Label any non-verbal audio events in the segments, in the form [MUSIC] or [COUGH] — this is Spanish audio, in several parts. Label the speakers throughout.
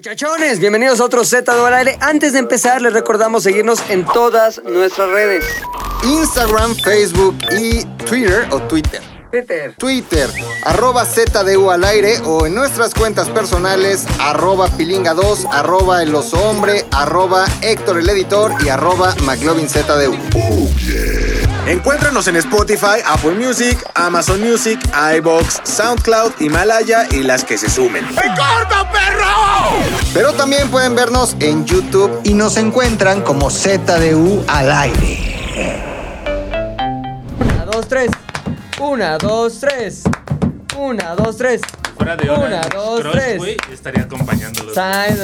Speaker 1: Muchachones, bienvenidos a otro Z de al aire. Antes de empezar, les recordamos seguirnos en todas nuestras redes.
Speaker 2: Instagram, Facebook y Twitter o Twitter.
Speaker 1: Twitter.
Speaker 2: Twitter, arroba ZDU al aire o en nuestras cuentas personales, arroba pilinga2, arroba el oso hombre, arroba Héctor el editor y arroba McLovinZDU.
Speaker 3: Encuéntranos en Spotify, Apple Music, Amazon Music, iBox, SoundCloud, Himalaya y las que se sumen.
Speaker 2: Pero también pueden vernos en YouTube
Speaker 4: y nos encuentran como ZDU al aire.
Speaker 1: Una, dos, tres. Una, dos, tres. Una, dos, tres.
Speaker 5: Fuera de hora,
Speaker 1: Una, dos,
Speaker 5: Crush,
Speaker 1: tres.
Speaker 5: güey, estaría acompañándolos.
Speaker 1: Sign.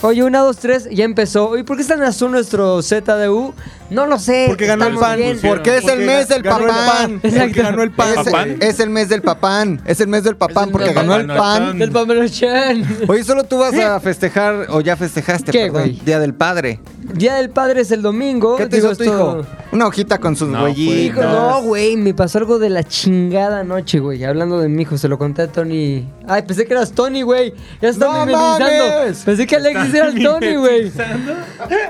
Speaker 1: Oye, una, dos, tres, ya empezó. ¿Y por qué está en azul nuestro ZDU? No lo sé.
Speaker 6: Porque ganó el
Speaker 1: Estamos
Speaker 6: pan.
Speaker 1: bien.
Speaker 2: Porque es el
Speaker 6: Porque
Speaker 2: mes del
Speaker 6: ganó el
Speaker 2: papán.
Speaker 6: pan. Porque ganó el pan.
Speaker 2: Es,
Speaker 5: ¿Papán?
Speaker 2: es el mes del papán, es el mes
Speaker 1: Es
Speaker 2: del
Speaker 1: el
Speaker 2: papán porque
Speaker 1: mes del
Speaker 2: ganó el pan.
Speaker 5: papán.
Speaker 1: Del
Speaker 6: [LAUGHS]
Speaker 1: Pamelochan.
Speaker 6: Oye, solo tú vas a festejar o ya festejaste,
Speaker 1: ¿Qué,
Speaker 6: perdón,
Speaker 1: güey?
Speaker 6: Día del Padre.
Speaker 1: Día del Padre es el domingo.
Speaker 6: ¿Qué te
Speaker 1: Digo,
Speaker 6: hizo tu
Speaker 1: esto-
Speaker 6: hijo?
Speaker 2: Una hojita con sus
Speaker 5: No, pues.
Speaker 1: Hijo,
Speaker 2: huellitas.
Speaker 1: no, güey, me pasó algo de la chingada noche, güey. Hablando de mi hijo, se lo conté a Tony. Ay, pensé que eras Tony, güey. Ya está
Speaker 2: ¡No
Speaker 1: mimetizando.
Speaker 2: mames!
Speaker 1: Pensé que Alexis era el Tony, güey.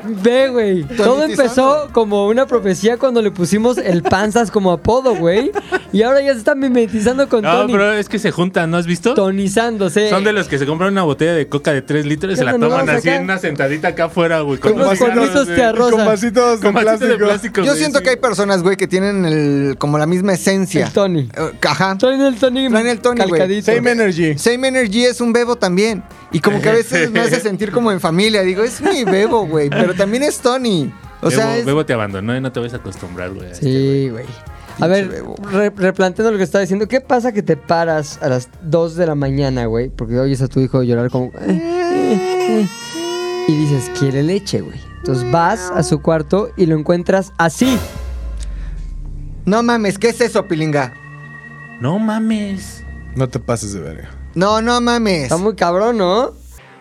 Speaker 1: Ve, güey. Todo empezó como una profecía cuando le pusimos el panzas como apodo, güey. Y ahora ya se está mimetizando con
Speaker 5: No,
Speaker 1: Tony.
Speaker 5: pero es que se juntan, ¿no has visto?
Speaker 1: Tonizándose.
Speaker 5: Son de los que se compran una botella de coca de 3 litros y
Speaker 1: ¿Qué
Speaker 5: se la
Speaker 1: onda, nos
Speaker 5: toman
Speaker 1: vamos
Speaker 5: así
Speaker 1: acá?
Speaker 5: en una sentadita acá afuera, güey.
Speaker 1: Con
Speaker 5: unos
Speaker 1: vasito-
Speaker 5: cigarros,
Speaker 1: vasito
Speaker 5: güey.
Speaker 1: de arroz. Rosa.
Speaker 6: vasitos
Speaker 5: Con vasito de plástico.
Speaker 2: Yo
Speaker 5: güey,
Speaker 2: siento
Speaker 5: sí.
Speaker 2: que hay personas, güey, que tienen el- como la misma esencia.
Speaker 1: El Tony.
Speaker 2: Eh, Ajá.
Speaker 1: Traen el Tony.
Speaker 2: Traen el Tony, güey.
Speaker 1: calcadito.
Speaker 6: Same Energy.
Speaker 2: Same Energy es un bebo también. Y como que a veces me hace sentir como en familia. Digo, es mi bebo, güey. Pero también es Tony. O sea,
Speaker 5: Bebo,
Speaker 2: es-
Speaker 5: Bebo te abandonó y no te vas a acostumbrar, güey. a este, güey.
Speaker 1: Sí, güey. A ver,
Speaker 2: bebo.
Speaker 1: re- replanteando lo que estaba diciendo, ¿qué pasa que te paras a las 2 de la mañana, güey? Porque oyes a tu hijo llorar como... "Eh, eh, eh", y dices, quiere leche, güey. Entonces vas a su cuarto y lo encuentras así.
Speaker 2: no mames, ¿qué es eso, pilinga?
Speaker 5: No mames.
Speaker 6: No te pases de verga.
Speaker 2: No, no mames.
Speaker 1: Está muy cabrón, ¿no?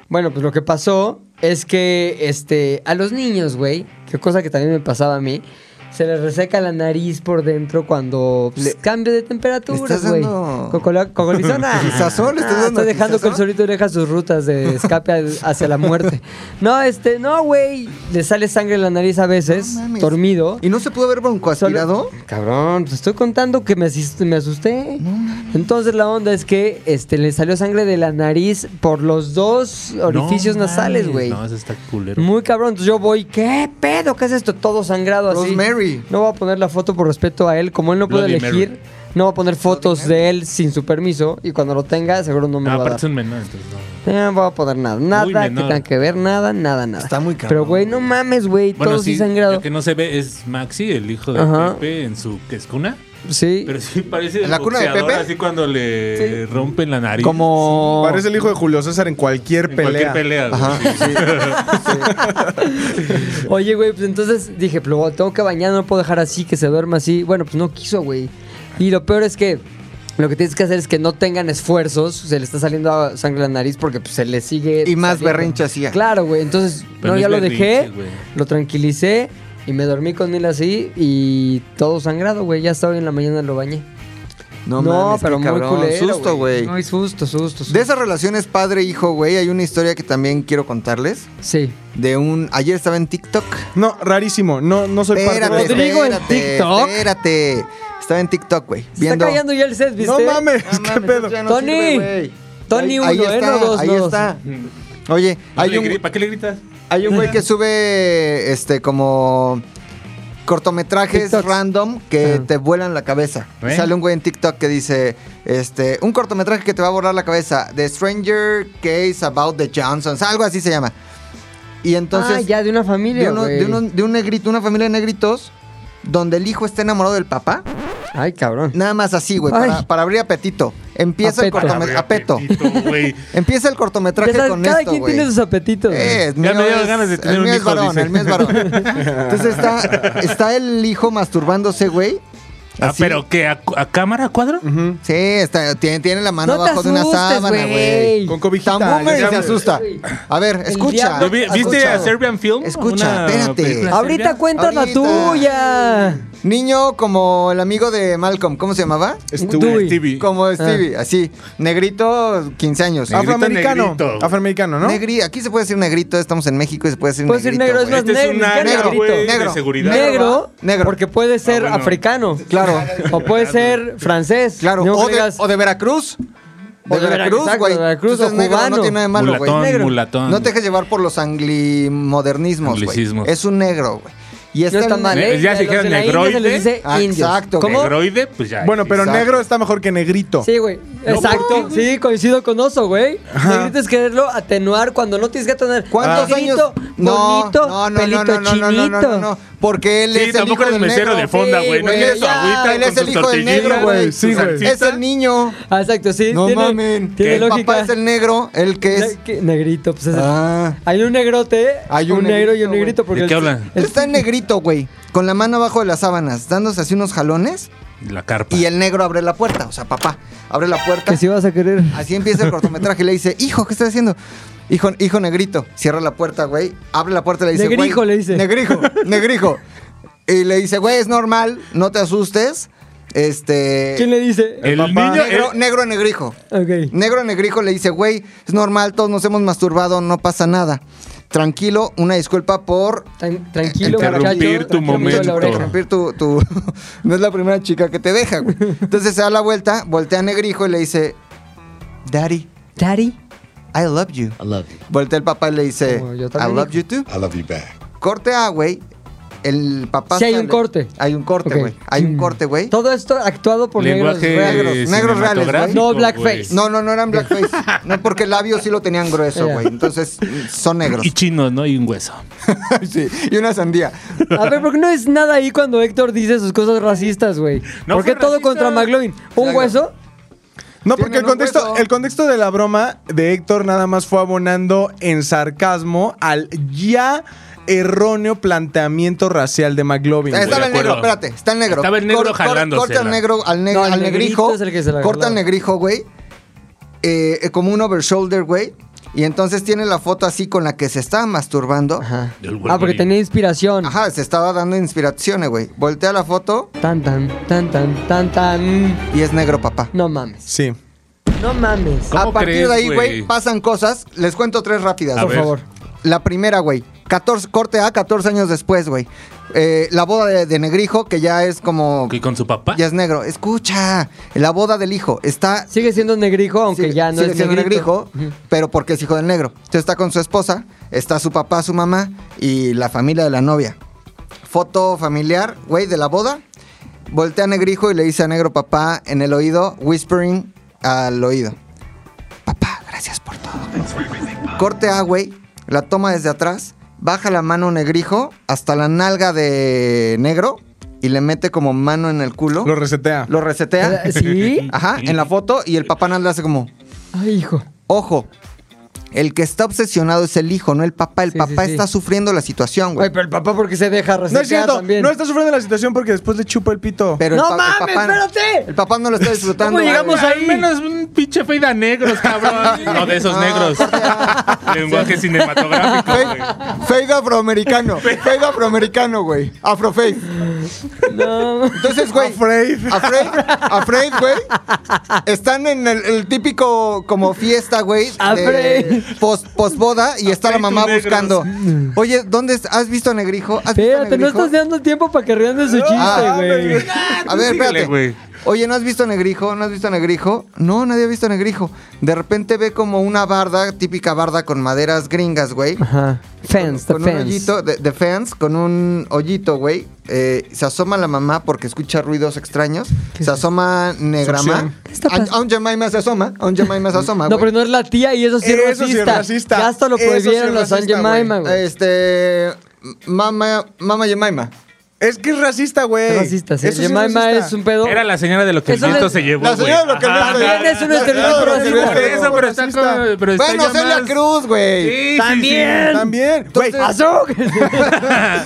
Speaker 1: Bueno, pues lo que pasó es que este, a los niños, güey, que cosa que también me pasaba a mí, se les reseca la nariz por dentro cuando pues,
Speaker 2: Le-
Speaker 1: cambia de temperatura,
Speaker 2: le estás
Speaker 1: güey.
Speaker 2: dando-
Speaker 1: Cocola- Cocolizona.
Speaker 2: Pistazón, le estás dando
Speaker 1: ah. Estoy dejando que el
Speaker 2: pistazón.
Speaker 1: solito deja sus rutas de escape al- hacia la muerte. No, este, no, güey. Le sale sangre en la nariz a veces,
Speaker 2: No mames.
Speaker 1: dormido.
Speaker 2: ¿Y no se pudo haber
Speaker 1: Solo-
Speaker 2: broncoaspirado?
Speaker 1: Cabrón, pues estoy contando que me, asis- me asusté. Entonces la onda es que este, le salió sangre de la nariz por los dos orificios
Speaker 5: No
Speaker 1: nasales,
Speaker 5: mames.
Speaker 1: güey.
Speaker 5: No, eso está culero.
Speaker 1: Muy cabrón, entonces yo voy, ¿qué pedo? ¿Qué es esto? Todo sangrado así.
Speaker 2: Rosemary.
Speaker 1: No voy a poner la foto por respeto a él, como él no puede
Speaker 5: Bloody
Speaker 1: elegir.
Speaker 5: Mary.
Speaker 1: No voy a poner fotos de él sin su permiso y cuando lo tenga seguro no me lo
Speaker 5: No,
Speaker 1: va a
Speaker 5: Ah, aparte
Speaker 1: dar.
Speaker 5: es un menor, entonces no.
Speaker 1: Eh, No voy a poner nada, nada que
Speaker 5: menor.
Speaker 1: tenga que ver, nada, nada, nada.
Speaker 2: Está muy cabrón,
Speaker 1: Pero güey, no mames, güey, todo sí, sangrado.
Speaker 5: lo que no se ve es Maxi, el hijo de
Speaker 1: Ajá.
Speaker 5: Pepe, en su que es cuna.
Speaker 1: Sí.
Speaker 5: Pero sí parece
Speaker 2: ¿En la
Speaker 5: el
Speaker 2: cuna de
Speaker 5: boxeador,
Speaker 2: Pepe?
Speaker 5: así cuando le rompen la nariz.
Speaker 2: Como.
Speaker 6: Parece el hijo de Julio César en cualquier
Speaker 5: en
Speaker 6: pelea.
Speaker 5: cualquier pelea. güey,
Speaker 2: Ajá.
Speaker 5: sí.
Speaker 1: Oye, güey, pues entonces dije, pues lo tengo que bañar, no lo puedo dejar así, que se duerma así. Bueno, pues no quiso, güey. Y lo peor es que lo que tienes que hacer es que no tengan esfuerzos, se le está saliendo a- sangre a la nariz porque pues, se le sigue.
Speaker 2: Y más
Speaker 1: saliendo.
Speaker 2: berrinche hacía.
Speaker 1: Claro, güey. Entonces,
Speaker 5: Pero
Speaker 1: no,
Speaker 5: no
Speaker 1: ya
Speaker 5: es
Speaker 1: lo
Speaker 5: berrinche,
Speaker 1: dejé,
Speaker 5: güey.
Speaker 1: lo tranquilicé y me dormí con él así y todo sangrado, güey. Ya hasta hoy en la mañana lo bañé. No,
Speaker 2: qué
Speaker 1: pero muy
Speaker 2: cabrón.
Speaker 1: culero.
Speaker 2: Susto, güey.
Speaker 1: Muy susto, susto. susto.
Speaker 2: De esas relaciones padre-hijo, güey, hay una historia que también quiero contarles.
Speaker 1: Sí.
Speaker 2: De un. Ayer estaba en TikTok.
Speaker 6: No, rarísimo. No, no soy
Speaker 2: Espérate,
Speaker 6: parte de
Speaker 1: Rodrigo en
Speaker 2: espérate,
Speaker 1: TikTok.
Speaker 2: Espérate. Estaba en TikTok, güey.
Speaker 1: Se
Speaker 2: Viendo.
Speaker 1: está callando ya el set, ¿viste?
Speaker 6: No mames,
Speaker 2: No
Speaker 6: qué
Speaker 2: mames,
Speaker 6: pedo.
Speaker 2: eso ya no
Speaker 1: Tony.
Speaker 2: sirve, güey.
Speaker 1: Tony uno, ¿eh? No dos,
Speaker 2: ahí
Speaker 1: no dos.
Speaker 2: está. Oye, hay
Speaker 5: le gri-
Speaker 2: un,
Speaker 5: ¿Para qué le gritas?
Speaker 2: hay un güey
Speaker 1: [LAUGHS]
Speaker 2: que sube este como cortometrajes
Speaker 1: TikToks. Ah.
Speaker 2: random que
Speaker 1: Ajá.
Speaker 2: te vuelan la cabeza.
Speaker 5: ¿Eh?
Speaker 2: Sale un güey en TikTok que dice, este, un cortometraje que te va a volar la cabeza, The Stranger Case About the Johnsons, algo así se llama. Y entonces
Speaker 1: ah, ya de una familia,
Speaker 2: de, uno-
Speaker 1: güey.
Speaker 2: de uno- de un negrito, una familia de negritos donde el hijo está enamorado del papá.
Speaker 1: Ay, cabrón.
Speaker 2: Nada más así, güey,
Speaker 1: Ay.
Speaker 2: para, para abrir apetito. Empieza
Speaker 1: Apeto.
Speaker 2: el cortometraje. Apeto.
Speaker 5: güey.
Speaker 2: Empieza el cortometraje
Speaker 1: Ya sabes,
Speaker 2: con
Speaker 1: cada
Speaker 2: esto,
Speaker 1: quien
Speaker 2: güey.
Speaker 1: tiene sus apetitos. güey.
Speaker 2: Eh,
Speaker 5: Ya
Speaker 2: mío
Speaker 5: me dieron
Speaker 2: es-
Speaker 5: ganas de tener
Speaker 2: el
Speaker 5: un
Speaker 2: mío es
Speaker 5: hijo,
Speaker 2: varón,
Speaker 5: dice.
Speaker 2: el mío es
Speaker 5: [LAUGHS]
Speaker 2: varón. Entonces está, está el hijo masturbándose, güey. [LAUGHS]
Speaker 5: Ah,
Speaker 2: Así.
Speaker 5: pero que a, cu- a cámara a cuadro.
Speaker 6: Ujú.
Speaker 2: Sí, está, tiene, tiene la mano
Speaker 1: No te
Speaker 2: abajo de una
Speaker 1: asustes,
Speaker 2: sábana,
Speaker 1: güey.
Speaker 2: güey.
Speaker 6: Con cobijita.
Speaker 2: Tan boomer y
Speaker 6: ya
Speaker 2: se
Speaker 6: sabes.
Speaker 2: asusta. A ver, escucha.
Speaker 1: diablo.
Speaker 5: ¿No vi- ¿Viste
Speaker 2: Ah, escucha.
Speaker 5: a Serbian Film?
Speaker 2: Escucha, espérate.
Speaker 5: película
Speaker 1: Ahorita
Speaker 5: serbia?
Speaker 1: cuentas la
Speaker 2: Ahorita.
Speaker 1: tuya.
Speaker 2: Niño como el amigo de Malcolm, ¿cómo se llamaba?
Speaker 1: Dewey.
Speaker 6: Stewie.
Speaker 5: Stevie.
Speaker 2: Como
Speaker 1: Ah.
Speaker 2: Stevie, así. Negrito, 15 años.
Speaker 5: Ah,
Speaker 6: Afroamericano.
Speaker 5: negrito.
Speaker 6: Afroamericano, ¿no?
Speaker 2: Negri, aquí se puede decir negrito, estamos en México y se puede decir
Speaker 1: Puede ser negro,
Speaker 2: negrito.
Speaker 1: es
Speaker 2: güey.
Speaker 1: más
Speaker 5: Este es
Speaker 1: negro.
Speaker 5: un
Speaker 1: ya
Speaker 5: área,
Speaker 1: negrito.
Speaker 5: güey, de
Speaker 2: Negro.
Speaker 5: seguridad.
Speaker 1: Negro,
Speaker 2: ¿va? Negro.
Speaker 1: porque puede ser
Speaker 5: Ah, bueno.
Speaker 1: africano.
Speaker 2: Claro,
Speaker 1: O puede ser francés.
Speaker 2: claro.
Speaker 1: Ni modo
Speaker 2: O
Speaker 1: que
Speaker 2: de,
Speaker 1: digas,
Speaker 2: o de Veracruz.
Speaker 1: O
Speaker 2: De
Speaker 1: de
Speaker 2: Veracruz,
Speaker 1: Veracruz,
Speaker 2: güey.
Speaker 1: o de Veracruz,
Speaker 2: Tú seas
Speaker 1: o
Speaker 2: negro, no
Speaker 1: cubano.
Speaker 2: tiene nada de malo, güey.
Speaker 5: Mulatón,
Speaker 2: Negro.
Speaker 5: mulatón.
Speaker 2: No te dejes llevar por los anglimodernismos, güey.
Speaker 5: Anglicismos.
Speaker 2: Es un negro, güey. Y
Speaker 1: no
Speaker 2: está
Speaker 1: está
Speaker 2: el-
Speaker 1: mal, ¿eh?
Speaker 5: Ya se
Speaker 1: A los
Speaker 5: dijeron
Speaker 1: de la India se les dice
Speaker 2: Ah,
Speaker 1: indios.
Speaker 2: exacto,
Speaker 1: ¿Cómo?
Speaker 5: Negroide, pues ya.
Speaker 6: Bueno, pero
Speaker 2: Exacto.
Speaker 6: negro está mejor que negrito.
Speaker 1: Sí, güey. Exacto. Sí, coincido con Oso, güey. Negrito es quererlo atenuar cuando no tienes que atenuar.
Speaker 2: ¿Cuántos
Speaker 1: Negrito,
Speaker 2: años? No,
Speaker 1: bonito,
Speaker 2: no, no,
Speaker 1: pelito
Speaker 2: no, no, no, no, no, no,
Speaker 1: chinito.
Speaker 2: no, no, Porque él
Speaker 5: Sí,
Speaker 2: es el
Speaker 5: tampoco
Speaker 2: hijo
Speaker 5: eres
Speaker 2: del
Speaker 5: mesero
Speaker 2: negro.
Speaker 5: de fonda,
Speaker 1: Sí,
Speaker 5: güey. No
Speaker 1: güey,
Speaker 5: quieres su
Speaker 1: ya,
Speaker 5: agüita
Speaker 2: él es el
Speaker 5: con sus
Speaker 2: hijo del
Speaker 5: tortillitas,
Speaker 2: negro, güey.
Speaker 5: sus
Speaker 6: Sí, güey.
Speaker 5: salsitas.
Speaker 2: Es el niño.
Speaker 1: Ah, Exacto, sí.
Speaker 2: No
Speaker 1: tiene, Tiene
Speaker 2: mamen.
Speaker 5: ¿Qué?
Speaker 2: El
Speaker 1: lógica.
Speaker 2: papá es el negro, él que es.
Speaker 1: Ne- que- Negrito, pues es el-
Speaker 2: Ah.
Speaker 1: Hay un negrote,
Speaker 2: Hay
Speaker 1: hay
Speaker 2: un
Speaker 1: un, negro y un negrito.
Speaker 2: negrito,
Speaker 5: güey.
Speaker 1: Porque
Speaker 5: ¿De qué
Speaker 1: el-
Speaker 5: hablan?
Speaker 1: el-
Speaker 2: Está en negrito, güey. Con la mano abajo de las sábanas, dándose así unos jalones.
Speaker 5: La carpa.
Speaker 2: Y el negro abre la puerta. O sea, papá, abre la puerta.
Speaker 1: que si vas a querer.
Speaker 2: Así empieza el cortometraje y le dice, hijo, ¿qué estás haciendo? Hijo, hijo negrito, cierra la puerta, güey. Abre la puerta y le dice,
Speaker 1: Negrijo,
Speaker 2: "Güey,
Speaker 1: le dice.
Speaker 2: Negrijo, negrijo. Y le dice, güey, es normal, no te asustes. Este.
Speaker 1: ¿Quién le eh, dice?
Speaker 5: El
Speaker 6: papá.
Speaker 5: niño.
Speaker 2: negro,
Speaker 5: el-
Speaker 2: negro negrijo.
Speaker 1: Ok.
Speaker 2: Negro negrijo le dice, güey, es normal, todos nos hemos masturbado, no pasa nada. Tranquilo, una disculpa por
Speaker 1: Tran- tranquilo,
Speaker 5: Interrumpir
Speaker 1: muchacho.
Speaker 5: tu
Speaker 1: tranquilo,
Speaker 5: momento.
Speaker 1: la oreja.
Speaker 2: interrumpir tu, tu- [LAUGHS] No es la primera chica que te deja, güey. Entonces se da la vuelta, voltea a negrijo y le dice, Daddy,
Speaker 1: Daddy.
Speaker 2: I love you.
Speaker 7: I love you.
Speaker 2: Voltea el papá y le dice,
Speaker 1: Como Oh, yo
Speaker 2: I
Speaker 1: también,
Speaker 2: love
Speaker 1: hijo.
Speaker 2: you too.
Speaker 7: I love you back.
Speaker 2: Corte A, güey. El papá.
Speaker 1: Sí, hay
Speaker 2: sale.
Speaker 1: un corte.
Speaker 2: Hay un corte,
Speaker 1: Ok.
Speaker 2: güey. Hay un corte, güey.
Speaker 1: Todo esto actuado por
Speaker 5: Lenguaje.
Speaker 1: negros. güey.
Speaker 2: negros, negros reales, güey.
Speaker 5: cinematográfico,
Speaker 1: No
Speaker 5: güey.
Speaker 1: blackface.
Speaker 2: No, no, no eran
Speaker 1: [LAUGHS]
Speaker 2: blackface. No, porque el labio sí lo tenían grueso,
Speaker 1: Ya.
Speaker 2: güey. Entonces, son
Speaker 7: [LAUGHS]
Speaker 2: negros.
Speaker 5: Y chinos, ¿no? Y un hueso.
Speaker 2: [LAUGHS] Sí, y una sandía.
Speaker 1: A ver, ¿por qué no es nada ahí cuando Héctor dice sus cosas racistas, güey?
Speaker 5: No
Speaker 1: ¿Por qué
Speaker 5: fue
Speaker 1: todo
Speaker 5: racista.
Speaker 1: contra McLovin? ¿Un
Speaker 2: Exacto.
Speaker 1: hueso?
Speaker 6: No,
Speaker 2: Tienen
Speaker 6: porque el
Speaker 2: un
Speaker 6: contexto,
Speaker 2: hueso.
Speaker 6: el contexto de la broma de Héctor nada más fue abonando en sarcasmo al ya erróneo planteamiento racial de McLovin. güey.
Speaker 2: Estaba
Speaker 5: de
Speaker 2: el negro,
Speaker 5: acuerdo.
Speaker 2: espérate. Está el negro.
Speaker 5: Estaba el negro jalándosela.
Speaker 2: Corta al negro, al, neg-
Speaker 1: No, el
Speaker 2: al
Speaker 1: negrito
Speaker 2: negrijo.
Speaker 1: es el que se la
Speaker 2: corta al
Speaker 1: jalaba.
Speaker 2: negrijo, güey. eh, eh, como un overshoulder, güey. Y entonces tiene la foto así con la que se estaba masturbando.
Speaker 1: Ajá.
Speaker 5: Del
Speaker 1: Ah, porque
Speaker 5: Wolverine.
Speaker 1: tenía inspiración.
Speaker 2: Ajá, se estaba dando inspiraciones, güey. Voltea la foto
Speaker 1: Tan, tan, tan, tan, tan, tan.
Speaker 2: y es negro, papá.
Speaker 1: No mames.
Speaker 6: Sí.
Speaker 1: No mames.
Speaker 5: ¿Cómo
Speaker 2: A partir
Speaker 5: crees,
Speaker 2: de ahí, güey,
Speaker 5: güey?
Speaker 2: pasan cosas. Les cuento tres rápidas.
Speaker 5: A
Speaker 2: por
Speaker 5: ver.
Speaker 2: favor. La primera, güey. 14, corte A, 14 años después, güey. Eh, la boda de, de Negrijo, que ya es como...
Speaker 5: ¿Y con su papá?
Speaker 2: Ya es negro. Escucha. La boda del hijo. Está...
Speaker 1: Sigue siendo negrijo, aunque
Speaker 2: sigue-
Speaker 1: ya no
Speaker 2: sigue
Speaker 1: es
Speaker 2: siendo
Speaker 1: negrito.
Speaker 2: negrijo, pero porque es hijo del negro. Entonces está con su esposa, está su papá, su mamá y la familia de la novia. Foto familiar, güey, de la boda. Voltea a negrijo y le dice a negro papá en el oído, whispering al oído. Papá, gracias por todo. Corte A, güey. La toma desde atrás. Baja la mano negrijo hasta la nalga de negro y le mete como mano en el culo.
Speaker 6: Lo resetea.
Speaker 2: Lo resetea.
Speaker 1: Eh, ¿Sí?
Speaker 2: Ajá, en la foto y el papá nada más le hace como...
Speaker 1: Ay, hijo.
Speaker 2: Ojo, el que está obsesionado es el hijo, no el papá. El
Speaker 1: Sí, sí,
Speaker 2: papá
Speaker 1: sí.
Speaker 2: está sufriendo la situación,
Speaker 1: Güey,
Speaker 2: güey.
Speaker 1: pero el papá porque se deja resetear
Speaker 6: No es cierto.
Speaker 1: también.
Speaker 6: No está sufriendo la situación porque después le chupa el pito.
Speaker 2: Pero el
Speaker 1: ¡No
Speaker 2: pa- el
Speaker 1: mames,
Speaker 2: papá-
Speaker 1: espérate!
Speaker 2: El papá no lo está
Speaker 1: [LAUGHS] ¿Cómo
Speaker 2: disfrutando. güey.
Speaker 1: llegamos a- ahí.
Speaker 5: Al menos un pinche feida negros, cabrón. [LAUGHS] No, de esos negros. Lenguaje cinematográfico, güey.
Speaker 2: Fe-
Speaker 1: [LAUGHS]
Speaker 2: Fade afroamericano. Fade afroamericano, güey. Afrofade.
Speaker 1: No.
Speaker 2: Entonces, güey.
Speaker 6: Afraid.
Speaker 2: Afraid. Afraid, güey. Están en el, el típico como fiesta, güey. de
Speaker 1: Afraid.
Speaker 2: Post, postboda y está la
Speaker 5: Afraid
Speaker 2: mamá
Speaker 5: to negros.
Speaker 2: buscando. Oye, ¿dónde es- has visto a Negrijo? ¿Has visto a
Speaker 1: Espérate, no
Speaker 2: Negrijo?
Speaker 1: estás dando tiempo para que rían de su chiste,
Speaker 2: Ah,
Speaker 1: güey.
Speaker 2: A ver,
Speaker 5: síguele,
Speaker 2: espérate.
Speaker 5: güey.
Speaker 2: Oye, ¿no has visto a Negrijo? ¿No has visto a Negrijo? No, nadie ha visto a Negrijo. De repente ve como una barda, típica barda con maderas gringas, güey.
Speaker 1: Ajá. Fans, [LAUGHS] the
Speaker 2: Con un
Speaker 1: fans.
Speaker 2: hoyito, de, de fans, con un hoyito, güey. Eh, se asoma la mamá porque escucha ruidos extraños. Se asoma Negramá.
Speaker 1: ¿Qué está pas-
Speaker 2: A, a un Jemima se asoma. A un Jemima se asoma,
Speaker 1: No,
Speaker 2: güey.
Speaker 1: pero no es la tía y eso sí es
Speaker 6: Eso sí es
Speaker 1: racista.
Speaker 6: racista.
Speaker 1: Ya hasta lo
Speaker 6: Eso sí es
Speaker 1: prohibieron los San
Speaker 6: racista, güey.
Speaker 1: Jemima, güey.
Speaker 2: Este. Mama, mama Jemima.
Speaker 6: Es que es racista, güey.
Speaker 1: Es racista, sí.
Speaker 6: Eso sí es
Speaker 1: Jemima
Speaker 6: racista.
Speaker 1: es un pedo.
Speaker 5: Era la señora de lo que el
Speaker 1: Eso
Speaker 5: viento
Speaker 1: le-
Speaker 5: se llevó.
Speaker 2: La señora de
Speaker 5: güey.
Speaker 2: lo que el
Speaker 5: Ajá.
Speaker 2: viento se
Speaker 1: También es un estereotipo
Speaker 2: Claro,
Speaker 5: Pero por
Speaker 1: racista.
Speaker 5: eso, pero está con- pero está
Speaker 2: Bueno,
Speaker 5: ya
Speaker 2: Celia
Speaker 5: más-
Speaker 2: Cruz,
Speaker 5: Sí,
Speaker 2: güey.
Speaker 5: sí,
Speaker 2: [LAUGHS]
Speaker 5: sí.
Speaker 1: También.
Speaker 6: También. Güey,
Speaker 2: Azúcar.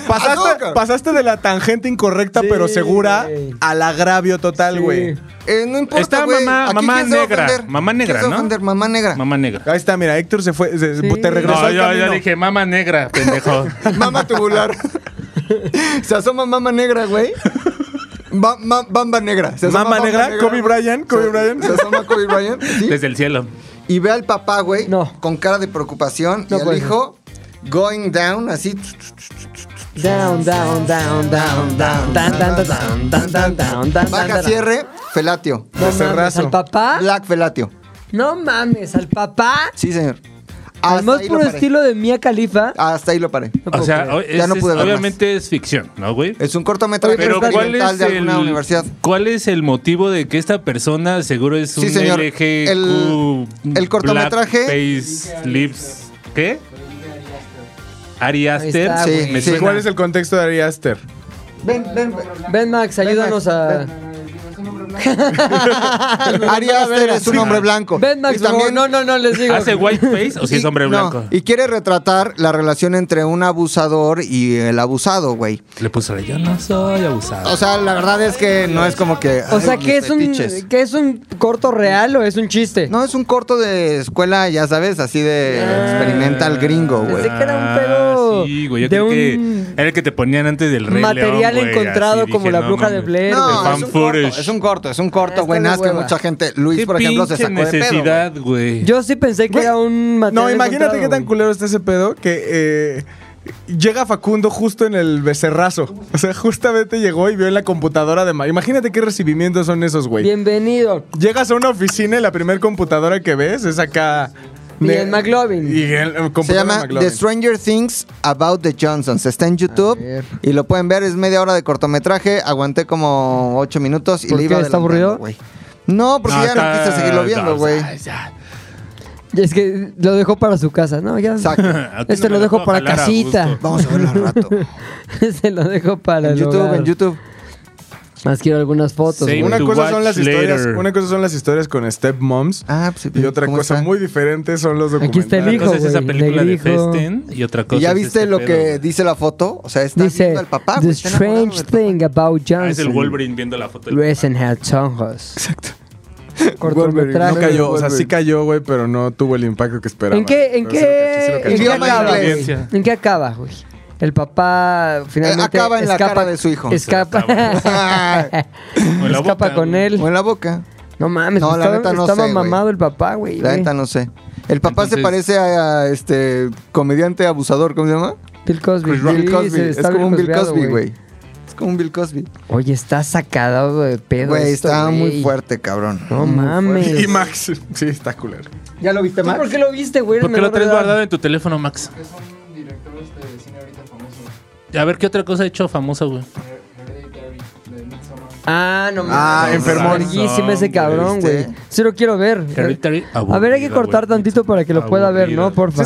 Speaker 6: pasaste, pasaste de la tangente incorrecta
Speaker 1: ah, Sí,
Speaker 6: pero segura
Speaker 1: güey.
Speaker 6: al agravio total,
Speaker 1: Sí.
Speaker 6: güey.
Speaker 2: Eh, no importa,
Speaker 5: Está
Speaker 2: güey.
Speaker 5: mamá-
Speaker 2: Aquí,
Speaker 5: mamá
Speaker 2: ¿quién se va a
Speaker 5: negra.
Speaker 2: ofender?
Speaker 5: Mamá
Speaker 2: ¿Quién
Speaker 5: negra,
Speaker 2: se va a
Speaker 5: ¿no?
Speaker 2: ofender? Mamá negra. [LAUGHS] Mamá,
Speaker 5: Mamá negra.
Speaker 6: Ahí está, mira, Héctor se fue, se-
Speaker 1: Sí.
Speaker 6: te regresó
Speaker 5: No,
Speaker 6: al
Speaker 5: yo, yo
Speaker 6: camino.
Speaker 5: dije mamá negra, pendejo.
Speaker 2: [LAUGHS] tubular. se asoma mamá negra, güey. Ba- ma- Bamba negra. Se asoma
Speaker 6: Mamba
Speaker 2: Bamba
Speaker 6: negra, Kobe Bryant, Kobe
Speaker 2: Se-
Speaker 6: Bryant.
Speaker 2: Se asoma Kobe Bryant. sí.
Speaker 5: Desde el cielo.
Speaker 2: Y ve al papá, güey,
Speaker 1: No.
Speaker 2: con cara de preocupación.
Speaker 1: No
Speaker 2: y al
Speaker 1: puede
Speaker 2: hijo, going down, así.
Speaker 1: Down, down, down, down, down, down, down, down, down, down, down, down,
Speaker 2: Baja
Speaker 1: down.
Speaker 2: cierre, felatio.
Speaker 1: No mames,
Speaker 6: Becerrazo.
Speaker 1: al papá.
Speaker 2: Black felatio.
Speaker 1: No mames, al papá.
Speaker 2: Sí, señor.
Speaker 1: Al más
Speaker 2: ahí lo Ah,
Speaker 1: puro
Speaker 2: paré.
Speaker 1: estilo de Mía Califa.
Speaker 2: Hasta ahí lo paré.
Speaker 5: O sea, o-
Speaker 2: Ya
Speaker 5: es-
Speaker 2: no pude ver
Speaker 5: es-
Speaker 2: más.
Speaker 5: obviamente es ficción, ¿no, güey?
Speaker 2: Es un cortometraje
Speaker 5: Pero ¿cuál
Speaker 2: experimental
Speaker 5: es,
Speaker 2: de alguna
Speaker 5: el,
Speaker 2: universidad.
Speaker 5: ¿cuál es el motivo de que esta persona seguro es un
Speaker 2: Sí, señor.
Speaker 5: LGQ,
Speaker 2: El- el cortometraje-
Speaker 5: Face Lips. ¿Qué? Ari Aster.
Speaker 1: está,
Speaker 2: güey.
Speaker 5: me
Speaker 2: Sí.
Speaker 5: suena.
Speaker 6: ¿Cuál es el contexto de Ari Aster?
Speaker 2: Ven, ven, ven.
Speaker 1: Ven, Max, ayúdanos
Speaker 2: Max,
Speaker 1: a.
Speaker 2: Ari Aster es este un hombre blanco.
Speaker 1: Ven, Max,
Speaker 2: Y también-
Speaker 1: no, no, no les digo.
Speaker 5: ¿Hace white face o si es hombre
Speaker 2: y- no,
Speaker 5: blanco?
Speaker 2: y quiere retratar la relación entre un abusador y el abusado, güey.
Speaker 5: Le puso yo no soy abusado.
Speaker 2: O sea, la verdad es que no es como que.
Speaker 1: O sea,
Speaker 2: ay,
Speaker 1: ¿qué
Speaker 2: mis
Speaker 1: es, un,
Speaker 2: fetiches.
Speaker 1: ¿qué es un corto real o es un chiste?
Speaker 2: No, es un corto de escuela, ya sabes, así de experimental gringo, güey.
Speaker 1: Pensé que era un pedo
Speaker 5: Ah, Sí, güey. Yo
Speaker 1: de
Speaker 5: creí
Speaker 1: un
Speaker 5: que era el que te ponían antes del rey.
Speaker 1: material
Speaker 5: León, güey,
Speaker 1: encontrado
Speaker 5: así
Speaker 1: como
Speaker 5: dije,
Speaker 1: la
Speaker 5: no
Speaker 1: bruja de
Speaker 5: mames.
Speaker 1: Blair.
Speaker 5: de
Speaker 2: No,
Speaker 5: fan
Speaker 2: es un, corto,
Speaker 5: footage.
Speaker 2: es un corto, es un corto,
Speaker 1: Está
Speaker 2: güey. Nada
Speaker 1: de
Speaker 2: más que
Speaker 1: hueva.
Speaker 2: mucha gente. Luis,
Speaker 5: Qué
Speaker 2: por ejemplo, se
Speaker 5: pinche
Speaker 2: sacó de pedo. güey.
Speaker 5: necesidad, güey.
Speaker 1: Yo sí pensé que
Speaker 6: Güey,
Speaker 1: era un material.
Speaker 6: No, imagínate qué tan
Speaker 1: encontrado,
Speaker 6: culero está ese pedo que eh, llega Facundo justo en el becerrazo. O sea, justamente llegó y vio en la computadora de... Ma- Imagínate qué recibimientos son esos,
Speaker 1: güey.
Speaker 6: güey.
Speaker 1: Bienvenido.
Speaker 6: Llegas a una oficina y la primera computadora que ves es acá...
Speaker 1: Y
Speaker 6: de-
Speaker 1: el McLovin.
Speaker 6: Y el eh,
Speaker 2: Se
Speaker 6: computadora
Speaker 2: llama
Speaker 6: McLovin.
Speaker 2: The Stranger Things About the Johnsons. Está en YouTube
Speaker 1: ver.
Speaker 2: y lo pueden ver. Es media hora de cortometraje. Aguanté como 8 minutos y
Speaker 1: ¿Por
Speaker 2: le
Speaker 1: qué?
Speaker 2: iba
Speaker 1: ¿Está
Speaker 2: adelantando,
Speaker 1: aburrido?
Speaker 2: güey. No, porque ya no
Speaker 5: está-
Speaker 2: quise seguirlo viendo,
Speaker 5: no,
Speaker 2: güey.
Speaker 5: o sea, ya.
Speaker 1: Y es que lo dejó para su casa, ¿no? Ya.
Speaker 5: [LAUGHS]
Speaker 2: Exacto.
Speaker 5: A ti
Speaker 1: Este
Speaker 5: no
Speaker 1: lo
Speaker 5: me
Speaker 1: dejo
Speaker 5: puedo
Speaker 1: para
Speaker 5: jalar a
Speaker 1: casita. [LAUGHS]
Speaker 2: Vamos a verlo al rato.
Speaker 1: Se lo dejo para
Speaker 2: En
Speaker 1: el
Speaker 2: YouTube,
Speaker 1: hogar.
Speaker 2: en YouTube.
Speaker 1: Más quiero algunas fotos.
Speaker 5: Save
Speaker 1: güey.
Speaker 6: Una
Speaker 5: to
Speaker 6: cosa,
Speaker 5: watch
Speaker 6: son las historias,
Speaker 5: later.
Speaker 6: una cosa son las historias con stepmoms
Speaker 2: Ah, pues,
Speaker 6: y otra
Speaker 2: ¿cómo
Speaker 6: cosa
Speaker 2: está?
Speaker 6: muy diferente son los documentales.
Speaker 1: Aquí está el
Speaker 5: Una
Speaker 1: hijo,
Speaker 5: cosa es esa
Speaker 1: güey,
Speaker 5: película de
Speaker 1: negrijo.
Speaker 5: Festen y otra cosa
Speaker 2: ¿Y ya
Speaker 5: es
Speaker 2: viste
Speaker 5: este
Speaker 2: lo
Speaker 5: pedo,
Speaker 2: que
Speaker 5: güey.
Speaker 2: dice la foto? O sea, está
Speaker 1: Dice:
Speaker 2: viendo al papá.
Speaker 1: The
Speaker 2: güey, está enamorado
Speaker 1: strange
Speaker 2: del papá.
Speaker 1: thing about Johnson.
Speaker 5: Ah, es el Wolverine viendo la foto. del-
Speaker 1: Rest in her tongues. Exacto. Cortometraje.
Speaker 6: No cayó, o sea,
Speaker 2: Wolverine.
Speaker 6: sí cayó, güey, pero no tuvo el impacto que esperaba.
Speaker 1: ¿En qué, en
Speaker 6: Pero sí
Speaker 1: qué,
Speaker 6: lo caché, sí lo
Speaker 1: en
Speaker 6: caché.
Speaker 1: qué
Speaker 2: Idioma
Speaker 1: acaba? güey?
Speaker 5: inglés.
Speaker 1: ¿En qué acaba, güey? El papá finalmente
Speaker 2: acaba en la
Speaker 1: escapa-
Speaker 2: cara de su hijo.
Speaker 1: Escapa.
Speaker 5: Se
Speaker 1: [LAUGHS]
Speaker 5: [LAUGHS] O en la
Speaker 1: escapa
Speaker 5: boca,
Speaker 1: con
Speaker 5: güey.
Speaker 1: él.
Speaker 2: O en la boca.
Speaker 1: No mames,
Speaker 2: No,
Speaker 1: pues
Speaker 2: la
Speaker 1: estaba,
Speaker 2: neta no
Speaker 1: estaba
Speaker 2: sé, güey.
Speaker 1: mamado el papá, güey.
Speaker 2: La
Speaker 1: güey.
Speaker 2: neta no sé. El papá se
Speaker 5: Entonces-
Speaker 2: parece a, a, este comediante abusador, ¿cómo se llama?
Speaker 1: Bill Cosby.
Speaker 2: Bill
Speaker 1: Sí,
Speaker 2: Pues Cosby.
Speaker 1: se
Speaker 2: Es
Speaker 1: está
Speaker 2: como un Bill
Speaker 1: cosbeado,
Speaker 2: Cosby, güey. Es como un Bill Cosby.
Speaker 1: Oye, está sacado de pedo.
Speaker 2: Güey,
Speaker 1: esto,
Speaker 2: está
Speaker 1: güey.
Speaker 2: muy fuerte, cabrón.
Speaker 1: No mames.
Speaker 6: [LAUGHS] Y Max, sí, está culero.
Speaker 2: ¿Ya lo viste,
Speaker 1: ¿Tú por qué lo viste, güey?
Speaker 5: ¿Por qué lo
Speaker 1: Menor de
Speaker 5: traes
Speaker 1: edad.
Speaker 5: guardado en tu teléfono, Max? Es
Speaker 1: este
Speaker 5: un director de cine ahorita famoso. A ver, ¿qué otra cosa ha hecho famosa, güey?
Speaker 1: Ah, no mames.
Speaker 2: Ah,
Speaker 5: enfermó.
Speaker 1: Verguísima ese cabrón,
Speaker 2: ¿Viste?
Speaker 1: güey. Sí lo quiero ver.
Speaker 5: Hereditary,
Speaker 1: A ver, hay que
Speaker 5: aburrida,
Speaker 1: cortar
Speaker 5: güey.
Speaker 1: tantito para que lo pueda ver, ¿no?
Speaker 5: Aburrida.
Speaker 1: Porfa.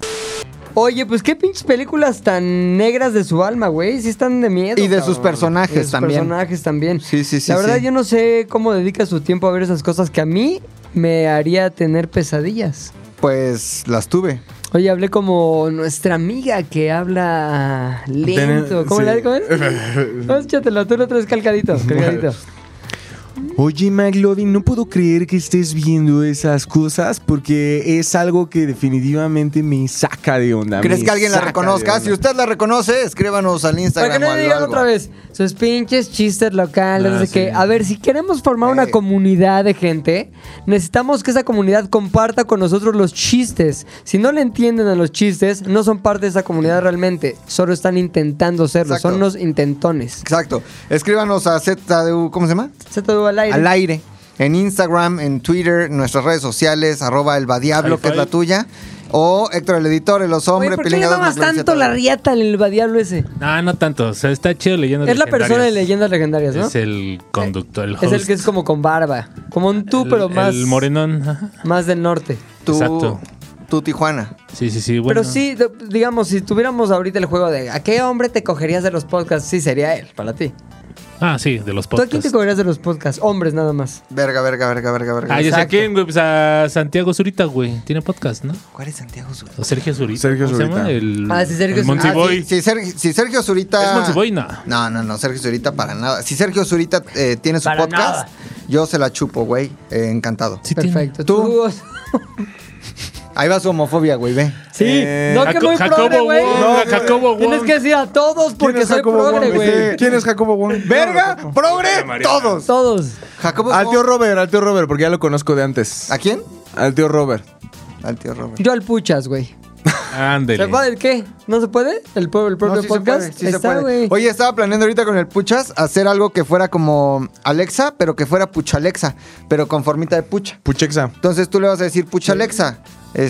Speaker 1: Oye, pues qué pinches películas tan negras de su alma, güey. Sí están de miedo.
Speaker 2: Y de sus
Speaker 1: cabrón.
Speaker 2: personajes
Speaker 1: Y de sus
Speaker 2: también.
Speaker 1: personajes también.
Speaker 2: Sí, sí, sí,
Speaker 1: La verdad,
Speaker 2: sí.
Speaker 1: yo no sé cómo dedica su tiempo a ver esas cosas que a mí me haría tener pesadillas.
Speaker 2: Pues las tuve.
Speaker 1: Oye, hablé como nuestra amiga que habla lento. ¿Cómo
Speaker 6: Sí.
Speaker 1: le ¿Cómo
Speaker 6: [LAUGHS]
Speaker 1: es? Vamos, échatelo, tú lo traes calcadito, calcadito.
Speaker 6: Oye, McLovin, no puedo creer que estés viendo esas cosas porque es algo que definitivamente me saca de onda.
Speaker 2: ¿Crees
Speaker 6: me
Speaker 2: que alguien la
Speaker 6: saca de
Speaker 2: reconozca?
Speaker 6: onda.
Speaker 2: Si usted la reconoce, escríbanos al
Speaker 1: Para que
Speaker 2: Instagram. o
Speaker 1: no
Speaker 2: al
Speaker 1: digan
Speaker 2: algo.
Speaker 1: otra vez, sus pinches chistes locales,
Speaker 5: Ah,
Speaker 1: de que,
Speaker 5: sí.
Speaker 1: a ver, si queremos formar una
Speaker 2: Sí.
Speaker 1: comunidad de gente, necesitamos que esa comunidad comparta con nosotros los chistes. Si no le entienden a los chistes, no son parte de esa comunidad realmente, solo están intentando serlo,
Speaker 2: Exacto.
Speaker 1: son unos intentones.
Speaker 2: Exacto. Escríbanos a ZDU, ¿cómo se llama?
Speaker 1: Se te al aire.
Speaker 2: Al aire. En Instagram, en Twitter, en nuestras redes sociales, arroba el Badiablo,
Speaker 5: High
Speaker 2: que es la
Speaker 5: five.
Speaker 2: tuya. O Héctor el Editor, el
Speaker 1: Oye,
Speaker 2: Osombre,
Speaker 1: ¿por qué le dabas tanto la riata al Badiablo ese?
Speaker 5: Ah, No, no tanto. O sea, está chido leyendo.
Speaker 1: Es la persona de leyendas legendarias, ¿no?
Speaker 5: Es el conductor, el host.
Speaker 1: Es el que es como con barba, como un tú,
Speaker 5: El-
Speaker 1: pero más,
Speaker 5: El morenón. ajá.
Speaker 1: más del norte.
Speaker 2: Tú,
Speaker 5: Exacto.
Speaker 2: tú, Tijuana.
Speaker 5: Sí, sí, sí. Bueno.
Speaker 1: Pero sí, d- digamos, si tuviéramos ahorita el juego de ¿a qué hombre te cogerías de los podcasts? Sí, sería él, para ti.
Speaker 5: Ah, sí, de los
Speaker 1: ¿Tú a
Speaker 5: podcasts.
Speaker 1: quién te cogerías de los podcasts? Hombres, nada más.
Speaker 2: Verga, verga, verga, verga, verga.
Speaker 5: Ah, ya sé a
Speaker 1: Exacto.
Speaker 5: quién, güey. Pues a Santiago Zurita, güey. Tiene podcast, ¿no?
Speaker 2: ¿Cuál es Santiago Zurita?
Speaker 5: O Sergio Zurita.
Speaker 6: Sergio
Speaker 5: ¿Cómo se
Speaker 6: Zurita.
Speaker 5: llama? El,
Speaker 1: Ah, sí, Sergio
Speaker 5: el
Speaker 1: Zurita.
Speaker 2: Ah,
Speaker 5: Montiboy.
Speaker 2: sí, si, Sergio, si Sergio Zurita.
Speaker 5: ¿Es Montiboy? No.
Speaker 2: No, no, no, Sergio Zurita para nada. Si Sergio Zurita eh, tiene su
Speaker 1: Para
Speaker 2: podcast,
Speaker 1: nada.
Speaker 2: yo se la chupo, güey. Eh, encantado.
Speaker 5: Sí tiene.
Speaker 1: Perfecto.
Speaker 2: ¿Tú?
Speaker 1: Tú.
Speaker 2: Ahí va su homofobia, güey, ve.
Speaker 1: Sí,
Speaker 6: Eh,
Speaker 1: no que
Speaker 5: Jaco-
Speaker 1: muy progre,
Speaker 5: Jacobo
Speaker 1: güey.
Speaker 5: Wong,
Speaker 6: No,
Speaker 5: a Jacobo
Speaker 1: Tienes
Speaker 5: Wong.
Speaker 1: que decir a todos porque soy progre,
Speaker 2: Este,
Speaker 1: güey.
Speaker 6: ¿Quién es Jacobo Wong?
Speaker 2: Verga, progre,
Speaker 5: María.
Speaker 2: todos.
Speaker 1: Todos.
Speaker 2: Jacobo.
Speaker 6: Al tío Robert, al tío Robert, porque ya lo conozco de antes.
Speaker 2: ¿A quién?
Speaker 6: Al tío Robert.
Speaker 2: Al tío Robert.
Speaker 1: Yo al puchas, güey. ¿Se
Speaker 5: Ándele.
Speaker 1: puede el qué? ¿No se puede? ¿El, pro- el propio
Speaker 2: No, sí se
Speaker 1: podcast?
Speaker 2: puede, sí
Speaker 1: Ahí
Speaker 2: se
Speaker 1: está,
Speaker 2: puede.
Speaker 1: güey.
Speaker 2: Oye, estaba planeando ahorita con el Puchas hacer algo que fuera como Alexa, pero que fuera Pucha Alexa, pero con formita de pucha.
Speaker 6: Puchexa.
Speaker 2: Entonces tú le vas a decir Pucha Alexa,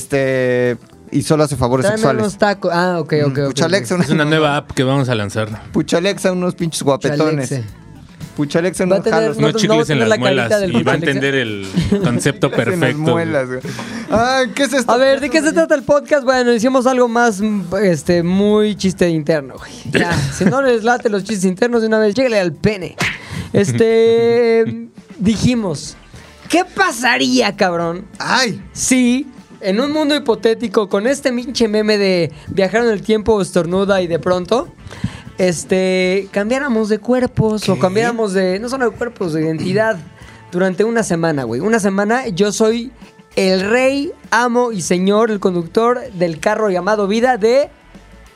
Speaker 2: este, y solo hace favores
Speaker 1: Tráeme unos
Speaker 2: sexuales.
Speaker 1: tacos. Ah, ok, ok, ok.
Speaker 2: Pucha Alexa,
Speaker 5: Es una nueva app que vamos a lanzar.
Speaker 2: Pucha Alexa, unos pinches guapetones.
Speaker 1: Puchalexe.
Speaker 2: Pucha Alexa,
Speaker 1: Va a
Speaker 2: unos
Speaker 1: tener
Speaker 2: jalos.
Speaker 1: No,
Speaker 5: No
Speaker 1: no
Speaker 5: chicles
Speaker 1: tiene
Speaker 5: en
Speaker 1: la
Speaker 5: las
Speaker 1: carita
Speaker 5: muelas
Speaker 1: del
Speaker 5: y va a
Speaker 1: Puchalexa. [LAUGHS]
Speaker 5: entender el concepto
Speaker 2: en las
Speaker 5: perfecto.
Speaker 2: muelas, güey. Ay, ¿qué es esto?
Speaker 1: A ver, ¿de qué se trata el podcast? Bueno, hicimos algo más, mm, este, muy chiste interno, güey. Ya, si no les late los chistes internos de una vez, lléguenle al pene. Este, dijimos, ¿qué pasaría, cabrón,
Speaker 2: Ay,
Speaker 1: si en un mundo hipotético, con este minche meme de viajar en el tiempo estornuda y de pronto, este, cambiáramos de cuerpos o cambiáramos de, no solo de cuerpos, de identidad, durante una semana, güey. Una semana yo soy el rey, amo y señor, el conductor del carro llamado vida de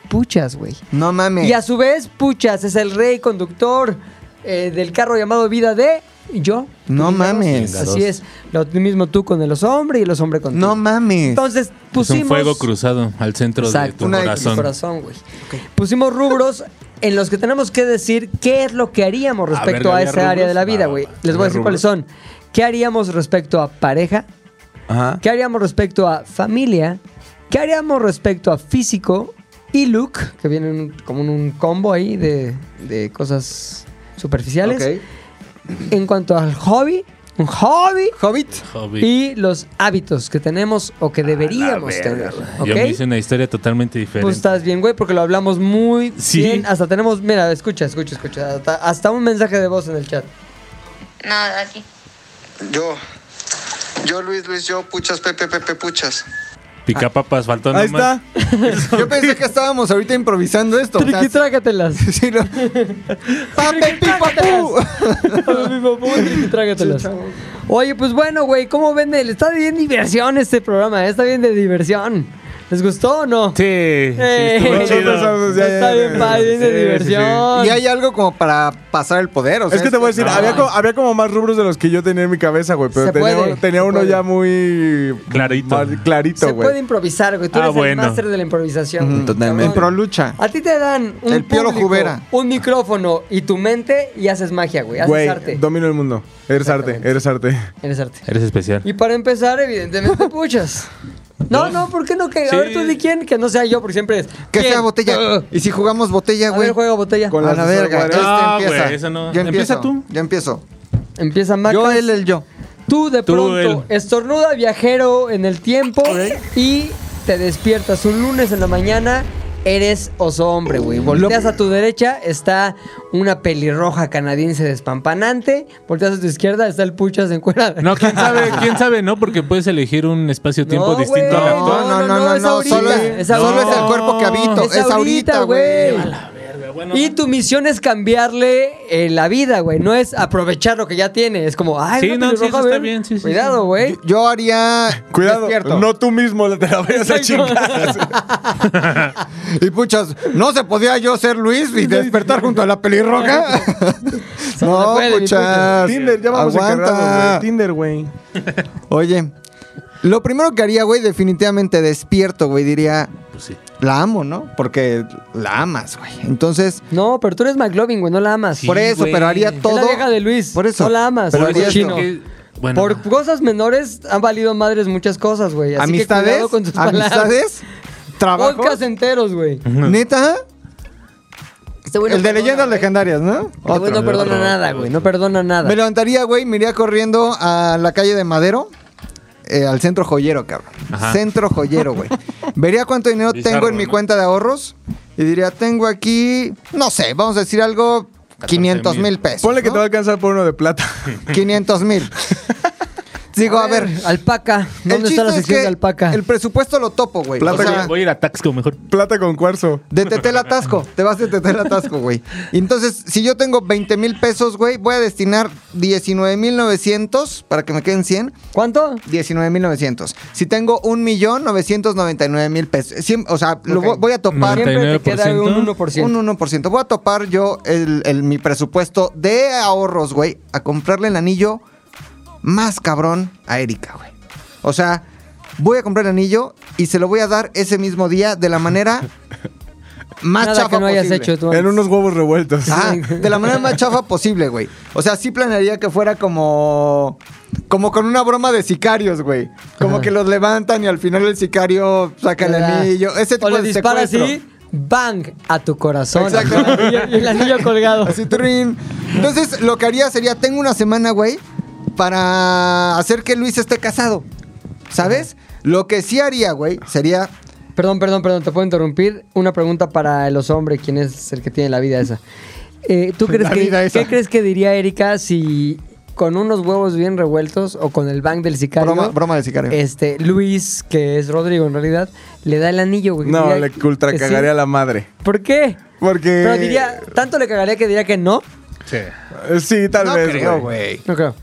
Speaker 1: puchas, güey.
Speaker 2: no mames.
Speaker 1: Y a su vez, puchas es el rey conductor eh, del carro llamado vida de yo.
Speaker 2: No mames.
Speaker 1: Así es. Lo mismo tú con los hombres y los hombres con
Speaker 2: No
Speaker 1: tú.
Speaker 2: mames.
Speaker 1: Entonces
Speaker 5: Es
Speaker 1: pusimos.
Speaker 5: un fuego cruzado al centro
Speaker 1: Exacto.
Speaker 5: de
Speaker 2: Una
Speaker 5: tu
Speaker 2: X
Speaker 1: Mi
Speaker 5: corazón.
Speaker 1: corazón, güey. Pusimos rubros en los que tenemos que decir qué es lo que haríamos
Speaker 5: A ver,
Speaker 1: respecto a,
Speaker 5: ¿había
Speaker 1: esa
Speaker 5: rubros?
Speaker 1: área de la vida,
Speaker 5: Va,
Speaker 1: güey.
Speaker 5: va, va.
Speaker 1: Les voy a
Speaker 5: ¿Había
Speaker 1: decir cuáles son. ¿Qué haríamos respecto a pareja?
Speaker 6: Ajá.
Speaker 1: ¿Qué haríamos respecto a familia? ¿Qué haríamos respecto a físico y look? Que vienen como en un combo ahí de, de cosas superficiales.
Speaker 2: Ok.
Speaker 1: En cuanto al hobby, un hobby.
Speaker 2: Hobbit.
Speaker 5: Hobby.
Speaker 1: Y los hábitos que tenemos o que deberíamos tener. ¿ok?
Speaker 5: Yo me hice una historia totalmente diferente.
Speaker 1: Pues estás bien, güey, porque lo hablamos muy
Speaker 5: Sí.
Speaker 1: bien. Hasta tenemos, mira, escucha, escucha, escucha. Hasta, hasta un mensaje de voz en el chat.
Speaker 7: Nada, aquí.
Speaker 8: Yo, yo Luis, Luis, yo, puchas, Pepe, Pepe, puchas.
Speaker 1: Ah,
Speaker 5: Picapapas, faltó
Speaker 6: Ahí
Speaker 5: nomás.
Speaker 2: [LAUGHS]
Speaker 6: está.
Speaker 2: Yo pensé que estábamos ahorita improvisando esto. o sea,
Speaker 1: [LAUGHS] Triquitrágatelas.
Speaker 2: sí lo- ¡Pape, pipa, pu!
Speaker 1: [LAUGHS] Triquitrágatelas. Oye, pues bueno, güey, ¿cómo vende? Está bien diversión este programa, está bien de diversión. ¿Les gustó o no?
Speaker 5: Sí,
Speaker 1: [LAUGHS]
Speaker 5: sí, estuvo
Speaker 1: Eh,
Speaker 5: chido.
Speaker 6: nosotros- ya, ya,
Speaker 1: Está
Speaker 6: ya,
Speaker 1: bien
Speaker 6: ya.
Speaker 1: padre, bien de
Speaker 6: Sí, sí, sí.
Speaker 1: diversión.
Speaker 2: Y hay algo como para pasar el poder, o sea,
Speaker 6: Es que te voy a decir,
Speaker 5: No.
Speaker 6: había, co- había como más rubros de los que yo tenía en mi cabeza, güey. Pero
Speaker 1: Se
Speaker 6: tenía,
Speaker 1: puede,
Speaker 6: uno- tenía
Speaker 1: se
Speaker 6: uno
Speaker 1: puede.
Speaker 6: ya muy.
Speaker 5: Clarito.
Speaker 6: más clarito,
Speaker 1: Se puede
Speaker 6: güey.
Speaker 1: improvisar, güey. Tú
Speaker 5: Ah,
Speaker 1: eres
Speaker 5: bueno.
Speaker 1: el máster de la improvisación. güey,
Speaker 2: El
Speaker 1: cabrón.
Speaker 2: prolucha.
Speaker 1: A ti te dan un
Speaker 2: El Piolo
Speaker 1: público,
Speaker 2: Jubera.
Speaker 1: un micrófono y tu mente y haces magia, güey. Haces
Speaker 6: Güey,
Speaker 1: arte.
Speaker 6: domino el mundo. Eres arte,
Speaker 1: Exactamente.
Speaker 6: eres arte.
Speaker 1: Eres arte.
Speaker 5: Eres especial.
Speaker 1: Y para empezar, evidentemente, puchas. No, no, ¿por qué no? Que,
Speaker 5: Sí.
Speaker 1: A ver, tú di quién, que no sea yo, porque siempre es.
Speaker 2: Que
Speaker 1: ¿quién?
Speaker 2: sea botella.
Speaker 1: Ah.
Speaker 2: Y si jugamos botella,
Speaker 1: A
Speaker 2: güey.
Speaker 1: ver, juega botella. Ah,
Speaker 6: Con
Speaker 2: A
Speaker 6: las
Speaker 2: la verga.
Speaker 6: usuarias.
Speaker 2: este
Speaker 5: No,
Speaker 2: empieza.
Speaker 5: güey, eso no.
Speaker 2: Yo empiezo.
Speaker 5: Empieza tú.
Speaker 2: Yo empiezo.
Speaker 1: Empieza Maca.
Speaker 2: Yo, él, el yo.
Speaker 1: Tú de
Speaker 5: Tú,
Speaker 1: pronto
Speaker 5: él.
Speaker 1: estornuda viajero en el tiempo y te despiertas un lunes en la mañana. Eres oso hombre, güey. Volteas a tu derecha, está una pelirroja canadiense despampanante. Volteas a tu izquierda, está el puchas encuerada.
Speaker 5: No,
Speaker 1: [LAUGHS]
Speaker 5: quién sabe, quién sabe, ¿no? Porque puedes elegir un espacio-tiempo
Speaker 1: No,
Speaker 5: distinto
Speaker 1: güey.
Speaker 5: al
Speaker 1: No,
Speaker 2: No,
Speaker 5: actual.
Speaker 2: no, no,
Speaker 1: no,
Speaker 2: no, no.
Speaker 1: es ahorita,
Speaker 2: solo,
Speaker 1: es
Speaker 2: es,
Speaker 1: ahorita.
Speaker 2: solo es el cuerpo que habito.
Speaker 1: Es
Speaker 2: Es, ahorita,
Speaker 1: ahorita,
Speaker 2: güey.
Speaker 1: güey. Y tu misión es cambiarle eh, la vida, güey. No es aprovechar lo que ya tiene. Es como, ay, pues, una
Speaker 5: Sí, no, sí,
Speaker 1: pelirroja,
Speaker 5: eso está
Speaker 1: güey.
Speaker 5: bien, sí, sí,
Speaker 1: Cuidado,
Speaker 5: sí.
Speaker 1: güey.
Speaker 2: Yo haría.
Speaker 6: Cuidado,
Speaker 2: despierto.
Speaker 6: no tú mismo te la vayas a chingar.
Speaker 2: Y puchas, no se podía yo ser Luis y despertar junto a la pelirroja.
Speaker 1: [LAUGHS] no
Speaker 2: [LAUGHS] no,
Speaker 1: puede, mi
Speaker 2: puchas.
Speaker 6: Tinder, ya vamos encargados,
Speaker 2: Aguanta.
Speaker 6: güey. Tinder, güey.
Speaker 2: Oye, lo primero que haría, güey, definitivamente despierto, güey, diría,
Speaker 5: Pues sí.
Speaker 2: la amo, ¿no? Porque la amas, güey. Entonces,
Speaker 1: No, pero tú eres McLovin, güey. No la amas. e,
Speaker 5: Sí,
Speaker 2: por eso,
Speaker 5: güey.
Speaker 2: pero haría
Speaker 5: Es la
Speaker 1: Es
Speaker 2: todo.
Speaker 1: la vieja de Luis.
Speaker 2: Por eso.
Speaker 1: No la amas.
Speaker 2: Pero
Speaker 1: por
Speaker 2: haría
Speaker 1: chino.
Speaker 2: esto.
Speaker 5: Que- Bueno,
Speaker 1: Por cosas menores han valido madres muchas cosas, güey. Así Que
Speaker 2: amistades,
Speaker 1: cuidado con tus palabras.
Speaker 2: amistades, trabajo.
Speaker 1: Podcasts enteros, güey.
Speaker 2: Neta,
Speaker 1: Este güey no
Speaker 2: el de
Speaker 1: perdona,
Speaker 2: leyendas
Speaker 1: güey.
Speaker 2: legendarias, ¿no?
Speaker 1: Este güey no perdona
Speaker 5: otro,
Speaker 1: nada,
Speaker 5: otro.
Speaker 1: güey. No perdona nada.
Speaker 2: Me levantaría, güey, me iría corriendo a la calle de Madero, eh, al centro joyero, cabrón.
Speaker 5: Ajá.
Speaker 2: Centro
Speaker 1: [LAUGHS]
Speaker 2: joyero, güey. Vería cuánto dinero
Speaker 5: Bizarro,
Speaker 2: tengo en mi
Speaker 5: ¿no?
Speaker 2: cuenta de ahorros y diría, tengo aquí, no sé, vamos a decir algo, 500 mil pesos. [LAUGHS]
Speaker 6: Ponle que
Speaker 1: [LAUGHS]
Speaker 2: ¿no?
Speaker 6: [LAUGHS] te va a alcanzar por uno de plata.
Speaker 2: 500 mil. Digo, a ver.
Speaker 1: Alpaca. ¿Dónde está la
Speaker 2: chiste es
Speaker 1: sección
Speaker 2: que
Speaker 1: de alpaca?
Speaker 2: El presupuesto lo topo, güey. O
Speaker 6: Plata
Speaker 2: sea,
Speaker 6: con-
Speaker 5: Voy a ir a Taxco mejor.
Speaker 6: Plata con cuarzo.
Speaker 2: De Tetel Atasco. Te vas de Tetel Atasco, güey. Entonces, si yo tengo 20 mil pesos, güey, voy a destinar 19 mil 900 para que me queden 100.
Speaker 1: ¿Cuánto?
Speaker 2: 19 mil 900. Si tengo 1 millón 999 mil pesos. Siem- o sea, lo
Speaker 1: Ok.
Speaker 2: voy- voy a topar.
Speaker 5: Noventa y
Speaker 1: Siempre te queda
Speaker 5: 99%.
Speaker 1: un 1%.
Speaker 2: Un 1%. Voy a topar yo el, el- mi presupuesto de ahorros, güey, a comprarle el anillo más cabrón a Erika, güey. O sea, voy a comprar el anillo y se lo voy a dar ese mismo día de
Speaker 1: [LAUGHS]
Speaker 2: la manera más
Speaker 1: Nada
Speaker 2: chafa
Speaker 1: que no hayas
Speaker 2: posible.
Speaker 1: hecho tú.
Speaker 6: En unos huevos revueltos.
Speaker 2: Ah, de la manera más chafa posible, güey. O sea, sí planearía que fuera como. Como con una broma de sicarios, güey. Como
Speaker 1: Ajá.
Speaker 2: que los levantan y al final el sicario saca el
Speaker 1: Ah.
Speaker 2: anillo. Ese tipo
Speaker 1: o le
Speaker 2: de
Speaker 1: dispara
Speaker 2: secuestro.
Speaker 1: así, bang, a tu corazón.
Speaker 2: Exacto.
Speaker 1: El anillo- el anillo colgado.
Speaker 2: Así, trin. Entonces, lo que haría sería, tengo una semana, güey, para hacer que Luis esté casado. ¿Sabes? Lo que sí haría, güey, sería...
Speaker 1: Perdón, perdón, perdón, te puedo interrumpir. Una pregunta para los hombres, quién es el que tiene la vida esa. Eh, ¿Tú crees
Speaker 2: La
Speaker 1: que,
Speaker 2: vida esa.
Speaker 1: qué crees que diría Erika si con unos huevos bien revueltos o con el bang del sicario?
Speaker 2: Broma, broma de sicario.
Speaker 1: Este, Luis, que es Rodrigo en realidad, le da el anillo, güey.
Speaker 6: No,
Speaker 1: Diría
Speaker 6: le ultra
Speaker 1: que sí.
Speaker 6: cagaría la madre.
Speaker 1: ¿Por qué?
Speaker 6: Porque.
Speaker 2: Eh,
Speaker 1: Pero diría, tanto le cagaría que diría que no.
Speaker 5: Sí.
Speaker 6: Eh, Sí, tal vez. güey.
Speaker 1: No creo.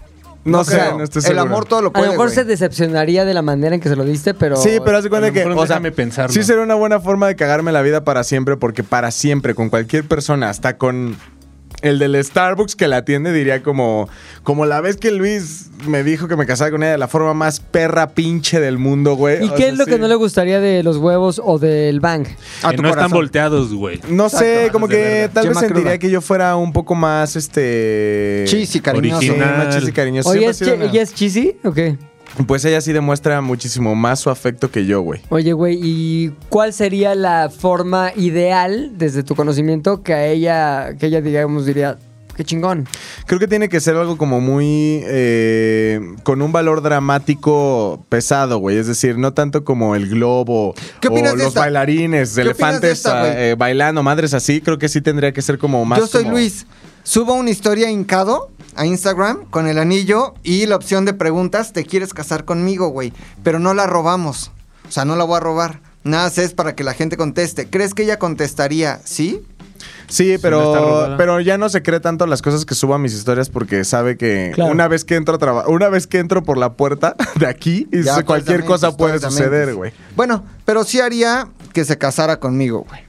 Speaker 6: No,
Speaker 2: No
Speaker 6: sé,
Speaker 2: creo.
Speaker 6: no estoy
Speaker 2: El
Speaker 6: seguro.
Speaker 2: amor todo lo
Speaker 1: A
Speaker 2: puede,
Speaker 1: lo mejor
Speaker 2: güey.
Speaker 1: se decepcionaría de la manera en que se lo diste, pero.
Speaker 6: Sí, pero haz de cuenta
Speaker 5: A lo
Speaker 6: que.
Speaker 5: mejor déjame pensarlo.
Speaker 6: Sí, sería una buena forma de cagarme la vida para siempre, porque para siempre, con cualquier persona, hasta con el del Starbucks que la atiende, diría como. Como la vez que Luis me dijo que me casara con ella de la forma más perra pinche del mundo, güey.
Speaker 1: ¿Y
Speaker 6: O
Speaker 1: qué
Speaker 6: sea,
Speaker 1: es lo que
Speaker 6: sí.
Speaker 1: no le gustaría de los huevos o del bang?
Speaker 2: A
Speaker 5: Que
Speaker 2: tu
Speaker 5: no están
Speaker 2: corazón.
Speaker 5: volteados, güey.
Speaker 6: No sé,
Speaker 5: Exacto,
Speaker 6: como
Speaker 5: de
Speaker 6: que
Speaker 5: verdad.
Speaker 6: tal vez
Speaker 2: Chema
Speaker 6: sentiría
Speaker 2: cruda.
Speaker 6: que yo fuera un poco más este.
Speaker 2: Chis y cariñoso.
Speaker 6: Sí,
Speaker 5: Original.
Speaker 6: más chis y cariñoso.
Speaker 1: Oye,
Speaker 6: Siempre
Speaker 1: ¿es,
Speaker 6: ha sido
Speaker 1: chi-
Speaker 6: una-
Speaker 1: ¿ella es cheesy o qué?
Speaker 6: Pues ella sí demuestra muchísimo más su afecto que yo, güey.
Speaker 1: Oye, güey, ¿y cuál sería la forma ideal, desde tu conocimiento, que a ella, que ella digamos diría, qué chingón?
Speaker 6: Creo que tiene que ser algo como muy. eh, con un valor dramático pesado, güey. Es decir, no tanto como el globo.
Speaker 2: ¿Qué opinas
Speaker 6: o
Speaker 2: de
Speaker 6: los
Speaker 2: esta? ¿Qué opinas
Speaker 6: bailarines,
Speaker 2: de
Speaker 6: elefantes
Speaker 2: esta,
Speaker 6: ah,
Speaker 2: güey?
Speaker 6: eh, bailando, madres así. Creo que sí tendría que ser como más.
Speaker 2: Yo soy
Speaker 6: como-
Speaker 2: Luis. Subo una historia hincado a Instagram con el anillo y la opción de preguntas, ¿te quieres casar conmigo, güey? Pero no la robamos. O sea, no la voy a robar. Nada más es para que la gente conteste. ¿Crees que ella contestaría sí?
Speaker 6: Sí,
Speaker 5: no está
Speaker 6: pero,
Speaker 5: robada.
Speaker 6: pero ya no se cree tanto las cosas que subo a mis historias porque sabe que
Speaker 1: Claro.
Speaker 6: una vez que entro a traba- una vez que entro por la puerta [LAUGHS] de aquí, y
Speaker 2: Ya,
Speaker 6: cualquier
Speaker 2: totalmente,
Speaker 6: cosa puede
Speaker 2: totalmente.
Speaker 6: suceder, güey.
Speaker 2: Bueno, pero sí haría que se casara conmigo, güey.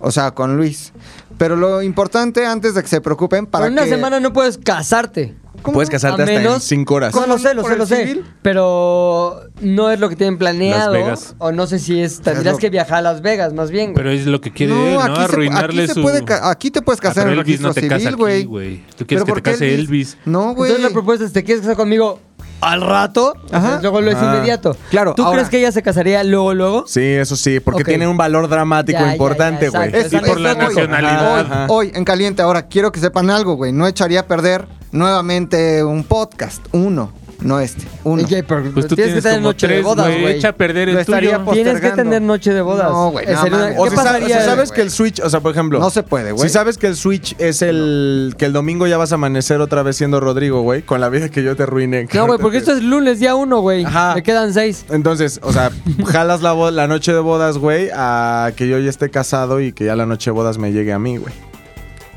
Speaker 2: O sea, con Luis. Pero lo importante antes de que se preocupen para
Speaker 1: Pero en una
Speaker 2: que-
Speaker 1: semana no puedes casarte.
Speaker 2: ¿Cómo
Speaker 6: Puedes
Speaker 2: no?
Speaker 6: casarte
Speaker 1: A
Speaker 6: hasta en
Speaker 1: menos-
Speaker 6: cinco horas.
Speaker 1: No, lo sé, lo
Speaker 2: ¿Por
Speaker 1: sé,
Speaker 2: el
Speaker 1: lo sé.
Speaker 2: civil?
Speaker 1: Pero no es lo que tienen planeado.
Speaker 5: Las Vegas.
Speaker 1: O no sé si es.
Speaker 2: Es
Speaker 1: Tendrías
Speaker 2: lo-
Speaker 1: que viajar a Las Vegas, más bien. güey.
Speaker 5: Pero es lo que quiere
Speaker 2: No,
Speaker 5: él, ¿no?
Speaker 2: aquí se-
Speaker 5: Arruinarle
Speaker 2: aquí se
Speaker 5: su...
Speaker 2: puede ca- aquí te puedes
Speaker 5: Ah,
Speaker 2: casar
Speaker 5: pero
Speaker 2: en el
Speaker 5: Elvis no te
Speaker 2: registro
Speaker 5: casa
Speaker 2: civil, güey.
Speaker 5: aquí, güey. Tú quieres
Speaker 2: ¿Pero
Speaker 5: que
Speaker 2: por
Speaker 5: te
Speaker 2: qué
Speaker 5: case Elvis.
Speaker 2: No, güey.
Speaker 1: Entonces la propuesta es: ¿te quieres casar conmigo al rato?
Speaker 2: Ajá.
Speaker 1: Luego lo es
Speaker 6: Ah.
Speaker 1: inmediato.
Speaker 2: Claro,
Speaker 1: ¿Tú
Speaker 2: ahora-
Speaker 1: crees que ella se casaría luego, luego?
Speaker 6: Sí, eso sí, porque
Speaker 1: Ok.
Speaker 6: tiene un valor dramático
Speaker 1: Ya, ya, ya,
Speaker 6: importante, güey.
Speaker 1: exacto,
Speaker 5: Y por la
Speaker 2: Exacto, güey.
Speaker 5: nacionalidad.
Speaker 2: Hoy, hoy, en caliente, ahora quiero que sepan algo, güey. No echaría a perder nuevamente un podcast. Uno, no este. Uno.
Speaker 1: Ey, pero
Speaker 5: Pues tú
Speaker 1: tienes que
Speaker 5: tienes
Speaker 1: estar en
Speaker 5: como
Speaker 1: noche de
Speaker 5: tres,
Speaker 1: bodas,
Speaker 5: güey.
Speaker 1: güey.
Speaker 5: Echa a perder
Speaker 2: Lo
Speaker 5: el
Speaker 2: estaría
Speaker 5: tuyo.
Speaker 2: por-
Speaker 1: Tienes que
Speaker 2: postergando.
Speaker 1: tener noche de bodas.
Speaker 2: No, güey,
Speaker 1: Eh,
Speaker 2: no
Speaker 1: sería una-
Speaker 2: mames.
Speaker 6: O
Speaker 1: ¿Qué
Speaker 6: si sa-
Speaker 1: pasaría?
Speaker 6: o si sabes
Speaker 2: güey?
Speaker 6: que el Switch, o sea, por ejemplo.
Speaker 2: No se puede, güey.
Speaker 6: Si sabes que el Switch es el. que el domingo ya vas a amanecer otra vez siendo Rodrigo, güey, con la vida que yo te arruiné.
Speaker 1: No, güey, porque esto es lunes, día uno, güey.
Speaker 6: Ajá.
Speaker 1: Me quedan seis.
Speaker 6: [LAUGHS] Entonces, o sea, jalas la, bo- la noche de bodas, güey, a que yo ya esté casado y que ya la noche de bodas me llegue a mí, güey.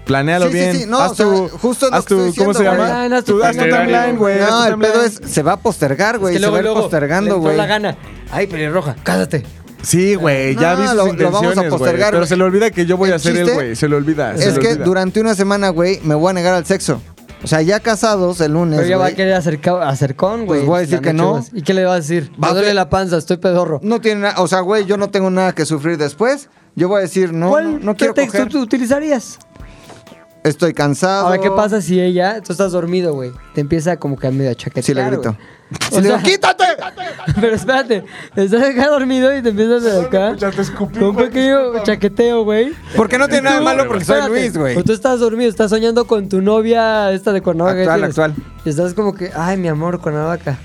Speaker 6: Planéalo
Speaker 2: Sí, sí,
Speaker 6: bien.
Speaker 2: sí, no,
Speaker 6: haz
Speaker 2: o sea,
Speaker 6: tu,
Speaker 2: justo es lo
Speaker 6: haz
Speaker 2: que
Speaker 6: tu-
Speaker 2: estoy
Speaker 6: ¿Cómo se
Speaker 2: diciendo,
Speaker 6: llama?
Speaker 1: güey. Haz tu
Speaker 6: Tu- haz tu
Speaker 5: itinerario,
Speaker 6: timeline, güey. haz
Speaker 2: No,
Speaker 6: tu
Speaker 2: el pedo
Speaker 6: timeline.
Speaker 2: es, se va a postergar, güey.
Speaker 1: que
Speaker 2: se va a ir
Speaker 1: le
Speaker 2: postergando,
Speaker 1: entró
Speaker 2: güey.
Speaker 1: la gana. Ay, pelirroja, cásate.
Speaker 6: Sí, güey, ya
Speaker 2: No,
Speaker 6: vi sus
Speaker 2: lo- lo vamos a
Speaker 6: intenciones, güey,
Speaker 2: postergar,
Speaker 6: Pero
Speaker 2: güey.
Speaker 6: se le olvida que yo voy
Speaker 2: El
Speaker 6: a ser él,
Speaker 2: chiste
Speaker 6: güey. Se le olvida. se
Speaker 2: Es
Speaker 6: le
Speaker 2: que
Speaker 6: olvida.
Speaker 2: durante una semana, güey, me voy a negar al sexo. O sea, ya casados el lunes.
Speaker 1: Pero ya va a
Speaker 2: güey,
Speaker 1: querer acerca- acercón, güey.
Speaker 2: Pues voy a decir
Speaker 1: la
Speaker 2: que
Speaker 1: noche
Speaker 2: no.
Speaker 1: vas. ¿Y qué le vas a decir? Me
Speaker 2: Va a
Speaker 1: duele
Speaker 2: ser-
Speaker 1: la panza, estoy pedorro.
Speaker 2: No tiene nada, o sea, güey, yo no tengo nada que sufrir después. Yo voy a decir, no, no, no
Speaker 1: ¿Qué
Speaker 2: quiero
Speaker 1: texto
Speaker 2: coger.
Speaker 1: tú utilizarías?
Speaker 2: Estoy cansado.
Speaker 1: Ahora, ¿qué pasa si ella, tú estás dormido, güey? Te empieza como que a medio a chaquetear.
Speaker 2: Si le grito.
Speaker 1: güey.
Speaker 2: Si
Speaker 1: O
Speaker 2: le digo,
Speaker 1: sea-
Speaker 2: ¡quítate!
Speaker 1: [LAUGHS] Pero espérate, estás acá dormido y te empiezas a acá. con un pequeño chaqueteo, güey.
Speaker 2: Porque no tiene nada de malo porque soy
Speaker 1: Espérate,
Speaker 2: Luis, güey.
Speaker 1: O tú estás dormido, estás soñando con tu novia esta de Cuernavaca. que
Speaker 2: Actual,
Speaker 1: tienes.
Speaker 2: actual.
Speaker 1: Y estás como que, ay, mi amor, Cuernavaca.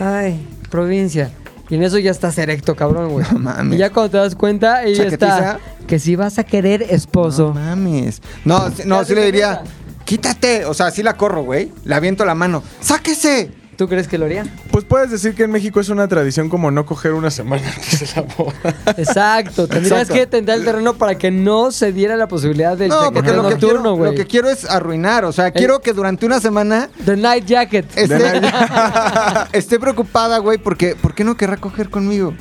Speaker 1: Ay, provincia. Y en eso ya estás erecto, cabrón, güey.
Speaker 2: No mames.
Speaker 1: Y ya cuando te das cuenta, ella
Speaker 2: Chaquetiza.
Speaker 1: está. Que si vas a querer
Speaker 2: No
Speaker 1: esposo.
Speaker 2: mames. No, si- no,
Speaker 1: Ya
Speaker 2: sí
Speaker 1: te
Speaker 2: le
Speaker 1: di
Speaker 2: diría,
Speaker 1: cuenta.
Speaker 2: quítate. O sea, sí la corro, güey. Le aviento la mano. ¡Sáquese!
Speaker 1: ¿Tú crees que lo
Speaker 2: [LAUGHS]
Speaker 1: haría?
Speaker 6: Pues puedes decir que en México es una tradición como no coger una semana [LAUGHS] antes de la
Speaker 2: [LAUGHS]
Speaker 6: boda.
Speaker 1: Exacto. Tendrías
Speaker 2: Exacto.
Speaker 1: que tentar el terreno para que no se diera la posibilidad del
Speaker 2: No, porque
Speaker 1: chaqueteo
Speaker 2: lo que,
Speaker 1: nocturno,
Speaker 2: quiero, lo
Speaker 1: güey.
Speaker 2: que quiero es arruinar. O sea, quiero que durante una semana
Speaker 1: The Night Jacket.
Speaker 2: esté, [LAUGHS] esté preocupada, güey, porque ¿por qué no querrá coger conmigo?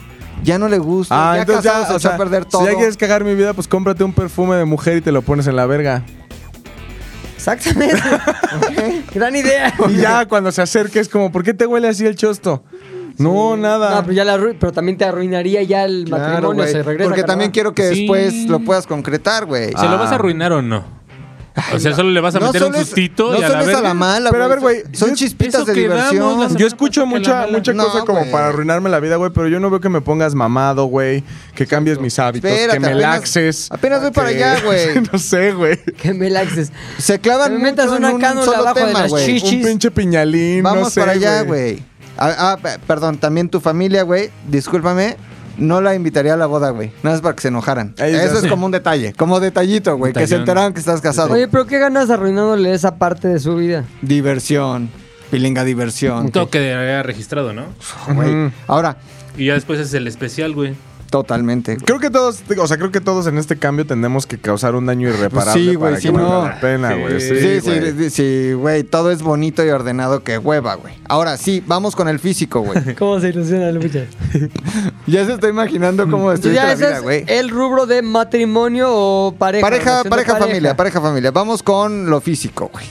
Speaker 2: Ya no le gusta.
Speaker 1: Ah,
Speaker 6: Ah,
Speaker 2: ya casado se echó a perder todo.
Speaker 6: Si ya quieres cagar mi vida, pues cómprate un perfume de mujer y te lo pones en la verga.
Speaker 1: Exactamente. Gran
Speaker 2: [LAUGHS]
Speaker 1: idea.
Speaker 6: Y ya cuando se acerque es como, ¿por qué te huele así el chosto? No, nada.
Speaker 1: No, pero, ya la arru- pero también te arruinaría ya el
Speaker 2: Claro,
Speaker 1: matrimonio.
Speaker 2: güey,
Speaker 1: se regresa
Speaker 2: Porque
Speaker 1: carnal.
Speaker 2: también quiero que
Speaker 5: Sí.
Speaker 2: después lo puedas concretar, güey.
Speaker 5: ¿Se lo
Speaker 1: Ah.
Speaker 5: vas a arruinar o no? O sea, solo le vas a
Speaker 2: No
Speaker 5: meter un
Speaker 2: solo es-
Speaker 5: sustito
Speaker 2: no
Speaker 5: y a
Speaker 2: solo
Speaker 5: la
Speaker 2: es
Speaker 5: verga.
Speaker 2: la mala,
Speaker 6: Pero a ver,
Speaker 2: güey.
Speaker 6: güey,
Speaker 2: Son
Speaker 6: yo-
Speaker 2: chispitas
Speaker 5: eso
Speaker 2: de
Speaker 5: quedamos, la
Speaker 2: diversión.
Speaker 5: semana
Speaker 6: Yo escucho
Speaker 5: pasada que la
Speaker 6: mucha,
Speaker 5: mala-
Speaker 6: mucha
Speaker 2: No,
Speaker 6: cosa como
Speaker 2: güey.
Speaker 6: para arruinarme la vida, güey, pero yo no veo que me pongas mamado, güey, que cambies mis hábitos,
Speaker 2: Espérate,
Speaker 6: que me
Speaker 2: apenas-
Speaker 6: laxes.
Speaker 2: apenas voy para
Speaker 6: que-
Speaker 2: allá,
Speaker 6: [LAUGHS]
Speaker 2: güey.
Speaker 6: no sé, güey.
Speaker 1: [LAUGHS] Que me laxes.
Speaker 2: Se
Speaker 1: Que
Speaker 2: clavan
Speaker 1: me metas
Speaker 2: mucho en
Speaker 1: una
Speaker 2: un
Speaker 1: cánula
Speaker 2: solo
Speaker 1: abajo de
Speaker 2: tema,
Speaker 1: las
Speaker 2: güey.
Speaker 1: chichis.
Speaker 6: Un pinche piñalín,
Speaker 2: Vamos
Speaker 6: no sé,
Speaker 2: para allá, güey. Ah, ah, pe- perdón, también tu familia, güey. Discúlpame. No la invitaría a la boda, güey. Nada más para que se enojaran.
Speaker 6: Ahí está.
Speaker 2: Eso es como un detalle, como detallito, güey. Que se
Speaker 5: Detallón.
Speaker 2: enteraron que estás casado.
Speaker 1: Oye, pero ¿qué ganas arruinándole esa parte de su vida?
Speaker 2: Diversión. Pilinga diversión.
Speaker 5: Un toque de haber registrado, ¿no?
Speaker 2: güey.
Speaker 6: Ujú.
Speaker 2: Ahora,
Speaker 5: Y ya después es el especial, güey.
Speaker 2: totalmente. güey.
Speaker 6: Creo que todos, o sea, creo que todos en este cambio tenemos que causar un daño irreparable
Speaker 2: sí, güey,
Speaker 6: para
Speaker 2: sí,
Speaker 6: que valga
Speaker 2: no.
Speaker 6: la pena, güey. Sí,
Speaker 2: Sí, sí,
Speaker 6: güey.
Speaker 2: sí, sí, güey. Todo es bonito y ordenado que hueva, güey. Ahora sí, vamos con el
Speaker 1: [LAUGHS]
Speaker 2: físico, güey.
Speaker 1: ¿Cómo se ilusiona el muchacho?
Speaker 2: ya se está imaginando
Speaker 6: Mm.
Speaker 2: cómo destruir
Speaker 1: Pues ya
Speaker 2: Pues la
Speaker 1: ese
Speaker 2: vida,
Speaker 1: es
Speaker 2: güey.
Speaker 1: el rubro de matrimonio o pareja.
Speaker 2: Pareja,
Speaker 1: relación de
Speaker 2: pareja, familia, pareja, familia. Vamos con lo físico, güey.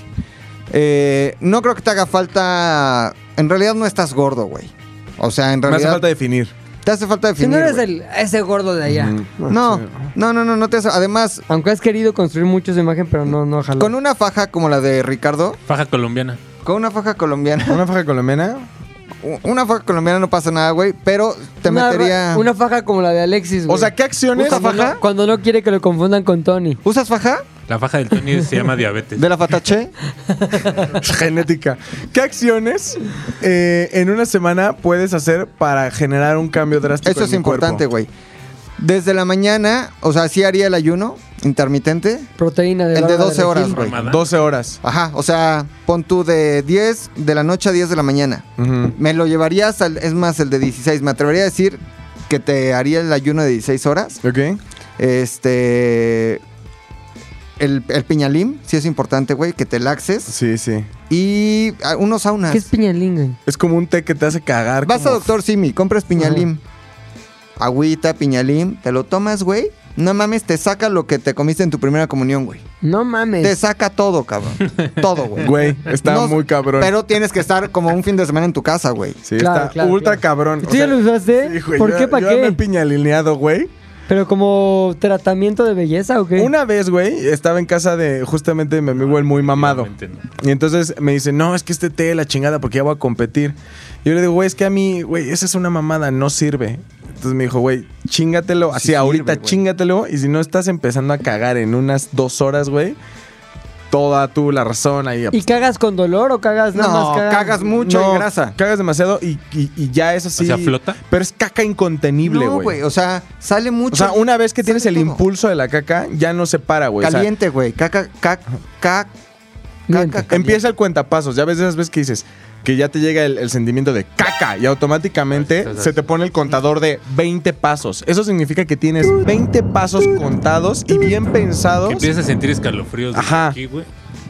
Speaker 2: Eh, no creo que te haga falta. En realidad no estás gordo, güey. O sea, en
Speaker 6: Me hace
Speaker 2: realidad.
Speaker 6: falta definir.
Speaker 2: Te hace falta
Speaker 1: Si
Speaker 2: definir.
Speaker 1: no eres
Speaker 2: güey.
Speaker 1: el, ese gordo de allá.
Speaker 6: Mm.
Speaker 2: No, no, no, no, no te hace. Además,
Speaker 1: Aunque has querido construir mucho su imagen, pero no, no, ojalá.
Speaker 2: con una faja como la de Ricardo,
Speaker 5: Faja colombiana.
Speaker 2: con una faja colombiana.
Speaker 6: ¿Una faja colombiana?
Speaker 2: [LAUGHS] u- Una faja colombiana no pasa nada, güey. Pero te
Speaker 1: una,
Speaker 2: metería.
Speaker 1: Una faja como la de Alexis, güey.
Speaker 6: O sea, ¿qué acciones?
Speaker 1: Cuando no- cuando no quiere que lo confundan con Tony.
Speaker 2: ¿Usas faja?
Speaker 5: La faja del Tony se llama
Speaker 2: [LAUGHS]
Speaker 5: diabetes.
Speaker 2: ¿De la Fatache?
Speaker 6: [LAUGHS] Genética. ¿Qué acciones eh, en una semana puedes hacer para generar un cambio drástico?
Speaker 2: Eso
Speaker 6: en
Speaker 2: es
Speaker 6: mi
Speaker 2: importante,
Speaker 6: cuerpo?
Speaker 2: güey. Desde la mañana, o sea, sí haría el ayuno intermitente.
Speaker 1: Proteína de
Speaker 2: El
Speaker 1: la
Speaker 2: de
Speaker 1: hora
Speaker 2: 12 horas,
Speaker 1: regil.
Speaker 2: güey.
Speaker 5: Mamada.
Speaker 6: 12 horas.
Speaker 2: Ajá, o sea, pon tú de 10 de la noche a 10 de la mañana.
Speaker 6: Ujú.
Speaker 2: Me lo llevaría hasta, el- es más, el de 16. Me atrevería a decir que te haría el ayuno de 16 horas.
Speaker 6: Ok.
Speaker 2: Este. El, el piñalín, sí es importante, güey, que te laxes.
Speaker 6: Sí, sí.
Speaker 2: Y ah, unos saunas.
Speaker 1: ¿Qué es piñalín, güey?
Speaker 6: Es como un té que te hace cagar.
Speaker 2: Vas a
Speaker 6: como-
Speaker 2: Doctor Simi, compras piñalín. Agüita, piñalín, te lo tomas, güey. No mames, te saca lo que te comiste en tu primera comunión, güey.
Speaker 1: No mames.
Speaker 2: Te saca todo,
Speaker 6: [LAUGHS]
Speaker 2: cabrón. Todo, güey.
Speaker 6: Güey, está
Speaker 2: No,
Speaker 6: muy cabrón.
Speaker 2: Pero tienes que estar como un fin de semana en tu casa, güey.
Speaker 6: Sí,
Speaker 1: Claro,
Speaker 6: está
Speaker 1: claro,
Speaker 6: ultra
Speaker 1: claro.
Speaker 6: cabrón.
Speaker 1: ¿Tú
Speaker 6: O
Speaker 1: ya
Speaker 6: sea,
Speaker 1: lo usaste?
Speaker 6: sí, güey,
Speaker 1: ¿Por
Speaker 6: yo-
Speaker 1: qué? ¿Para
Speaker 6: Yo me he
Speaker 1: qué?
Speaker 6: piñalineado, güey.
Speaker 1: ¿Pero como tratamiento de belleza o qué?
Speaker 6: Una vez, güey, estaba en casa de justamente mi amigo el muy mamado.
Speaker 5: Obviamente no.
Speaker 6: Y entonces me dice, no, es que este té, la chingada, porque ya voy a competir. Y yo le digo, güey, es que a mí, güey, esa es una mamada, no sirve. Entonces me dijo, güey, chingatelo, así ahorita chingatelo. Y si no estás empezando a cagar en unas dos horas, güey, toda tú la razón ahí.
Speaker 1: ¿Y cagas con dolor o cagas nada
Speaker 2: No,
Speaker 1: más?
Speaker 2: cagas mucho
Speaker 6: No,
Speaker 2: en grasa.
Speaker 6: Cagas demasiado y, y- y ya es así.
Speaker 5: O sea, flota.
Speaker 6: Pero es caca incontenible,
Speaker 2: No,
Speaker 6: güey.
Speaker 2: güey, o sea, sale mucho.
Speaker 6: o sea, una vez que tienes
Speaker 2: sale
Speaker 6: el
Speaker 2: todo.
Speaker 6: impulso de la caca, ya no se para, güey. O sea,
Speaker 2: Caliente, güey. Caca, caca, caca.
Speaker 1: Miente.
Speaker 2: caca.
Speaker 6: Empieza el cuentapasos. Ya ves esas veces que dices que ya te llega el, el sentimiento de caca y automáticamente se te pone el contador de 20 pasos. Eso significa que tienes 20 pasos contados y bien
Speaker 5: Que
Speaker 6: pensados.
Speaker 5: empiezas a sentir escalofríos desde
Speaker 6: Ajá.
Speaker 5: aquí, güey.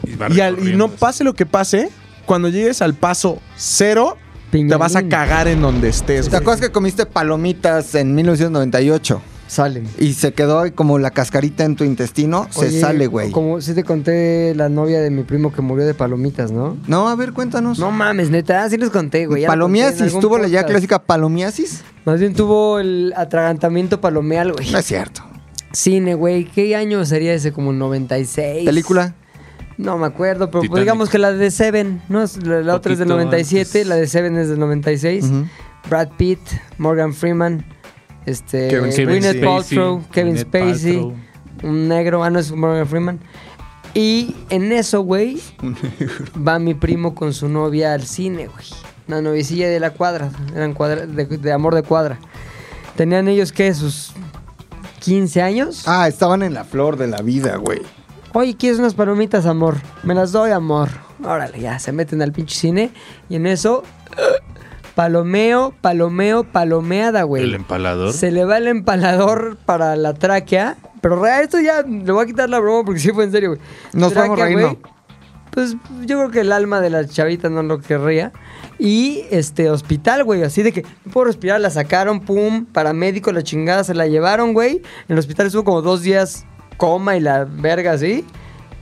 Speaker 5: Y, va
Speaker 6: Y, al- y no
Speaker 5: recorriendo.
Speaker 6: pase lo que pase, cuando llegues al paso cero, te
Speaker 1: Piñalín.
Speaker 6: vas a cagar en donde estés.
Speaker 2: ¿Te
Speaker 6: güey.
Speaker 2: acuerdas que comiste palomitas en 1998?
Speaker 1: Salen.
Speaker 2: Y se quedó ahí como la cascarita en tu intestino. se
Speaker 1: Oye,
Speaker 2: sale, güey.
Speaker 1: Como sí te conté la novia de mi primo que murió de palomitas, ¿no?
Speaker 2: No, a ver, cuéntanos.
Speaker 1: No mames, neta, sí les conté, güey. ya lo conté en
Speaker 2: palomiasis.
Speaker 1: algún
Speaker 2: ¿Tuvo la ya
Speaker 1: podcast.
Speaker 2: clásica palomiasis?
Speaker 1: Más bien tuvo el atragantamiento palomeal, güey.
Speaker 2: No es cierto.
Speaker 1: Cine, güey. ¿Qué año sería ese? Como 96.
Speaker 2: ¿Película?
Speaker 1: No me acuerdo, pero pues
Speaker 5: Titanic.
Speaker 1: digamos que la de Seven, ¿no? Es- La, la otra es del
Speaker 5: Poquito
Speaker 1: 97,
Speaker 5: antes.
Speaker 1: la de Seven es del 96. Brad Pitt, Morgan Freeman, este,
Speaker 6: Kevin Spacey.
Speaker 1: Gwyneth Paltrow, Kevin
Speaker 5: Gwyneth
Speaker 1: Spacey,
Speaker 5: Paltrow.
Speaker 1: un negro, ah, no es Morgan Freeman. Y en eso,
Speaker 6: [LAUGHS]
Speaker 1: güey, va mi primo con su novia al cine, güey. Una novicilla de la cuadra, eran cuadra- de, de amor de cuadra. Tenían ellos, ¿qué? Sus 15 años.
Speaker 2: Ah, estaban en la flor de la vida, güey.
Speaker 1: Oye, ¿quieres unas palomitas, amor? Me las doy, amor. Órale, ya, se meten al pinche cine y en eso ¡ah! Palomeo, palomeo, palomeada, güey.
Speaker 5: ¿El empalador?
Speaker 1: Se le va el empalador para la tráquea. Pero re- esto ya le voy a quitar la broma porque [LAUGHS] sí fue en serio, güey.
Speaker 2: Nos
Speaker 1: Tráquea,
Speaker 2: vamos a reír,
Speaker 1: güey,
Speaker 2: ¿no?
Speaker 1: Pues yo creo que el alma de la chavita no lo querría. Y este hospital, güey, así de que no puedo respirar, la sacaron, pum, paramédico, la chingada, se la llevaron, güey. En el hospital estuvo como dos días coma y la verga así.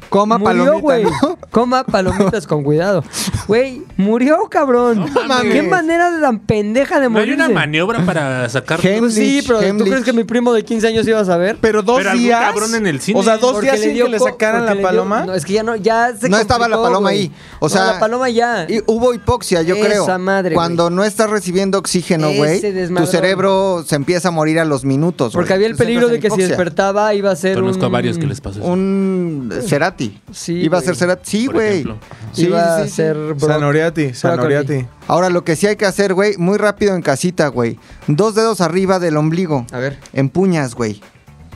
Speaker 2: Coma
Speaker 1: Murió,
Speaker 2: palomita,
Speaker 1: güey.
Speaker 2: ¿no?
Speaker 1: Coma palomitas con
Speaker 2: [LAUGHS]
Speaker 1: cuidado. Güey, murió, cabrón.
Speaker 2: mames.
Speaker 1: Qué manera de tan pendeja de
Speaker 5: ¿No hay
Speaker 1: morir.
Speaker 5: una maniobra para sacar...
Speaker 2: Gen-
Speaker 1: Pues sí,
Speaker 2: Hemlich,
Speaker 1: pero ¿tú
Speaker 2: Hemlich.
Speaker 1: crees que mi primo de 15 años iba a saber?
Speaker 6: Pero dos
Speaker 5: Pero algún
Speaker 6: días.
Speaker 5: cabrón en el cine.
Speaker 6: O sea, dos
Speaker 1: Porque
Speaker 6: días
Speaker 1: le
Speaker 6: sin
Speaker 1: dio
Speaker 6: que le
Speaker 1: co-
Speaker 6: sacaran
Speaker 1: porque
Speaker 6: la
Speaker 1: le dio-
Speaker 6: paloma.
Speaker 1: no, es que ya no, ya se
Speaker 2: No estaba la
Speaker 1: complicó,
Speaker 2: paloma
Speaker 1: güey.
Speaker 2: ahí. O
Speaker 1: No,
Speaker 2: sea,
Speaker 1: la paloma ya.
Speaker 2: Y hubo hipoxia, yo
Speaker 1: Esa
Speaker 2: creo.
Speaker 1: madre,
Speaker 2: Cuando
Speaker 1: güey.
Speaker 2: no estás recibiendo oxígeno,
Speaker 1: Ese
Speaker 2: güey,
Speaker 1: desmadrón.
Speaker 2: tu cerebro se empieza a morir a los minutos.
Speaker 1: Porque
Speaker 2: güey.
Speaker 1: había el
Speaker 2: Entonces
Speaker 1: peligro de que
Speaker 2: entras
Speaker 1: si
Speaker 2: en hipoxia.
Speaker 1: despertaba iba a ser
Speaker 5: Conozco
Speaker 1: un...
Speaker 5: a varios que les pasó eso.
Speaker 2: Un Cerati.
Speaker 1: Sí,
Speaker 2: Iba a
Speaker 1: güey.
Speaker 2: ser Cerati. Sí,
Speaker 5: Por
Speaker 2: güey.
Speaker 5: ejemplo.
Speaker 2: Sí,
Speaker 1: iba
Speaker 2: sí,
Speaker 1: a
Speaker 2: sí, sí.
Speaker 1: ser... bro-
Speaker 6: Sanoriati, Sanoriati.
Speaker 2: Ahora, lo que sí hay que hacer, güey, muy rápido en casita, güey. Dos dedos arriba del ombligo.
Speaker 1: A ver.
Speaker 2: Empuñas, güey.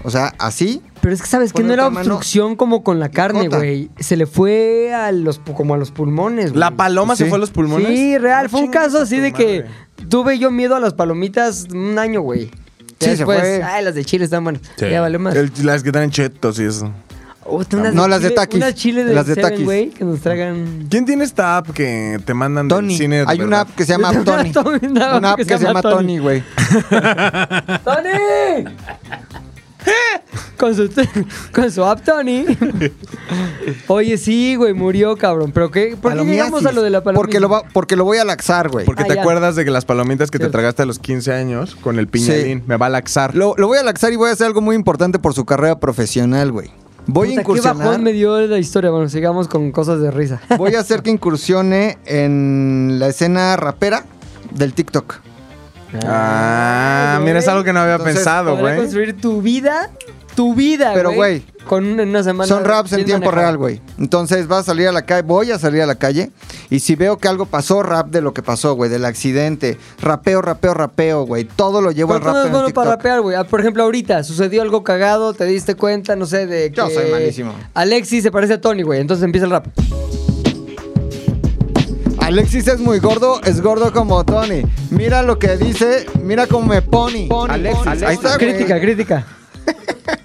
Speaker 2: O sea, así.
Speaker 1: Pero es que sabes que
Speaker 2: Pon
Speaker 1: no era
Speaker 2: otra mano.
Speaker 1: obstrucción como con la carne,
Speaker 2: Jota.
Speaker 1: güey. Se le fue a los pu- como a los pulmones, güey.
Speaker 6: La paloma se
Speaker 2: Sí.
Speaker 6: fue a los pulmones.
Speaker 1: Mm, Sí, real. Fue un
Speaker 6: Chingas
Speaker 1: caso
Speaker 6: a
Speaker 1: así
Speaker 6: tu
Speaker 1: de que
Speaker 6: madre.
Speaker 1: tuve yo miedo a las palomitas un año, güey.
Speaker 2: Sí, se
Speaker 1: Ya después,
Speaker 2: fue.
Speaker 1: ay, las de Chile están buenas.
Speaker 5: Sí.
Speaker 1: Ya valió más.
Speaker 6: El- las que traen chetos y eso.
Speaker 1: Puta, unas
Speaker 2: No, las de
Speaker 1: chile-
Speaker 2: Takis.
Speaker 1: Unas chile de
Speaker 2: Las de
Speaker 1: Seven,
Speaker 2: Takis.
Speaker 1: güey, que nos
Speaker 6: [LAUGHS]
Speaker 1: traigan...
Speaker 6: ¿Quién tiene esta app que te mandan del
Speaker 2: Tony.
Speaker 6: cine? de
Speaker 2: Hay una
Speaker 6: verdad?
Speaker 2: app que se
Speaker 6: [LAUGHS]
Speaker 2: llama
Speaker 1: Yo
Speaker 2: App
Speaker 1: tengo una
Speaker 2: Tony.
Speaker 1: [LAUGHS] Tony, una
Speaker 2: Una app que se llama
Speaker 1: [LAUGHS]
Speaker 2: Tony, güey.
Speaker 1: ¡Tony! Con su, con su app, Tony. Oye, sí, güey, murió, cabrón. ¿Pero qué? ¿Por qué llegamos
Speaker 2: Palomiasis.
Speaker 1: a lo de la paloma?
Speaker 2: Porque lo, va- porque lo voy a laxar, güey.
Speaker 6: Porque
Speaker 1: Ah,
Speaker 6: te
Speaker 1: ya.
Speaker 6: acuerdas de que las palomitas que
Speaker 1: Cierto.
Speaker 6: te tragaste a los 15 años con el piñalín me va a laxar.
Speaker 2: Lo, lo voy a laxar y voy a hacer algo muy importante por su carrera profesional, güey. Voy a
Speaker 1: Puta, ¿Qué
Speaker 2: incursionar.
Speaker 1: bajón me dio la historia? Bueno, sigamos con cosas de
Speaker 2: [LAUGHS]
Speaker 1: risa.
Speaker 2: Voy
Speaker 1: [LAUGHS]
Speaker 2: a hacer que incursione en la escena rapera del TikTok.
Speaker 6: Ah,
Speaker 1: güey.
Speaker 6: mira, es algo que no había
Speaker 2: Entonces,
Speaker 6: pensado,
Speaker 1: Podrá
Speaker 6: güey.
Speaker 1: construir tu vida, tu vida,
Speaker 2: Pero,
Speaker 1: Con una, en una semana.
Speaker 2: Son raps en
Speaker 1: bien
Speaker 2: tiempo
Speaker 1: manejada.
Speaker 2: real, güey. Entonces vas a salir a la calle, voy a salir a la calle y si veo que algo pasó, rap de lo que pasó, güey, del accidente. Rapeo, rapeo, rapeo, güey. Todo lo llevo
Speaker 1: Pero
Speaker 2: al
Speaker 1: tú
Speaker 2: rap.
Speaker 1: no
Speaker 2: en
Speaker 1: es
Speaker 2: el
Speaker 1: bueno para
Speaker 2: TikTok.
Speaker 1: rapear, güey. Ah, Por ejemplo, ahorita sucedió algo cagado, te diste cuenta, no sé, de que...
Speaker 2: Yo soy malísimo.
Speaker 1: Alexis se parece a Tony, güey. Entonces empieza el rap.
Speaker 2: Alexis es muy gordo, es gordo como Tony. Mira lo que dice, mira cómo me pone. Alexis, ahí está, güey.
Speaker 1: Crítica, crítica.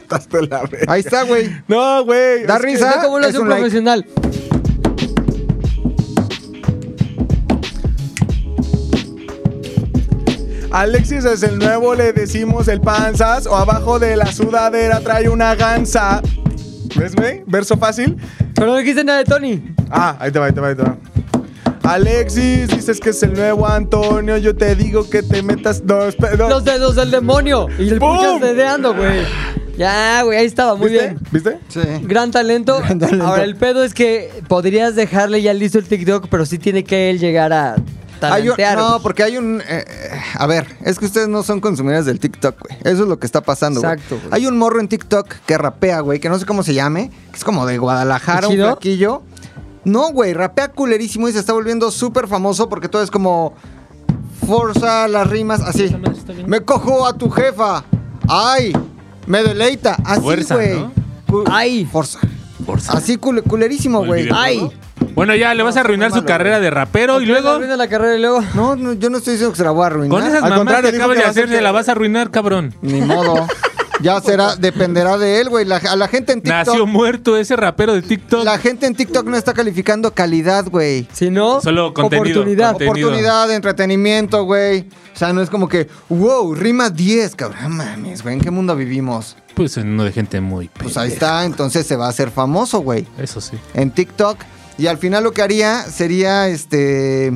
Speaker 6: Hasta la vez.
Speaker 2: Ahí está, güey.
Speaker 6: No, güey.
Speaker 2: Da
Speaker 6: es que-
Speaker 2: risa.
Speaker 1: Está como lo
Speaker 2: es
Speaker 1: hace un
Speaker 2: un like.
Speaker 1: profesional.
Speaker 6: Alexis es el nuevo, le decimos el panzas o abajo de la sudadera trae una gansa. ¿Ves, güey? Verso fácil.
Speaker 1: Pero no dijiste nada de Tony.
Speaker 6: Ah, ahí te va, ahí te va, ahí te va. Alexis, dices que es el nuevo Antonio. Yo te digo que te metas. No, espera, no.
Speaker 1: Los dedos del demonio. Y el
Speaker 6: ¡Bum!
Speaker 1: puchas dedeando, güey. Ya, güey, ahí estaba, muy
Speaker 6: ¿Viste?
Speaker 1: bien.
Speaker 6: ¿Viste?
Speaker 2: Sí.
Speaker 1: Gran talento.
Speaker 2: talento.
Speaker 1: Ahora, el pedo es que podrías dejarle ya listo el TikTok, pero sí tiene que él llegar a
Speaker 2: Hay un-
Speaker 1: talentear.
Speaker 2: no,
Speaker 1: güey.
Speaker 2: porque hay un... eh, eh, a ver, es que ustedes no son consumidores del TikTok, güey. Eso es lo que está pasando, güey.
Speaker 1: Exacto, güey.
Speaker 2: Hay un morro en TikTok que rapea, güey, que no sé cómo se llame, que es como de Guadalajara, un
Speaker 1: ¿Chido?
Speaker 2: flaquillo. No, güey, rapea culerísimo y se está volviendo súper famoso porque todo es como... Forza las rimas, así. Me cojo a tu jefa. Ay, me deleita. Así,
Speaker 5: Fuerza,
Speaker 2: güey.
Speaker 5: ¿no?
Speaker 2: Cu-
Speaker 1: Ay.
Speaker 2: Forza.
Speaker 5: Por sa-
Speaker 2: Así cul- culerísimo,
Speaker 5: ¿O el
Speaker 2: güey.
Speaker 5: videojuego? Bueno, ya, le vas a arruinar su carrera de rapero y luego...
Speaker 1: Arruina la carrera y luego.
Speaker 2: No, no, yo no estoy diciendo que se la voy a arruinar.
Speaker 5: Con esas
Speaker 6: Al
Speaker 5: mamadas que
Speaker 6: contrario, dijo
Speaker 5: acabas
Speaker 6: que
Speaker 5: de
Speaker 6: va a
Speaker 5: hacer,
Speaker 6: ser
Speaker 5: te la vas a arruinar, cabrón.
Speaker 2: Ni modo. Ya será, dependerá de él, güey. La- a la gente en
Speaker 5: Nació
Speaker 2: TikTok.
Speaker 5: muerto ese rapero de TikTok.
Speaker 2: La gente en TikTok no está calificando calidad, güey.
Speaker 1: Si no,
Speaker 5: Solo contenido.
Speaker 1: oportunidad.
Speaker 5: Conte- Contenido.
Speaker 2: Oportunidad, entretenimiento, güey. O sea, no es como que, wow, rima 10, cabrón. Mames, güey, ¿en qué mundo vivimos?
Speaker 5: Pues en uno de gente muy...
Speaker 2: Pues
Speaker 5: pendeja.
Speaker 2: ahí está, entonces se va a hacer famoso, güey.
Speaker 5: Eso sí.
Speaker 2: En TikTok. Y al final lo que haría sería este.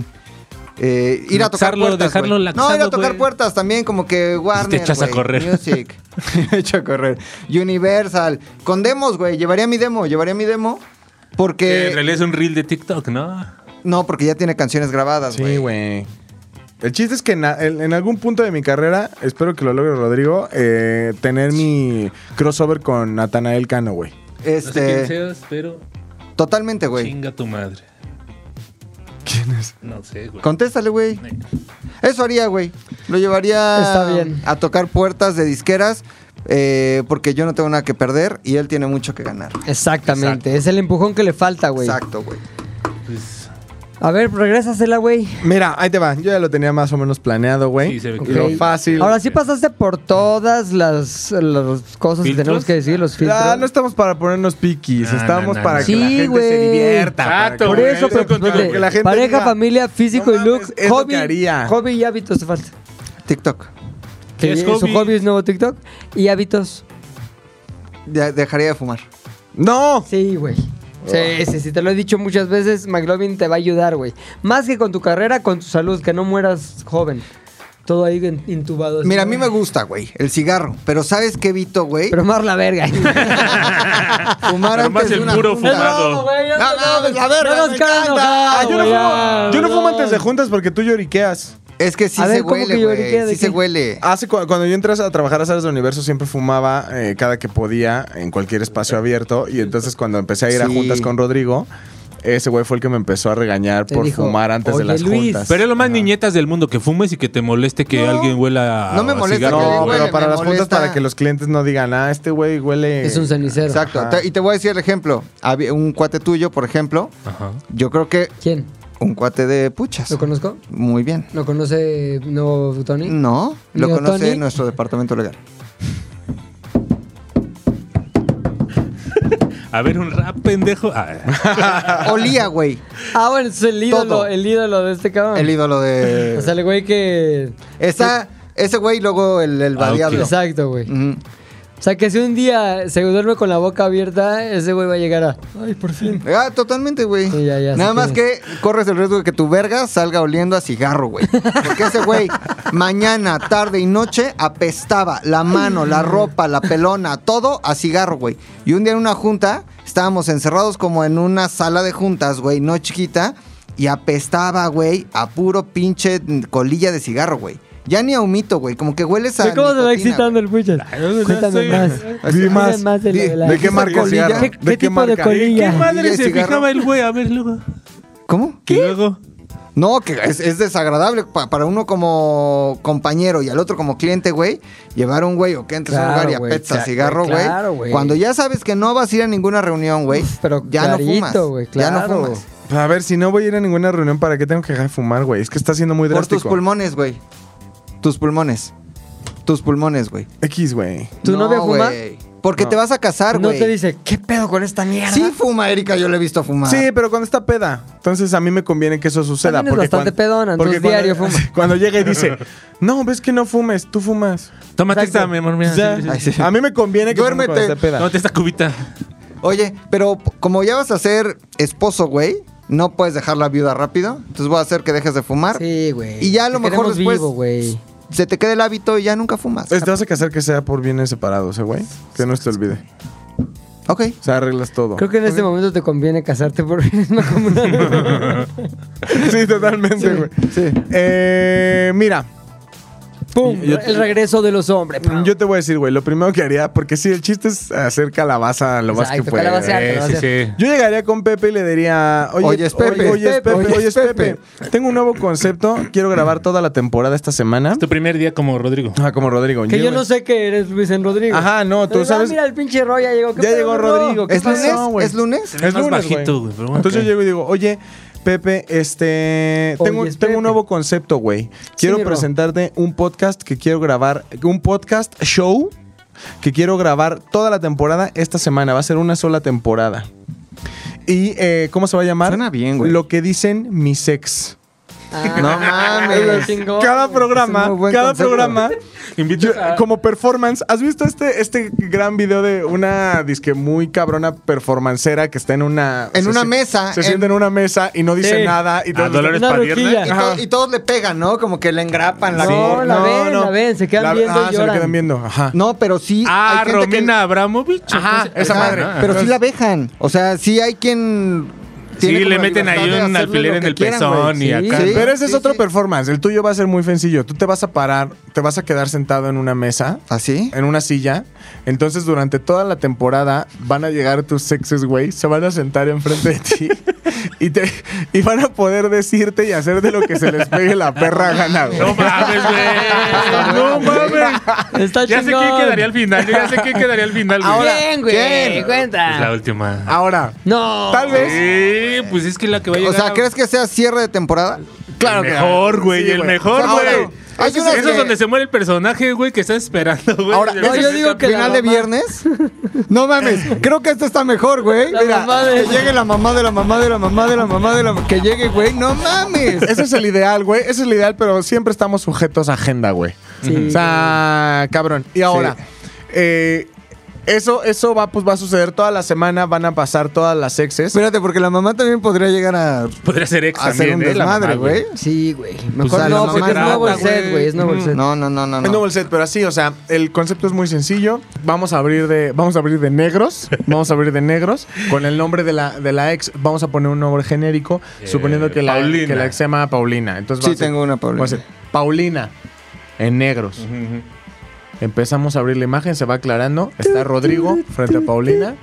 Speaker 2: eh, ir a tocar
Speaker 5: Laxarlo,
Speaker 2: puertas. güey.
Speaker 5: dejarlo
Speaker 2: no, ir a
Speaker 5: laxado,
Speaker 2: tocar
Speaker 5: güey.
Speaker 2: puertas también, como que Warner.
Speaker 5: echas a
Speaker 2: güey,
Speaker 5: correr. [LAUGHS]
Speaker 2: Music. [LAUGHS] Me echo a correr. Universal. Con demos, güey. Llevaría mi demo, llevaría mi demo.
Speaker 5: Que en
Speaker 2: Porque.
Speaker 5: realidad es un reel de TikTok, ¿no?
Speaker 2: No, porque ya tiene canciones grabadas, güey.
Speaker 6: Sí, güey. El chiste es que en, a- en- en algún punto de mi carrera, espero que lo logre Rodrigo, eh, tener mi crossover con Natanael Cano, güey.
Speaker 5: No sé quién
Speaker 2: Este.
Speaker 5: seas, pero
Speaker 2: Totalmente, güey.
Speaker 5: chinga tu madre.
Speaker 6: ¿Quién es?
Speaker 5: No sé, güey.
Speaker 2: Contéstale, güey. Eso haría, güey. Lo llevaría
Speaker 1: Está bien.
Speaker 2: a tocar puertas de disqueras. eh, porque yo no tengo nada que perder y él tiene mucho que ganar.
Speaker 1: Exactamente. Es el empujón que le falta, güey.
Speaker 2: Exacto, güey.
Speaker 5: Pues,
Speaker 1: A ver, regrésasela, güey.
Speaker 6: Mira, ahí te va. Yo ya lo tenía más o menos planeado, güey.
Speaker 5: Sí, se ve
Speaker 1: Ok.
Speaker 5: que-
Speaker 6: Lo fácil.
Speaker 1: Ahora sí pasaste por todas las, las cosas que
Speaker 5: ¿Filtros?
Speaker 1: tenemos que decir, los filtros.
Speaker 6: Ah, no estamos para ponernos piquis,
Speaker 5: No,
Speaker 6: estamos
Speaker 5: no, no,
Speaker 6: para
Speaker 5: no.
Speaker 6: que la
Speaker 1: Sí,
Speaker 6: gente se
Speaker 1: güey.
Speaker 6: divierta. para
Speaker 5: Exacto,
Speaker 6: que-
Speaker 1: Por
Speaker 5: güey,
Speaker 1: eso,
Speaker 5: estoy
Speaker 1: pero
Speaker 5: contigo,
Speaker 1: espérate,
Speaker 6: que la gente
Speaker 1: pareja,
Speaker 6: diga,
Speaker 1: familia, físico
Speaker 6: "No
Speaker 1: y look,
Speaker 6: mames, es lo
Speaker 1: hobby,
Speaker 6: que haría".
Speaker 1: hobby y hábitos te falta.
Speaker 2: TikTok.
Speaker 5: ¿Qué
Speaker 1: Que
Speaker 5: es
Speaker 1: su
Speaker 5: hobby?
Speaker 1: hobby es nuevo TikTok y hábitos.
Speaker 2: Ya- dejaría de fumar.
Speaker 6: ¡No!
Speaker 1: Sí, güey.
Speaker 6: Oh.
Speaker 1: Sí, sí, sí, te lo he dicho muchas veces, McLovin te va a ayudar, güey. Más que con tu carrera, con tu salud, que no mueras joven. Todo ahí en- intubado. así.
Speaker 2: Mira, a mí me gusta, güey, el cigarro. Pero ¿sabes qué evito, güey?
Speaker 1: Pero más la
Speaker 6: [LAUGHS]
Speaker 1: verga.
Speaker 2: Fumar
Speaker 5: Pero más
Speaker 2: antes de
Speaker 5: el
Speaker 2: una
Speaker 5: puro
Speaker 2: junta.
Speaker 5: fumar. Fumado.
Speaker 1: No, güey, ya
Speaker 2: No,
Speaker 1: te-
Speaker 2: no, la verga,
Speaker 1: no nos
Speaker 2: me
Speaker 1: caes
Speaker 2: encanta.
Speaker 1: enojado,
Speaker 6: Ah, yo no
Speaker 1: güey,
Speaker 6: fumo,
Speaker 1: ya,
Speaker 6: yo no fumo
Speaker 1: no.
Speaker 6: antes de juntas porque tú lloriqueas.
Speaker 2: Es que sí
Speaker 1: A
Speaker 2: se
Speaker 1: ver, ¿cómo que
Speaker 2: huele,
Speaker 1: yo
Speaker 2: güey.
Speaker 1: ahorita
Speaker 2: Sí
Speaker 1: de
Speaker 2: se
Speaker 1: qué?
Speaker 2: huele.
Speaker 6: Hace cu- cuando yo entré a trabajar a Salas del Universo siempre fumaba eh, cada que podía en cualquier espacio abierto y entonces cuando empecé a ir a
Speaker 2: Sí.
Speaker 6: juntas con Rodrigo, ese güey fue el que me empezó a regañar
Speaker 1: Te
Speaker 6: por
Speaker 1: dijo,
Speaker 6: fumar antes de
Speaker 1: "Oye,
Speaker 6: las
Speaker 1: Luis".
Speaker 6: juntas.
Speaker 5: Pero es lo más niñetas del mundo que fumes y que te moleste que
Speaker 2: No,
Speaker 5: alguien huela a
Speaker 2: no me molesta
Speaker 5: cigarro.
Speaker 2: que alguien
Speaker 6: no,
Speaker 2: huele,
Speaker 6: pero para
Speaker 2: me
Speaker 6: las juntas
Speaker 2: molesta.
Speaker 6: para que los clientes no digan, "Ah, este güey huele
Speaker 1: Es un cenicero.
Speaker 2: Exacto.
Speaker 6: Ajá.
Speaker 2: Te- Y te voy a decir el ejemplo. Había un cuate tuyo, por ejemplo.
Speaker 5: Ajá.
Speaker 2: Yo creo que
Speaker 1: ¿Quién?
Speaker 2: un cuate de puchas.
Speaker 1: ¿Lo conozco?
Speaker 2: Muy bien.
Speaker 1: ¿Lo conoce no Tony?
Speaker 2: No, lo
Speaker 1: Mira,
Speaker 2: conoce
Speaker 1: Tony.
Speaker 2: nuestro departamento
Speaker 5: [LAUGHS]
Speaker 2: legal.
Speaker 5: A ver, un rap, pendejo. Ah,
Speaker 2: Olía, güey.
Speaker 1: Ah, bueno, es el ídolo,
Speaker 2: Todo.
Speaker 1: el ídolo de este cabrón.
Speaker 2: El ídolo de.
Speaker 1: O sea, el güey que.
Speaker 2: Está ese güey y luego el, el
Speaker 5: Ah, ok.
Speaker 2: vadiablo.
Speaker 1: Exacto, güey.
Speaker 2: Ujú.
Speaker 1: O sea, que si un día se duerme con la boca abierta, ese güey va a llegar a. Ay, por fin.
Speaker 2: Ah, totalmente, güey.
Speaker 1: Sí, ya, ya,
Speaker 2: Nada
Speaker 1: sí
Speaker 2: más
Speaker 1: tiene.
Speaker 2: que corres el riesgo de que tu verga salga oliendo a cigarro, güey. Porque ese güey, mañana, tarde y noche, apestaba la mano, la ropa, la pelona, todo a cigarro, güey. Y un día en una junta, estábamos encerrados como en una sala de juntas, güey, no chiquita, y apestaba, güey, a puro pinche colilla de cigarro, güey. Ya ni a humito, güey. Como que hueles a.
Speaker 1: ¿De ¿Cómo se va
Speaker 2: nicotina,
Speaker 1: excitando
Speaker 2: güey.
Speaker 1: el puchas?
Speaker 5: no, no,
Speaker 1: Cuéntame
Speaker 5: sí.
Speaker 1: más.
Speaker 6: Di más.
Speaker 1: Cuéntame de, lo
Speaker 2: Di-
Speaker 1: de la-
Speaker 6: ¿De qué marca el
Speaker 2: colilla?
Speaker 6: cigarro?
Speaker 1: ¿Qué- qué tipo de colilla?
Speaker 5: ¿Qué [LAUGHS] madre
Speaker 2: ¿Y
Speaker 5: se
Speaker 2: el cigarro?
Speaker 5: fijaba el güey? A ver, luego.
Speaker 2: ¿Cómo?
Speaker 5: ¿Qué? luego?
Speaker 2: No, que es, es desagradable pa- para uno como compañero y al otro como cliente, güey. Llevar un güey o que entres a un
Speaker 1: Claro,
Speaker 2: lugar y
Speaker 1: güey,
Speaker 2: apetza
Speaker 1: cla-
Speaker 2: cigarro, güey.
Speaker 1: claro, güey.
Speaker 2: Cuando ya sabes que no vas a ir a ninguna reunión, güey.
Speaker 1: Uf, pero
Speaker 2: ya
Speaker 1: clarito,
Speaker 2: no fumas.
Speaker 1: güey,
Speaker 2: Ya
Speaker 1: claro.
Speaker 2: no fumas.
Speaker 6: Pues, A ver, si no voy a ir a ninguna reunión, ¿para qué tengo que dejar de fumar, güey? Es que está siendo muy
Speaker 2: Por tus
Speaker 6: drástico.
Speaker 2: pulmones, güey. Tus pulmones. Tus pulmones, güey.
Speaker 6: X, güey.
Speaker 1: ¿Tu novia fuma?
Speaker 2: güey. Porque
Speaker 6: No.
Speaker 2: te vas a casar,
Speaker 1: No
Speaker 2: güey.
Speaker 1: te dice, ¿qué pedo con esta mierda?
Speaker 2: Sí fuma, Erika, yo le he visto fumar.
Speaker 6: Sí, pero cuando está peda. Entonces a mí me conviene que eso suceda.
Speaker 1: También es bastante
Speaker 6: cuan-
Speaker 1: pedona, entonces diario
Speaker 6: cuando,
Speaker 1: fuma.
Speaker 6: [LAUGHS] Cuando llega y dice, no, ves que no fumes, tú fumas.
Speaker 5: Tómate
Speaker 1: Exacto.
Speaker 5: esta, mi amor. Mira.
Speaker 6: Ya.
Speaker 5: Sí, sí, sí.
Speaker 2: Ay, sí.
Speaker 6: A mí me conviene que fume cuando
Speaker 2: Duérmete.
Speaker 6: esté peda.
Speaker 5: Tómate esta cubita.
Speaker 2: Oye, pero p- como ya vas a ser esposo, güey, no puedes dejar la viuda rápido. Entonces voy a hacer que dejes de fumar.
Speaker 1: Sí, güey.
Speaker 2: Y ya a lo
Speaker 1: Te
Speaker 2: mejor
Speaker 1: queremos
Speaker 2: después-
Speaker 1: vivo, güey.
Speaker 2: Se te queda el hábito y ya nunca fumas.
Speaker 6: Pues, Te vas a casar que sea por bienes separados, eh, güey. Que no se te olvide.
Speaker 2: Ok.
Speaker 6: O sea, arreglas todo.
Speaker 1: Creo que en este momento te conviene casarte por una comunidad.
Speaker 6: [LAUGHS] Sí, totalmente, güey.
Speaker 2: Sí.
Speaker 6: Eh, mira,
Speaker 1: ¡Pum!
Speaker 6: Yo-
Speaker 1: el regreso de los hombres. ¡Pum!
Speaker 6: yo te voy a decir, güey, lo primero que haría, porque sí, el chiste es hacer calabaza lo más
Speaker 1: Exacto,
Speaker 6: que pueda.
Speaker 1: calabacear,
Speaker 6: eh.
Speaker 5: Eh, sí, sí.
Speaker 6: Yo llegaría con Pepe y le diría, oye,
Speaker 2: Oye, es Pepe,
Speaker 6: oye, oye, es Pepe,
Speaker 2: Pepe,
Speaker 6: oye, es Pepe. Tengo un nuevo concepto, quiero grabar toda la temporada esta semana.
Speaker 5: Es tu primer día como Rodrigo.
Speaker 6: Ah, como Rodrigo.
Speaker 1: Que yo
Speaker 6: Llego-
Speaker 1: no sé que eres Luis en Rodrigo.
Speaker 6: Ajá, no, tú
Speaker 1: Pero, ah,
Speaker 6: sabes-
Speaker 1: mira, el pinche Roy ya llegó. ¿Qué
Speaker 6: Ya
Speaker 1: pedo,
Speaker 6: llegó
Speaker 1: bro?
Speaker 6: Rodrigo. ¿Qué
Speaker 2: ¿Es
Speaker 6: pasó,
Speaker 2: lunes?
Speaker 6: güey?
Speaker 2: ¿Es lunes?
Speaker 5: Se ve más
Speaker 6: güey.
Speaker 5: bajito, güey, pero bueno.
Speaker 6: Entonces
Speaker 5: Ok.
Speaker 6: yo llego y digo, oye, Pepe, este. Tengo,
Speaker 1: Oye, es
Speaker 6: tengo
Speaker 1: Pepe.
Speaker 6: un nuevo concepto, güey. Quiero
Speaker 1: mi bro.
Speaker 6: presentarte un podcast que quiero grabar. Un podcast show que quiero grabar toda la temporada esta semana. Va a ser una sola temporada. ¿Y eh, cómo se va a llamar?
Speaker 2: Suena bien, güey.
Speaker 6: Lo que dicen mis ex.
Speaker 1: Ah,
Speaker 2: No mames.
Speaker 1: chingón.
Speaker 6: cada
Speaker 2: es
Speaker 6: programa,
Speaker 2: un muy buen
Speaker 6: cada
Speaker 2: concepto.
Speaker 5: [LAUGHS]
Speaker 6: programa,
Speaker 5: Invito
Speaker 6: yo-
Speaker 5: a-
Speaker 6: como performance, ¿has visto este, este gran video de una disque muy cabrona performancera que está en una...
Speaker 2: En
Speaker 6: se
Speaker 2: una
Speaker 6: si-
Speaker 2: mesa,
Speaker 6: Se
Speaker 2: en-
Speaker 6: sienta en una mesa y no dice
Speaker 1: Sí.
Speaker 6: nada. Y todos
Speaker 5: A Ah, Dolores
Speaker 1: Una
Speaker 5: Padierna.
Speaker 1: rojilla.
Speaker 2: Y, to-
Speaker 6: Ajá.
Speaker 2: y todos le pegan, ¿no? Como que le engrapan la
Speaker 1: Sí. No,
Speaker 2: gorra.
Speaker 1: la ven, la ven, se quedan viendo y
Speaker 6: Ah, se la
Speaker 1: lloran.
Speaker 6: quedan viendo, ajá.
Speaker 2: No, pero sí.
Speaker 5: Ah,
Speaker 2: hay gente que-
Speaker 5: Romina Abramovich.
Speaker 6: Ajá,
Speaker 5: entonces-
Speaker 6: esa
Speaker 2: Ajá,
Speaker 6: madre.
Speaker 2: Pero sí la dejan. O sea, sí hay quien. tiene
Speaker 5: Sí,
Speaker 2: como
Speaker 5: le
Speaker 2: la
Speaker 5: meten
Speaker 2: libertad
Speaker 5: ahí
Speaker 2: de
Speaker 5: un
Speaker 2: hacerle
Speaker 5: alfiler
Speaker 2: lo
Speaker 5: en
Speaker 2: que
Speaker 5: el
Speaker 2: quieran,
Speaker 5: pezón
Speaker 2: güey.
Speaker 5: y
Speaker 2: Sí,
Speaker 5: acá.
Speaker 2: sí,
Speaker 6: Pero ese es
Speaker 2: sí,
Speaker 6: otro
Speaker 2: sí.
Speaker 6: performance. El tuyo va a ser muy sencillo. Tú te vas a parar, te vas a quedar sentado en una mesa.
Speaker 2: ¿Así?
Speaker 6: en una silla.
Speaker 5: [LAUGHS]
Speaker 6: Entonces, durante toda la temporada van a llegar tus sexes, güey. Se van a sentar enfrente de ti y, te, y van a poder decirte y hacer de lo que se les pegue la perra gana, güey.
Speaker 5: No
Speaker 6: [LAUGHS]
Speaker 5: mames, güey. No mames.
Speaker 1: Está
Speaker 5: Ya sé quién
Speaker 1: chingón.
Speaker 5: quedaría al final. Yo ya sé quién quedaría al final, güey.
Speaker 6: Ahora, Ah,
Speaker 1: Bien, güey.
Speaker 6: ¿quién?
Speaker 5: Es la
Speaker 1: Cuenta.
Speaker 5: última.
Speaker 6: Ahora,
Speaker 1: No.
Speaker 6: tal vez.
Speaker 5: Sí, pues es que la que va a
Speaker 2: O
Speaker 5: llegar.
Speaker 2: sea, ¿crees que sea cierre de temporada?
Speaker 5: Claro el
Speaker 6: que-
Speaker 5: mejor, güey.
Speaker 6: Sí,
Speaker 5: el
Speaker 6: güey.
Speaker 5: mejor,
Speaker 2: Ahora,
Speaker 5: güey.
Speaker 2: hay
Speaker 5: Eso,
Speaker 2: unas
Speaker 5: eso es
Speaker 2: que-
Speaker 5: donde se muere el personaje, güey, que está esperando, güey.
Speaker 2: Ahora,
Speaker 5: Desde
Speaker 2: no,
Speaker 5: el
Speaker 1: yo
Speaker 5: primer
Speaker 1: digo que
Speaker 5: capítulo.
Speaker 2: ¿Final
Speaker 1: la
Speaker 2: de
Speaker 1: mamá-
Speaker 2: viernes? No mames, creo que esto está mejor, güey.
Speaker 1: La
Speaker 2: Mira,
Speaker 1: mamá de-
Speaker 2: que llegue la mamá de la mamá de la mamá de la mamá de la... Que llegue, güey, no mames.
Speaker 6: Ese es el ideal, güey. Ese es el ideal, pero siempre estamos sujetos a agenda, güey.
Speaker 1: Sí.
Speaker 6: O sea, cabrón. Y ahora,
Speaker 2: Sí.
Speaker 6: eh, eso, eso va, pues, va a suceder toda la semana. Van a pasar todas las exes.
Speaker 2: Espérate, porque la mamá también podría llegar a
Speaker 5: Podría ser ex
Speaker 2: hacer
Speaker 5: también,
Speaker 2: un
Speaker 5: ¿eh? La mamá, Pues
Speaker 2: desmadre, güey.
Speaker 1: Sí, güey. Mejor
Speaker 5: a la
Speaker 1: no, porque
Speaker 5: mamá
Speaker 1: es nuevo el
Speaker 5: grata,
Speaker 1: set, güey. Es nuevo
Speaker 5: Mm.
Speaker 1: el set.
Speaker 2: No, no, no, no.
Speaker 6: Es
Speaker 2: no.
Speaker 6: nuevo el set, pero así, o sea, el concepto es muy sencillo. Vamos a abrir de, vamos a abrir de negros, vamos a abrir de negros con el nombre de la, de la ex. Vamos a poner un nombre genérico,
Speaker 5: Eh,
Speaker 6: suponiendo que la,
Speaker 5: Paulina.
Speaker 6: que la ex se llama Paulina. Entonces va
Speaker 2: Sí,
Speaker 6: a ser-
Speaker 2: tengo una,
Speaker 6: va
Speaker 2: Pablo.
Speaker 6: a ser Paulina en negros. Empezamos a abrir la imagen, se va aclarando. Está Rodrigo frente a Paulina.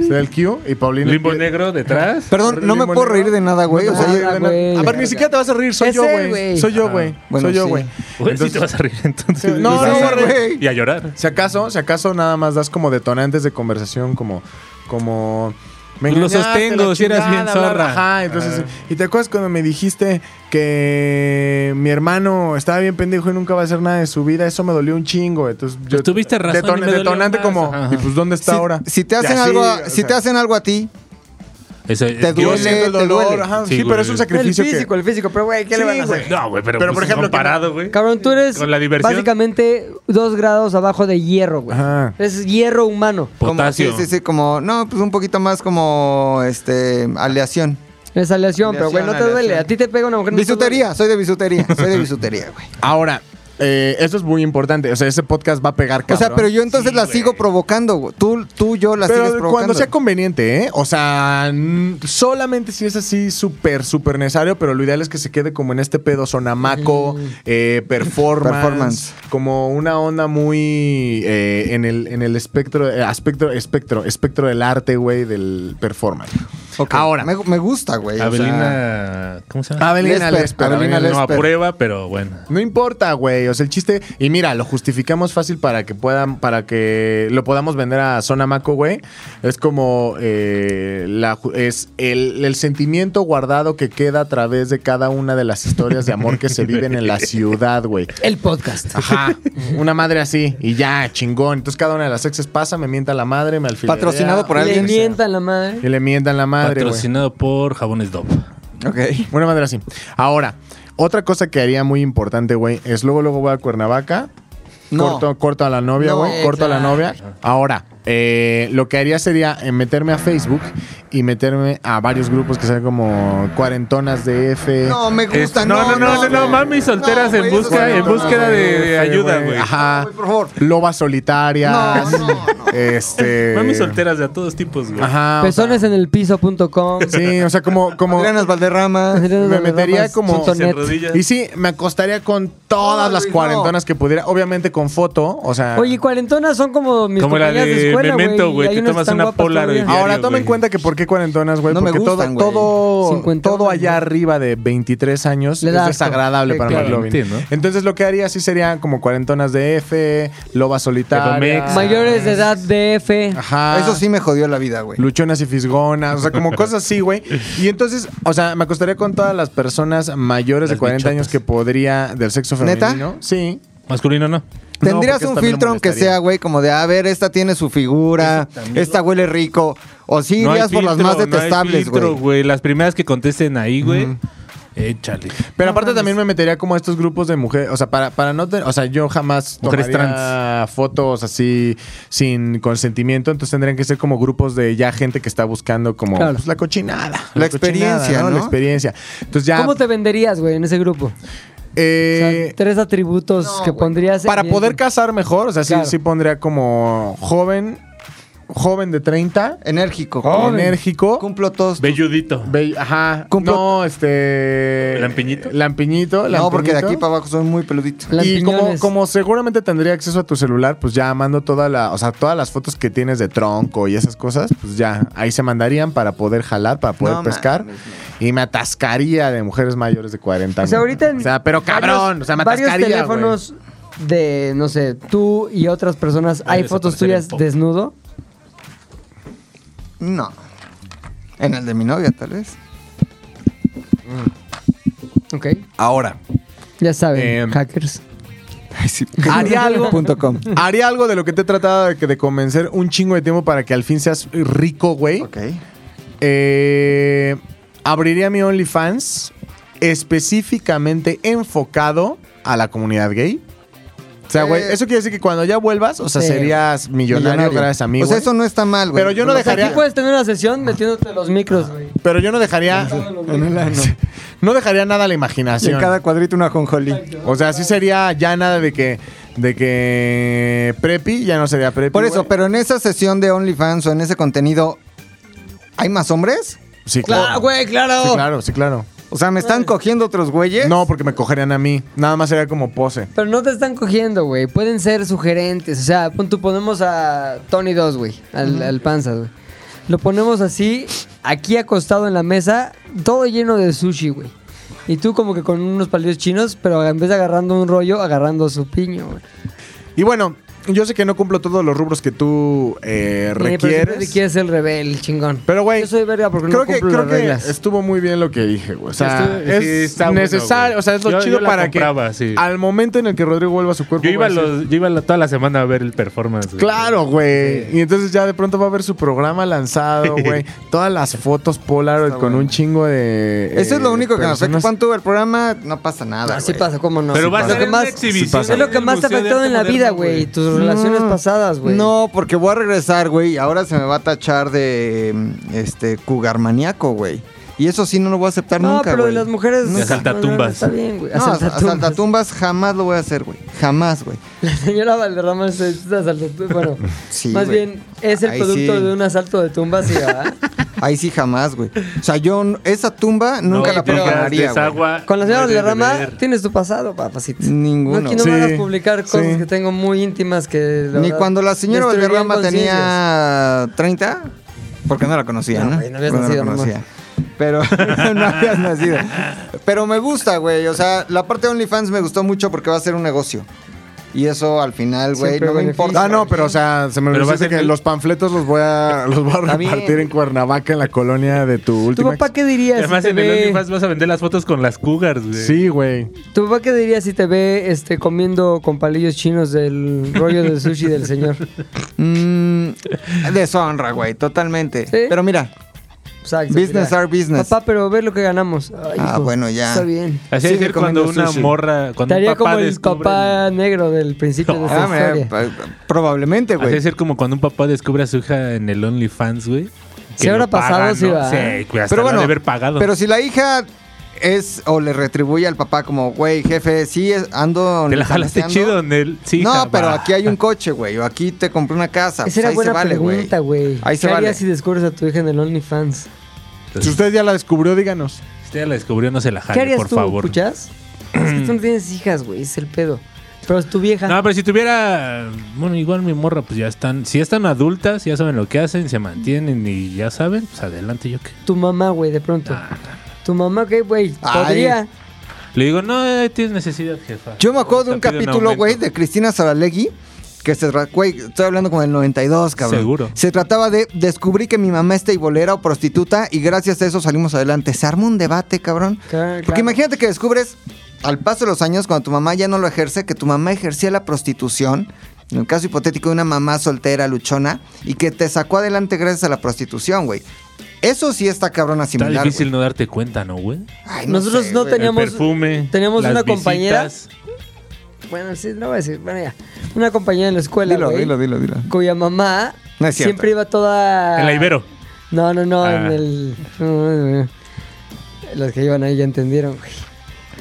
Speaker 6: Está el Q y Paulina.
Speaker 5: Limbo negro
Speaker 6: [LAUGHS]
Speaker 5: detrás.
Speaker 2: Perdón, no me puedo reír de nada, güey. O sea,
Speaker 1: Nada,
Speaker 2: yo-
Speaker 1: Ah, güey.
Speaker 6: A ver, ni siquiera te vas a reír, soy
Speaker 1: Es
Speaker 6: yo,
Speaker 1: él,
Speaker 6: güey.
Speaker 1: güey.
Speaker 6: Soy yo, güey.
Speaker 2: Bueno,
Speaker 6: soy yo,
Speaker 2: sí.
Speaker 6: güey.
Speaker 5: Güey, sí Pues, te vas a reír entonces.
Speaker 6: No,
Speaker 5: Vas
Speaker 6: no,
Speaker 5: a-
Speaker 6: Pues, güey.
Speaker 5: Y a llorar.
Speaker 6: Si acaso, si acaso nada más das como detonantes de conversación, como, como. me
Speaker 7: Lo
Speaker 6: engañaste,
Speaker 7: sostengo,
Speaker 6: la
Speaker 7: si eras bien
Speaker 6: bla, bla,
Speaker 7: zorra.
Speaker 6: Ajá, entonces. ¿Y te acuerdas cuando me dijiste que mi hermano estaba bien pendejo y nunca va a hacer nada de su vida? Eso me dolió un chingo. Entonces, yo.
Speaker 7: Pues Tuviste razón y me dolió
Speaker 6: detonante
Speaker 7: más.
Speaker 6: como.
Speaker 7: Ajá.
Speaker 6: ¿Y pues dónde está
Speaker 2: Si,
Speaker 6: ahora?
Speaker 2: si te
Speaker 6: Y
Speaker 2: hacen
Speaker 6: así,
Speaker 2: algo, a-
Speaker 6: o
Speaker 2: si
Speaker 6: sea,
Speaker 2: te hacen algo a ti,
Speaker 5: Eso es-
Speaker 2: Te
Speaker 5: yo
Speaker 6: yo
Speaker 2: duele,
Speaker 6: siento el
Speaker 2: te
Speaker 6: dolor,
Speaker 2: duele.
Speaker 6: ajá,
Speaker 5: Sí,
Speaker 6: sí, pero
Speaker 5: güey.
Speaker 6: es un
Speaker 1: El
Speaker 6: sacrificio. que-
Speaker 1: físico, el físico, pero güey, ¿qué
Speaker 6: Sí,
Speaker 1: le van a
Speaker 6: güey.
Speaker 1: hacer?
Speaker 5: No, güey, pero,
Speaker 6: Pero, por
Speaker 5: por
Speaker 6: ejemplo,
Speaker 5: ejemplo, comparado, güey.
Speaker 1: Cabrón, tú eres
Speaker 5: Con la diversión.
Speaker 1: básicamente dos grados abajo de hierro, güey.
Speaker 6: Ajá.
Speaker 1: Es hierro humano.
Speaker 2: como, sí,
Speaker 5: Potasio.
Speaker 2: sí, sí, como, no, pues un poquito más como, este, aleación.
Speaker 1: Es aleación, pero güey, no
Speaker 2: Aleación,
Speaker 1: te duele.
Speaker 2: aleación.
Speaker 1: A ti te pega una mujer. no te
Speaker 2: Bisutería, soy de bisutería, soy de bisutería, güey.
Speaker 6: Ahora, eh, eso es muy importante. O sea, ese podcast va a pegar
Speaker 2: O
Speaker 6: cabrón.
Speaker 2: sea, pero yo entonces la sigo provocando, güey. Tú, tú, yo la sigues
Speaker 6: Pero
Speaker 2: provocando.
Speaker 6: cuando sea conveniente, ¿eh? O sea, mm, solamente si es así súper, súper necesario, pero lo ideal es que se quede como en este pedo sonamaco, eh, performance,
Speaker 2: Performance.
Speaker 6: como una onda muy eh, en el, en el espectro, eh, aspecto, espectro, espectro del arte, güey, del performance.
Speaker 2: Ok,
Speaker 6: Ahora.
Speaker 2: Me, me gusta, güey. o sea,
Speaker 5: Abelina. ¿Cómo se llama?
Speaker 6: Abelina
Speaker 2: Lesper,
Speaker 6: Lesper,
Speaker 2: Abelina
Speaker 6: Abelina
Speaker 5: no
Speaker 2: Lesper.
Speaker 5: a prueba, pero bueno.
Speaker 6: No importa, güey. O sea, el chiste. Y mira, lo justificamos fácil para que puedan, para que lo podamos vender a Zona Maco, güey. Es como eh, la ju- es el, el sentimiento guardado que queda a través de cada una de las historias de amor que se viven en la ciudad, güey.
Speaker 1: duele. El podcast.
Speaker 6: Ajá, una madre así y ya, chingón. Entonces cada una de las exes pasa, me mienta la madre, me alfilerea.
Speaker 2: Patrocinado por
Speaker 6: lo que
Speaker 1: Le
Speaker 2: alguien.
Speaker 6: sea.
Speaker 1: mientan la madre.
Speaker 6: Y le mientan la madre, güey.
Speaker 5: Patrocinado por Jabones Dop.
Speaker 2: Ok.
Speaker 6: Una manera así. Ahora, otra cosa que haría muy importante, güey, es luego, luego voy a Cuernavaca.
Speaker 2: No.
Speaker 6: Corto, corto a la novia,
Speaker 2: No,
Speaker 6: güey.
Speaker 1: eh,
Speaker 6: corto a la
Speaker 1: claro.
Speaker 6: novia. Ahora, eh, lo que haría sería eh, meterme a Facebook y meterme a varios grupos que sean como cuarentonas de F.
Speaker 2: No, me gusta,
Speaker 5: Es- no, no, no, no, no,
Speaker 2: güey.
Speaker 5: mami, solteras en
Speaker 2: güey, eso
Speaker 5: busca-
Speaker 2: está
Speaker 5: en
Speaker 2: bien,
Speaker 5: búsqueda
Speaker 2: no,
Speaker 5: de-
Speaker 2: güey.
Speaker 5: de ayuda, güey.
Speaker 6: Ajá.
Speaker 2: Güey, Por favor.
Speaker 6: Lobas solitarias.
Speaker 2: No, no, no.
Speaker 6: Este.
Speaker 5: Mami solteras de a todos tipos, güey.
Speaker 6: Ajá. Ah, o
Speaker 1: Pezones en el piso.com. [LAUGHS]
Speaker 6: sea, sí, o sea, como, como
Speaker 2: Adrianas [LAUGHS] Valderrama.
Speaker 6: me metería como-
Speaker 5: Se enrodillan.
Speaker 6: Y sí, me acostaría con
Speaker 2: No,
Speaker 6: todas las
Speaker 2: Luis,
Speaker 6: cuarentonas que pudiera. Obviamente con foto, o sea.
Speaker 1: Oye, cuarentonas son como mis
Speaker 5: Como la
Speaker 1: compañeras
Speaker 5: de
Speaker 1: de escuela,
Speaker 5: Memento, güey,
Speaker 1: güey. Hay
Speaker 5: te
Speaker 1: unas
Speaker 5: tomas
Speaker 1: tan
Speaker 5: una
Speaker 1: guapas
Speaker 5: polar
Speaker 1: todavía.
Speaker 5: y-
Speaker 1: Ah,
Speaker 6: Ahora
Speaker 5: diario,
Speaker 6: toma en
Speaker 5: güey.
Speaker 6: cuenta que por qué cuarentonas, güey.
Speaker 2: No me
Speaker 6: porque
Speaker 2: gustan, güey.
Speaker 6: todo, todo,
Speaker 1: Cincuentonas,
Speaker 6: todo allá
Speaker 1: ¿no?
Speaker 6: arriba de 23 años
Speaker 1: Le
Speaker 6: es
Speaker 1: da asco.
Speaker 6: desagradable
Speaker 1: Sí,
Speaker 6: para
Speaker 1: claro.
Speaker 6: McLovin.
Speaker 5: Entiendo.
Speaker 6: Entonces lo que haría sí sería como cuarentonas de F, loba solitaria.
Speaker 5: Edomex.
Speaker 1: Mayores de edad de F.
Speaker 6: Ah. Ajá.
Speaker 2: Eso sí me jodió la vida, güey.
Speaker 6: Luchonas y fisgonas, o sea,
Speaker 5: [LAUGHS]
Speaker 6: como cosas así, güey. Y entonces, o sea, me acostaría con todas las personas mayores de
Speaker 5: Las
Speaker 6: 40 años
Speaker 5: bichotas.
Speaker 6: que podría del sexo
Speaker 2: ¿Neta?
Speaker 6: femenino. Sí.
Speaker 5: Masculino no.
Speaker 6: No,
Speaker 2: Tendrías
Speaker 6: porque eso
Speaker 2: un
Speaker 6: también
Speaker 2: filtro
Speaker 6: lo
Speaker 2: aunque
Speaker 6: molestaría.
Speaker 2: sea, güey, como de, a ver, esta tiene su figura, esta huele rico. O sí
Speaker 5: No hay
Speaker 2: irías por las
Speaker 5: filtro,
Speaker 2: más
Speaker 5: no hay
Speaker 2: detestables,
Speaker 5: filtro,
Speaker 2: güey.
Speaker 5: güey. Las primeras que contesten ahí, güey. Échale.
Speaker 6: Pero aparte también me metería como a estos grupos de mujeres, o sea, para, para no tener, o sea, yo jamás
Speaker 5: Mujeres
Speaker 6: tomaría fotos así sin consentimiento, entonces tendrían que ser como grupos de ya gente que está buscando como
Speaker 1: Claro.
Speaker 6: pues, la cochinada.
Speaker 2: La experiencia,
Speaker 6: cochinada,
Speaker 2: ¿no?
Speaker 6: La experiencia. Entonces ya...
Speaker 1: ¿Cómo te venderías, güey, en ese grupo? O sea,
Speaker 6: eh,
Speaker 1: tres atributos que pondrías.
Speaker 6: para
Speaker 1: evidente.
Speaker 6: poder casar mejor, o sea, sí,
Speaker 1: Claro.
Speaker 6: sí pondría como joven, joven de eh, 30,
Speaker 2: Enérgico.
Speaker 6: joven,
Speaker 2: Enérgico.
Speaker 6: Oh, enérgico.
Speaker 2: Cumplo todos.
Speaker 5: Belludito.
Speaker 6: Be- Ajá.
Speaker 2: Cumplo-
Speaker 6: No, este.
Speaker 5: ¿Lampiñito?
Speaker 6: Lampiñito.
Speaker 2: No, porque de
Speaker 6: lampiñito.
Speaker 2: aquí para abajo soy muy peludito.
Speaker 6: Y como,
Speaker 1: Lampiñones.
Speaker 6: como seguramente tendría acceso a tu celular, pues ya mando toda la, o sea, todas las fotos que tienes de tronco y esas cosas, pues ya ahí se mandarían para poder jalar, para poder
Speaker 2: No
Speaker 6: pescar.
Speaker 2: mames,
Speaker 6: y me atascaría de mujeres mayores de 40
Speaker 1: O
Speaker 6: años.
Speaker 1: sea, ahorita. en
Speaker 6: O sea, pero
Speaker 1: varios-
Speaker 6: cabrón, o sea, me atascaría.
Speaker 1: Varios
Speaker 6: güey.
Speaker 1: teléfonos de, no sé, tú y otras personas.
Speaker 5: Voy a
Speaker 1: ¿Hay fotos
Speaker 5: desaparecer
Speaker 1: tuyas
Speaker 5: en pop.
Speaker 1: desnudo?
Speaker 2: No. En el de mi novia, tal vez.
Speaker 1: Ok.
Speaker 6: Ahora,
Speaker 1: Ya saben,
Speaker 6: Em.
Speaker 1: hackers.
Speaker 2: [LAUGHS]
Speaker 6: haría algo.
Speaker 2: Punto com.
Speaker 6: Haría algo de lo que te he tratado de, de convencer un chingo de tiempo para que al fin seas rico, güey.
Speaker 2: Ok.
Speaker 6: Eh, abriría mi OnlyFans específicamente enfocado a la comunidad gay. O sea, güey,
Speaker 2: Eh.
Speaker 6: eso quiere decir que cuando ya vuelvas, o sea,
Speaker 1: Sí.
Speaker 6: serías millonario, gracias a mí,
Speaker 2: O sea,
Speaker 6: güey.
Speaker 2: eso no está mal, güey.
Speaker 6: Pero yo no
Speaker 2: O sea,
Speaker 1: O sea,
Speaker 6: dejaría-
Speaker 1: aquí puedes tener una sesión metiéndote los micros, güey.
Speaker 6: Pero yo no dejaría... [LAUGHS] No dejaría nada a la
Speaker 2: y
Speaker 6: imaginación.
Speaker 2: en cada cuadrito una jonjolí.
Speaker 6: O sea, sí sería ya nada de que... De que... Preppy ya no sería Preppy,
Speaker 2: Por eso,
Speaker 6: güey.
Speaker 2: pero en esa sesión de OnlyFans o en ese contenido, ¿hay más hombres?
Speaker 6: Sí,
Speaker 1: Claro,
Speaker 6: claro.
Speaker 1: güey, claro.
Speaker 6: Sí, claro, sí, claro.
Speaker 2: O sea, ¿me están cogiendo otros güeyes?
Speaker 6: No, porque me cogerían a mí. Nada más sería como pose.
Speaker 1: Pero no te están cogiendo, güey. Pueden ser sugerentes. O sea, pon tú ponemos a Tony 2, güey. Al, al panza, güey. Lo ponemos así, aquí acostado en la mesa, todo lleno de sushi, güey. Y tú como que con unos palillos chinos, pero en vez de agarrando un rollo, agarrando su piño, güey.
Speaker 6: Y bueno, yo sé que no cumplo todos los rubros que tú eh,
Speaker 1: Eh, pero siempre
Speaker 6: requieres.
Speaker 1: te quieres el rebel, chingón.
Speaker 6: Pero, güey,
Speaker 1: Yo soy verga porque
Speaker 6: creo
Speaker 1: no
Speaker 6: que,
Speaker 1: cumplo
Speaker 6: creo
Speaker 1: las
Speaker 6: que
Speaker 1: reglas.
Speaker 6: estuvo muy bien lo que dije, güey. O sea,
Speaker 5: Estuvo- sí,
Speaker 6: es
Speaker 5: está bueno,
Speaker 6: necesario,
Speaker 5: güey.
Speaker 6: o sea, es lo
Speaker 5: Yo-
Speaker 6: chido
Speaker 5: yo la
Speaker 6: para
Speaker 5: compraba,
Speaker 6: que
Speaker 5: sí.
Speaker 6: al momento en el que Rodrigo vuelva a su cuerpo.
Speaker 5: Yo iba,
Speaker 6: va a decir,
Speaker 5: los, yo iba la- toda la semana a ver el performance. güey.
Speaker 6: Claro, güey. Y entonces ya de pronto va a ver su programa lanzado, güey. Todas las fotos Polaroid con un chingo de.
Speaker 2: Eso es lo
Speaker 6: eh,
Speaker 2: único que nos afecta.
Speaker 6: personas.
Speaker 2: Cuando tuve el programa, no pasa nada.
Speaker 1: Así
Speaker 2: güey.
Speaker 1: pasa, cómo no.
Speaker 5: Pero
Speaker 1: Ah, Sí pasa. Lo que
Speaker 5: va a ser una
Speaker 1: más-
Speaker 5: exhibición.
Speaker 1: Es lo que
Speaker 5: en el
Speaker 1: más te
Speaker 5: Museo de
Speaker 1: afectó
Speaker 5: Arte
Speaker 1: en la
Speaker 5: Moderno,
Speaker 1: vida, güey. Tus relaciones
Speaker 6: Mm.
Speaker 1: pasadas, güey.
Speaker 2: No, porque voy a regresar, güey, y ahora se me va a tachar de mm, este cugarmaníaco, güey. Y eso sí no lo voy a aceptar
Speaker 1: No,
Speaker 2: nunca,
Speaker 1: pero
Speaker 2: güey.
Speaker 1: las mujeres.
Speaker 5: Y asaltatumbas.
Speaker 1: Está bien, güey.
Speaker 2: No,
Speaker 1: Asaltatumbas.
Speaker 2: asaltatumbas jamás lo voy a hacer, güey. Jamás, güey.
Speaker 1: La [LAUGHS] señora Valderrama es, es asaltatumbas. [LAUGHS] Bueno,
Speaker 2: Sí,
Speaker 1: más
Speaker 2: güey.
Speaker 1: bien es el
Speaker 2: Ahí
Speaker 1: producto
Speaker 2: sí.
Speaker 1: de un asalto de tumbas, sí, [LAUGHS] ¿verdad?
Speaker 2: Ahí sí jamás, güey. O sea, yo n- esa tumba nunca
Speaker 5: No
Speaker 2: la
Speaker 5: digas
Speaker 2: perdonaría, güey.
Speaker 5: desagua,
Speaker 1: Con la señora
Speaker 5: no debes de
Speaker 1: Valderrama
Speaker 5: beber.
Speaker 1: tienes tu pasado, papacito.
Speaker 2: Ninguno.
Speaker 1: No, aquí no
Speaker 6: Sí,
Speaker 1: me hagas publicar cosas
Speaker 6: sí.
Speaker 1: que tengo muy íntimas que. la
Speaker 2: Ni
Speaker 1: verdad,
Speaker 2: cuando la señora
Speaker 1: destruirían
Speaker 2: Valderrama
Speaker 1: conciencias.
Speaker 2: tenía 30, porque no la conocía,
Speaker 1: No,
Speaker 2: ¿no?
Speaker 1: güey, no habías
Speaker 2: Porque
Speaker 1: nacido, mamá.
Speaker 2: Pero [LAUGHS] no habías nacido. Pero me gusta, güey. O sea, la parte de OnlyFans me gustó mucho porque va a ser un negocio. Y eso al final, güey,
Speaker 1: Siempre
Speaker 2: no me
Speaker 1: beneficio.
Speaker 2: importa.
Speaker 6: Ah, no, pero o sea, se me
Speaker 5: Pero va a
Speaker 6: olvidó
Speaker 5: ser
Speaker 6: que
Speaker 5: el-
Speaker 6: los panfletos los voy a, [LAUGHS] los voy a
Speaker 2: Está bien.
Speaker 6: repartir en Cuernavaca, en la colonia de tu
Speaker 1: ¿Tu
Speaker 6: última.
Speaker 1: papá qué
Speaker 5: Y
Speaker 1: diría si
Speaker 5: Además,
Speaker 1: te
Speaker 5: en el
Speaker 1: ve-
Speaker 5: OnlyFans vas a vender las fotos con las cougars, güey.
Speaker 6: Sí, güey.
Speaker 1: ¿Tu papá qué diría si te ve este, comiendo con palillos chinos del rollo de sushi del
Speaker 2: [LAUGHS]
Speaker 1: señor? Pues,
Speaker 2: Mm, deshonra, güey, totalmente.
Speaker 1: ¿Sí?
Speaker 2: Pero mira,
Speaker 1: Exacto,
Speaker 2: Business
Speaker 1: mira.
Speaker 2: are business.
Speaker 1: Papá, pero ve lo que ganamos. Ay,
Speaker 2: Ah, bueno, ya.
Speaker 1: Está bien.
Speaker 5: Así es
Speaker 2: Sigue
Speaker 5: decir, cuando
Speaker 2: comiendo
Speaker 5: una
Speaker 2: sushi.
Speaker 5: morra.
Speaker 1: Te
Speaker 5: Cuando un
Speaker 1: haría
Speaker 5: papá
Speaker 1: como el
Speaker 5: descubre-
Speaker 1: papá negro del principio de esta
Speaker 2: ah, mira,
Speaker 1: historia.
Speaker 2: pa- probablemente,
Speaker 5: Así
Speaker 2: güey.
Speaker 5: es decir, como cuando un papá descubre a su hija en el OnlyFans, güey.
Speaker 1: Sí habrá pasado, sí, va.
Speaker 5: pero
Speaker 2: bueno,
Speaker 5: haber pagado.
Speaker 2: Pero si la hija es o le retribuye al papá como, güey, jefe, sí es- ando.
Speaker 5: Te la jalaste
Speaker 2: Onlyfanseando".
Speaker 5: chido en el. Sí,
Speaker 2: no,
Speaker 5: hija,
Speaker 2: pero
Speaker 5: va.
Speaker 2: aquí hay un coche, güey. O aquí te compré una casa.
Speaker 1: Esa
Speaker 2: Pues
Speaker 1: era
Speaker 2: ahí
Speaker 1: buena
Speaker 2: se vale, güey.
Speaker 1: pregunta, güey.
Speaker 2: Ahí se
Speaker 1: ¿Qué
Speaker 2: vale.
Speaker 1: harías si descubres a tu hija en el OnlyFans?
Speaker 6: Si usted ya la descubrió, díganos.
Speaker 5: Usted ya la descubrió, no se la
Speaker 1: ¿Qué
Speaker 5: jale,
Speaker 1: harías
Speaker 5: por
Speaker 1: tú,
Speaker 5: favor.
Speaker 1: escuchas? es que tú no tienes hijas, güey. Es el pedo. Pero es tu vieja.
Speaker 5: No, pero si tuviera. Bueno, igual mi morra, pues ya están. Si ya están adultas, ya saben lo que hacen, se mantienen y ya saben, pues adelante, yo qué.
Speaker 1: Tu mamá, güey, de pronto.
Speaker 5: Ah.
Speaker 1: Tu mamá, ¿qué, güey?
Speaker 2: Ay.
Speaker 1: Podría.
Speaker 5: Le digo, no, eh, tienes necesidad, jefa.
Speaker 2: Yo me acuerdo de un
Speaker 5: Te pido
Speaker 2: capítulo,
Speaker 5: aumento.
Speaker 2: güey, de Cristina Saralegui. Que se. tra- Güey, estoy hablando como del 92, cabrón.
Speaker 5: Seguro.
Speaker 2: Se trataba de. Descubrí que mi mamá es teibolera o prostituta y gracias a eso salimos adelante. Se armó un debate, cabrón.
Speaker 1: Claro,
Speaker 2: Porque
Speaker 1: claro.
Speaker 2: imagínate que descubres al paso de los años, cuando tu mamá ya no lo ejerce, que tu mamá ejercía la prostitución. En el caso hipotético de una mamá soltera, luchona, y que te sacó adelante gracias a la prostitución, güey. Eso sí está cabrón
Speaker 5: Está
Speaker 2: asimilar.
Speaker 5: difícil
Speaker 2: güey.
Speaker 5: no darte cuenta, ¿no, güey?
Speaker 2: Ay,
Speaker 1: Nosotros
Speaker 2: sé,
Speaker 1: no
Speaker 2: güey.
Speaker 5: El
Speaker 1: Teníamos-
Speaker 5: perfume.
Speaker 1: teníamos
Speaker 5: las
Speaker 1: una compañera-
Speaker 5: visitas.
Speaker 1: Bueno, sí, no voy a decir. Bueno, ya. Una compañera en la escuela,
Speaker 2: Dilo,
Speaker 1: güey.
Speaker 2: dilo, dilo, dilo.
Speaker 1: Cuya mamá
Speaker 2: No es cierto.
Speaker 1: siempre iba toda.
Speaker 5: En la Ibero.
Speaker 1: No, no, no,
Speaker 5: Ah.
Speaker 1: en el. no, no, no. Los que iban ahí ya entendieron, güey.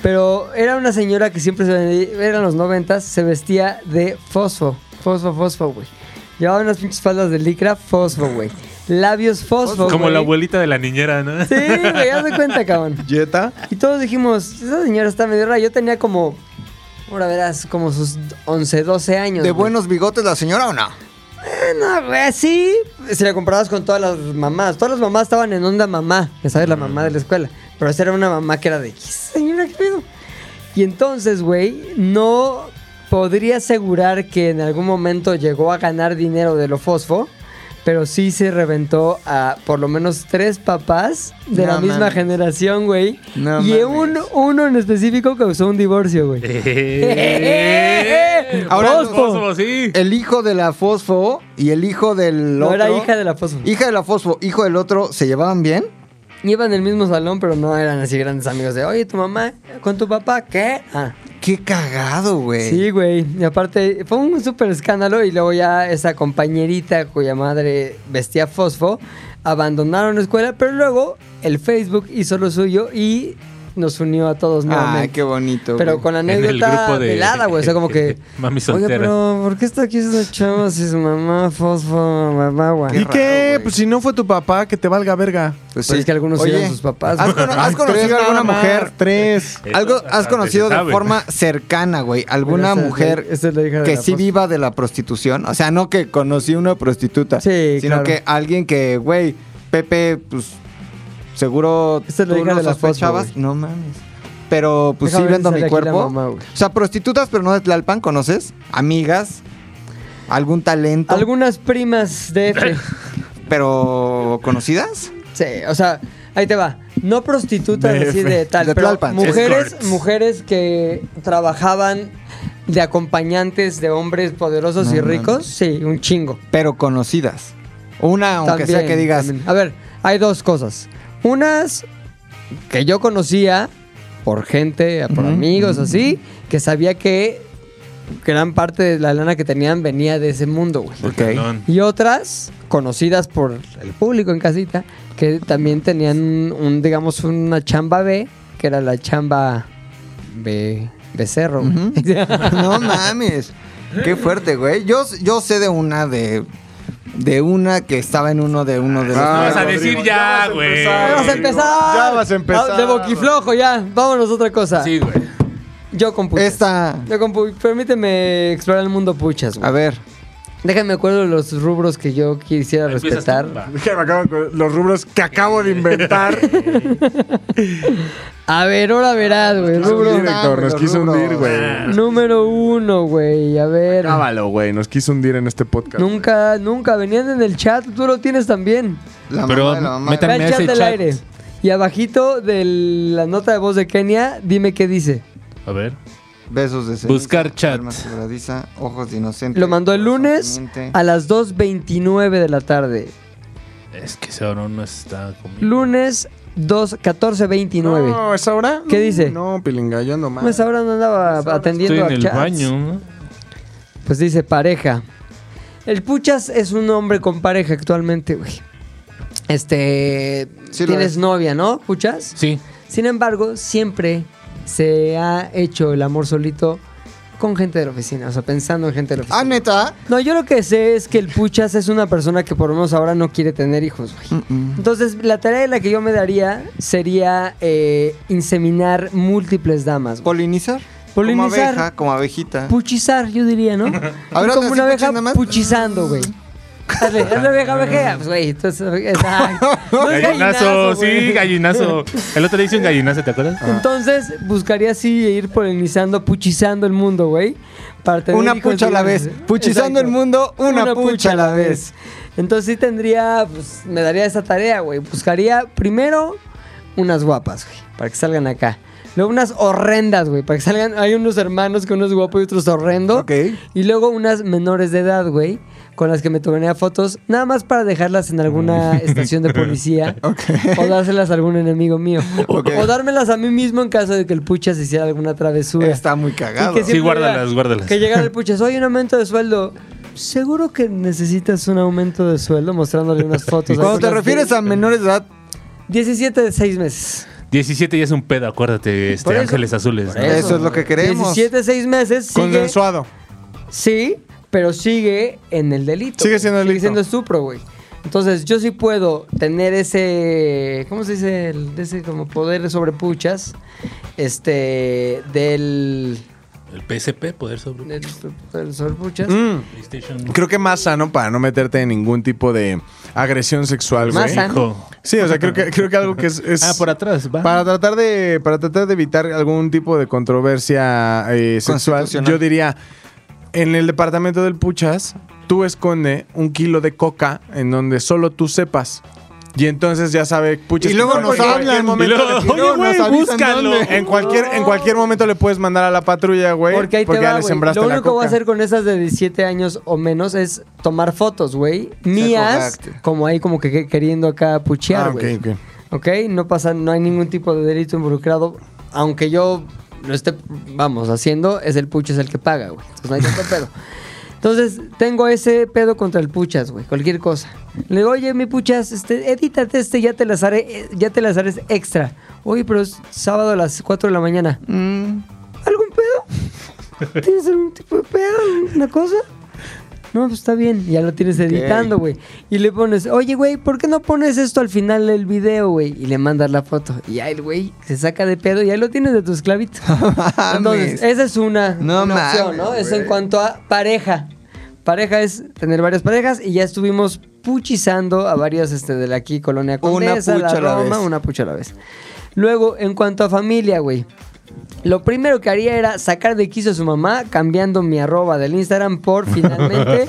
Speaker 1: Pero era una señora que siempre se vestía, eran los noventas, se vestía de fosfo, fosfo, fosfo, güey. Llevaba unas pinches faldas de licra fosfo, güey. Labios fosfo,
Speaker 5: Como
Speaker 1: pues, güey.
Speaker 5: la abuelita de la niñera, ¿no? [LAUGHS]
Speaker 1: Sí, [LAUGHS] güey, haz de cuenta, cabrón.
Speaker 6: Jetta.
Speaker 1: Y todos dijimos, esa señora está medio rara. Yo tenía como, ahora verás, como sus 11, 12 años.
Speaker 2: ¿De
Speaker 1: güey.
Speaker 2: buenos bigotes la señora o no?
Speaker 1: Bueno, güey, sí. Si la comparabas con todas las mamás. Todas las mamás estaban en onda mamá. Ya sabes, la mamá de la escuela. Pero esa era una mamá que era de, ¿qué señora, qué pedo? Y entonces, güey, no podría asegurar que en algún momento llegó a ganar dinero de lo fosfo. Pero sí se reventó a por lo menos tres papás de
Speaker 2: No
Speaker 1: la misma
Speaker 2: mames.
Speaker 1: generación, güey.
Speaker 2: No
Speaker 1: y
Speaker 2: mames.
Speaker 1: un, uno en específico causó un divorcio, güey.
Speaker 5: Eh.
Speaker 2: Ahora
Speaker 5: Fosfo,
Speaker 1: los-
Speaker 5: fosfo, sí.
Speaker 2: El hijo de la fosfo y el hijo del
Speaker 1: No
Speaker 2: otro.
Speaker 1: era hija de la fosfo.
Speaker 2: Hija de la fosfo, hijo del otro, ¿se llevaban bien?
Speaker 1: Iban en el mismo salón, pero no eran así grandes amigos de, oye, tu mamá con tu papá, ¿qué? Ah,
Speaker 2: Qué cagado, güey.
Speaker 1: sí, güey. Y aparte, fue un súper escándalo y luego ya esa compañerita cuya madre vestía fosfo, abandonaron la escuela, pero luego el Facebook hizo lo suyo y nos unió a todos
Speaker 2: Ay,
Speaker 1: nuevamente.
Speaker 2: Ah, qué bonito.
Speaker 1: pero
Speaker 2: güey.
Speaker 1: con la
Speaker 5: En el
Speaker 1: anécdota
Speaker 5: grupo de-
Speaker 1: velada, güey. O sea, como
Speaker 5: [LAUGHS]
Speaker 1: que.
Speaker 5: Mami
Speaker 1: Oye,
Speaker 5: soltera.
Speaker 1: pero ¿por qué está aquí esa chava si su mamá fosfo, mamá, güey?
Speaker 6: ¿Y
Speaker 2: raro,
Speaker 6: qué?
Speaker 2: güey.
Speaker 6: Pues si no fue tu papá, que te valga verga.
Speaker 2: Pues
Speaker 1: Pero es que algunos sí eran sus papás,
Speaker 2: ¿Has,
Speaker 1: güey.
Speaker 2: cono- has conocido
Speaker 6: Tres
Speaker 2: alguna
Speaker 6: nada más,
Speaker 2: mujer?
Speaker 6: Tres.
Speaker 5: Eso
Speaker 2: Algo,
Speaker 5: hasta
Speaker 2: ¿Has
Speaker 5: se
Speaker 2: conocido de
Speaker 5: sabe.
Speaker 2: forma cercana, güey?
Speaker 1: Mira,
Speaker 2: ¿Alguna
Speaker 1: esa es la-
Speaker 2: mujer
Speaker 1: esa es la hija de
Speaker 2: que
Speaker 1: la
Speaker 2: sí
Speaker 1: Fosfo.
Speaker 2: viva de la prostitución? O sea, no que conocí una prostituta,
Speaker 1: Sí,
Speaker 2: sino
Speaker 1: claro.
Speaker 2: que alguien que, güey, Pepe, pues seguro
Speaker 1: Esta es la
Speaker 2: tú
Speaker 1: hija
Speaker 2: no
Speaker 1: de la Fosfo,
Speaker 2: sospechabas.
Speaker 1: güey.
Speaker 2: no mames. Pero pues
Speaker 1: Déjame ver
Speaker 2: sí
Speaker 1: si
Speaker 2: vendo mi
Speaker 1: sale aquí la
Speaker 2: cuerpo.
Speaker 1: mamá, güey.
Speaker 2: o sea, prostitutas, pero no de Tlalpan, ¿conoces? Amigas, algún talento,
Speaker 1: Algunas primas de F.
Speaker 2: pero conocidas.
Speaker 1: Sí, o sea, ahí te va. No prostitutas
Speaker 6: DF,
Speaker 1: así de tal,
Speaker 2: de
Speaker 1: pero
Speaker 2: Tlalpan.
Speaker 1: mujeres,
Speaker 5: Escorts.
Speaker 1: mujeres que trabajaban de acompañantes de hombres poderosos
Speaker 2: No
Speaker 1: y
Speaker 2: mames.
Speaker 1: ricos, sí, un chingo.
Speaker 2: pero conocidas. Una, aunque sea
Speaker 1: También,
Speaker 2: que digas,
Speaker 1: también. A ver, hay dos cosas. Unas que yo conocía por gente, por amigos, así, que sabía que gran parte de la lana que tenían venía de ese mundo, güey.
Speaker 5: Del
Speaker 2: ok.
Speaker 5: talón.
Speaker 1: Y otras, conocidas por el público en casita, que también tenían un, digamos, una chamba B, que era la chamba B, becerro. güey. [LAUGHS]
Speaker 2: no mames. Qué fuerte, güey. Yo, yo sé de una de de una que estaba en uno de uno de los
Speaker 5: No
Speaker 6: Ah,
Speaker 5: vas a
Speaker 6: Rodrigo,
Speaker 5: decir
Speaker 6: ya vas
Speaker 5: ya,
Speaker 6: a
Speaker 1: ¡Ya vas
Speaker 5: güey.
Speaker 6: empezar.
Speaker 1: a empezar!
Speaker 6: Ya vas a empezar.
Speaker 1: Ah, De boquiflojo, ya. Vámonos a otra cosa.
Speaker 5: Sí, güey.
Speaker 1: Yo con puchas.
Speaker 2: Esta,
Speaker 1: Yo con pu- Permíteme explorar el mundo puchas,
Speaker 2: a
Speaker 1: güey.
Speaker 2: ver,
Speaker 1: Déjame acuerdo de los rubros que yo quisiera
Speaker 5: Empiezas tú,
Speaker 1: respetar.
Speaker 5: va.
Speaker 6: Déjame acabar con los rubros que acabo de [LAUGHS] inventar.
Speaker 1: A ver, ahora verás,
Speaker 5: Ah,
Speaker 1: güey.
Speaker 5: pues,
Speaker 6: Nos quiso
Speaker 1: Rubro
Speaker 6: hundir, Héctor, nos
Speaker 2: Los
Speaker 6: quiso
Speaker 2: rubros.
Speaker 6: hundir, güey.
Speaker 1: Ah. número uno, güey. A ver.
Speaker 6: Cábalo, güey. Nos quiso hundir en este podcast.
Speaker 1: Nunca, nunca. Venían en el chat. Tú lo tienes también.
Speaker 2: la
Speaker 5: Pero
Speaker 2: mamá de la
Speaker 1: Ve
Speaker 2: mamá.
Speaker 5: métanme-
Speaker 1: al
Speaker 5: También
Speaker 1: chat
Speaker 5: ese
Speaker 1: del
Speaker 5: chat.
Speaker 1: aire. Y abajito de la nota de voz de Kenia, dime qué dice.
Speaker 5: A ver.
Speaker 2: Besos de ceniza,
Speaker 5: Buscar chat.
Speaker 2: alma quebradiza, ojos de inocente.
Speaker 1: Lo mandó el
Speaker 2: corazón
Speaker 1: lunes
Speaker 2: teniente.
Speaker 1: a las 2.29 de la tarde.
Speaker 5: Es que ese oro no está conmigo.
Speaker 1: Lunes 2, 14.29.
Speaker 6: No, ¿es ahora? Mm,
Speaker 1: ¿Qué dice?
Speaker 6: No, pilinga, yo ando mal.
Speaker 1: Pues ahora no andaba atendiendo
Speaker 5: Estoy en
Speaker 1: a
Speaker 5: el
Speaker 1: chats.
Speaker 5: baño.
Speaker 1: Pues dice pareja. El Puchas es un hombre con pareja actualmente, güey. Este.
Speaker 2: Sí lo
Speaker 1: tienes
Speaker 2: es.
Speaker 1: novia, ¿no, Puchas?
Speaker 5: Sí.
Speaker 1: Sin embargo, siempre se ha hecho el amor solito con gente de la oficina, o sea, pensando en gente de la oficina.
Speaker 2: Ah, neta.
Speaker 1: No, yo lo que sé es que el Puchas es una persona que por lo menos ahora no quiere tener hijos, güey. Entonces, la tarea de la que yo me daría sería eh, inseminar múltiples damas, güey.
Speaker 2: Polinizar. Como
Speaker 1: Polinizar.
Speaker 2: abeja, como abejita.
Speaker 1: Puchizar, yo diría,
Speaker 2: [LAUGHS]
Speaker 1: ¿no?
Speaker 2: ahora
Speaker 1: como una
Speaker 2: te escuchan
Speaker 1: abeja
Speaker 2: nada más.
Speaker 1: puchizando, güey. Hazle, hazle abeja, abejea. Pues, güey, entonces...
Speaker 2: [LAUGHS]
Speaker 1: exacto. No es
Speaker 5: Gallinazo, sí,
Speaker 1: güey. [LAUGHS]
Speaker 5: gallinazo. El otro día hice un gallinazo, ¿te acuerdas?
Speaker 1: Entonces, buscaría así ir polinizando, puchizando el mundo, güey. Para tener
Speaker 2: Una
Speaker 1: hijos
Speaker 2: pucha a la vez.
Speaker 1: libres.
Speaker 2: Puchizando el mundo, una pucha a la vez.
Speaker 1: Entonces sí tendría, pues, me daría esa tarea, güey. Buscaría primero unas guapas, güey, para que salgan acá. Luego unas horrendas, güey, para que salgan. Hay unos hermanos que uno es guapo y otro es horrendo.
Speaker 2: Ok.
Speaker 1: Y luego unas menores de edad, güey, con las que me tomaría fotos, nada más para dejarlas en alguna estación de
Speaker 2: [LAUGHS]
Speaker 1: policía. O dárselas a algún enemigo mío.
Speaker 2: Ok.
Speaker 1: O dármelas a mí mismo en caso de que el pucha se hiciera alguna travesura.
Speaker 2: Está muy cagado.
Speaker 1: Y que
Speaker 5: Sí,
Speaker 1: siempre
Speaker 5: guárdalas,
Speaker 1: diga-
Speaker 5: guárdalas.
Speaker 1: Que llegara el pucha, soy un aumento de sueldo. Seguro que necesitas un aumento de sueldo mostrándole unas fotos.
Speaker 2: Cuando te
Speaker 1: Algunas
Speaker 2: refieres
Speaker 1: de-
Speaker 2: a menores de edad,
Speaker 1: 17 de 6 meses.
Speaker 5: 17 ya es un pedo, acuérdate, este,
Speaker 1: Por eso.
Speaker 5: Ángeles Azules.
Speaker 1: Por
Speaker 5: ¿no?
Speaker 2: eso es lo que queremos.
Speaker 1: 17 de 6 meses sigue.
Speaker 6: Consensuado.
Speaker 1: Sí, pero sigue en el delito.
Speaker 6: Sigue
Speaker 1: güey.
Speaker 6: siendo delito.
Speaker 1: Sigue siendo estupro, güey. Entonces, yo sí puedo tener ese. ¿Cómo se dice? El- ese como poder sobre puchas. Este. Del.
Speaker 5: El PSP, poder sobre
Speaker 1: del poder sobre puchas.
Speaker 6: Mm.
Speaker 5: PlayStation.
Speaker 6: Creo que más sano para no meterte en ningún tipo de agresión sexual, güey.
Speaker 1: Más sano.
Speaker 5: Hijo.
Speaker 6: Sí, o sea, creo que, creo que algo que es, es-
Speaker 5: Ah, por atrás, va.
Speaker 6: para tratar de para tratar de evitar algún tipo de controversia eh, sexual,
Speaker 2: Constitucional.
Speaker 6: yo diría en el departamento del Puchas, tú esconde un kilo de coca en donde solo tú sepas. Y entonces ya sabe Puchas.
Speaker 2: Y luego
Speaker 6: que
Speaker 2: nos
Speaker 6: en cualquier
Speaker 2: hablan.
Speaker 5: Y
Speaker 6: momento
Speaker 5: luego,
Speaker 6: le-
Speaker 2: no,
Speaker 5: oye,
Speaker 2: nos
Speaker 5: güey,
Speaker 2: avisan
Speaker 5: búscalo.
Speaker 2: dónde.
Speaker 6: en cualquier en cualquier momento le puedes mandar a la patrulla, güey,
Speaker 1: Porque ahí te
Speaker 6: ya
Speaker 1: va,
Speaker 6: le
Speaker 1: güey.
Speaker 6: sembraste
Speaker 1: Lo
Speaker 6: la
Speaker 1: único que voy a
Speaker 6: coca.
Speaker 1: hacer con esas de 17 años o menos es tomar fotos, güey. Mías,
Speaker 2: cagaste.
Speaker 1: como ahí como que- que queriendo acá
Speaker 6: Ah,
Speaker 1: puchear,
Speaker 6: ok,
Speaker 1: güey.
Speaker 6: ok.
Speaker 1: ok, no pasa, no hay ningún tipo de delito involucrado. Aunque yo lo esté, vamos, haciendo, es el pucho es el que paga, güey. Entonces no hay tanto pedo. Entonces, tengo ese pedo contra el puchas, güey, cualquier cosa. Le digo, oye, mi puchas, este, edítate este, ya te las haré, eh, ya te las haré extra. Oye, pero es sábado a las 4 de la mañana.
Speaker 2: Mm.
Speaker 1: ¿Algún pedo? ¿Tienes algún tipo de pedo? ¿Una cosa? No, pues está bien, ya lo tienes editando, güey. Y le pones, oye, güey, ¿por qué no pones esto al final del video, güey? Y le mandas la foto. Y ahí el güey se saca de pedo y ahí lo tienes de tu esclavito. [LAUGHS] Entonces, esa es una,
Speaker 2: Ah, No
Speaker 1: una opción,
Speaker 2: mames,
Speaker 1: ¿no? Es en
Speaker 2: güey.
Speaker 1: cuanto a pareja. Pareja es tener varias parejas y ya estuvimos puchizando a varias este, de la aquí, Colonia Condesa,
Speaker 2: pucha a la
Speaker 1: Roma,
Speaker 2: vez.
Speaker 1: una pucha a la vez. Luego, en cuanto a familia, güey. Lo primero que haría era sacar de quiso a su mamá cambiando mi arroba del Instagram por
Speaker 2: [LAUGHS]
Speaker 1: finalmente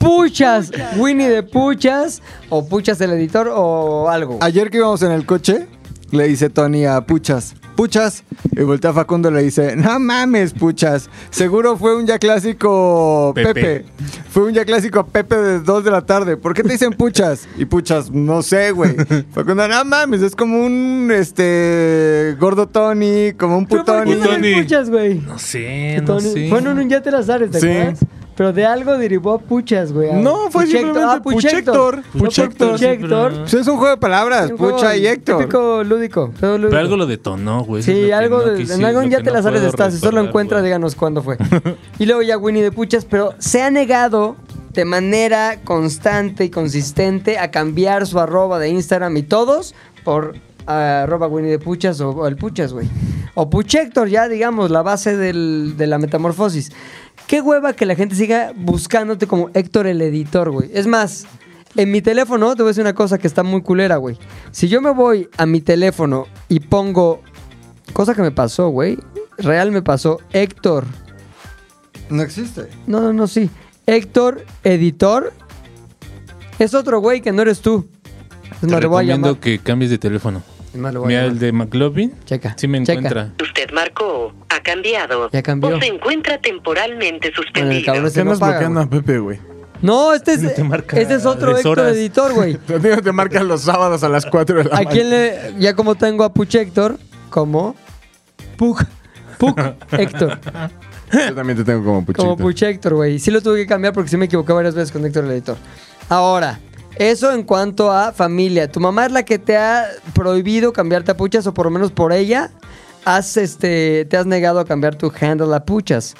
Speaker 1: Puchas, Winnie de Puchas o Puchas el editor o algo.
Speaker 2: Ayer que íbamos en el coche, le dice Tony a Puchas, Puchas, y voltea a Facundo y le dice, no mames, Puchas, seguro fue un ya clásico Pepe.
Speaker 5: Pepe.
Speaker 2: Fue un ya clásico Pepe de 2 de la tarde. ¿Por qué te dicen Puchas? Y Puchas, no sé, güey. Facundo, no mames, es como un este gordo Tony, como un
Speaker 1: ¿Pero por
Speaker 2: putón.
Speaker 1: qué no
Speaker 5: Putoni.
Speaker 1: me Puchas, güey?
Speaker 5: No sé, no
Speaker 1: Putoni.
Speaker 5: sé.
Speaker 1: Bueno, no, ya te las sabes, ¿te
Speaker 6: Sí.
Speaker 1: acuerdas? Pero de algo derivó a Puchas, güey. a
Speaker 6: No, fue
Speaker 1: Puchector.
Speaker 6: simplemente
Speaker 1: Ah, Puchector.
Speaker 6: Puchector.
Speaker 1: No fue
Speaker 6: Puchector.
Speaker 1: Puchector.
Speaker 5: Sí,
Speaker 2: Pues es un juego de palabras,
Speaker 1: Un juego
Speaker 2: Pucha y Héctor.
Speaker 1: Típico lúdico. todo lúdico.
Speaker 5: Pero algo lo detonó, güey. eso es lo
Speaker 1: Sí,
Speaker 5: que
Speaker 1: algo
Speaker 5: no
Speaker 1: de,
Speaker 5: quisi-
Speaker 1: en algo
Speaker 5: lo
Speaker 1: ya
Speaker 5: que
Speaker 1: te
Speaker 5: no
Speaker 1: las sabes
Speaker 5: puedo
Speaker 1: estás, si solo
Speaker 5: recordar,
Speaker 1: encuentra,
Speaker 5: güey.
Speaker 1: díganos cuándo
Speaker 5: [LAUGHS]
Speaker 1: fue. y luego ya Winnie de Puchas, pero se ha negado de manera constante y consistente a cambiar su arroba de Instagram y todos por ah, arroba Winnie de Puchas o, o el Puchas, güey. O Puchector, ya digamos, la base del- de la metamorfosis. Qué hueva que la gente siga buscándote como Héctor el editor, güey. Es más, en mi teléfono, te voy a decir una cosa que está muy culera, güey. Si yo me voy a mi teléfono y pongo Cosa que me pasó, güey. Real me pasó. Héctor.
Speaker 2: No existe.
Speaker 1: No, no, no, sí. Héctor, editor. Es otro güey que no eres tú. Es
Speaker 5: Te
Speaker 1: más, le voy a
Speaker 5: recomiendo
Speaker 1: llamar.
Speaker 5: que cambies de teléfono.
Speaker 1: Es más, le voy a
Speaker 5: Mira
Speaker 1: llamar.
Speaker 5: el de McLovin.
Speaker 1: Checa,
Speaker 5: Sí me
Speaker 1: checa.
Speaker 5: encuentra.
Speaker 7: Usted marcó, ha cambiado.
Speaker 1: Ya cambió.
Speaker 7: O se encuentra temporalmente
Speaker 1: Bueno, el
Speaker 7: suspendido.
Speaker 1: cabrón este no
Speaker 6: Estamos
Speaker 1: paga,
Speaker 6: bloqueando
Speaker 1: güey.
Speaker 6: a Pepe, güey.
Speaker 1: No, este es,
Speaker 5: No [LAUGHS] te marca
Speaker 1: este es otro Héctor
Speaker 5: deshoras.
Speaker 1: editor,
Speaker 5: [LAUGHS]
Speaker 1: güey.
Speaker 6: Contigo te marcan los sábados a las 4 de la
Speaker 1: ¿A
Speaker 6: mañana.
Speaker 1: quién le...? Ya como tengo a Puch Héctor, como... Puc.
Speaker 5: [LAUGHS]
Speaker 1: Puc Héctor.
Speaker 6: Yo también te tengo como puchito.
Speaker 1: Como Puch Héctor, güey. Sí lo tuve que cambiar porque sí me equivoqué varias veces con Héctor el editor. Ahora, eso en cuanto a familia. ¿Tu mamá es la que te ha prohibido cambiarte a puchas o por lo menos por ella has, este, te has negado a cambiar tu handle a puchas?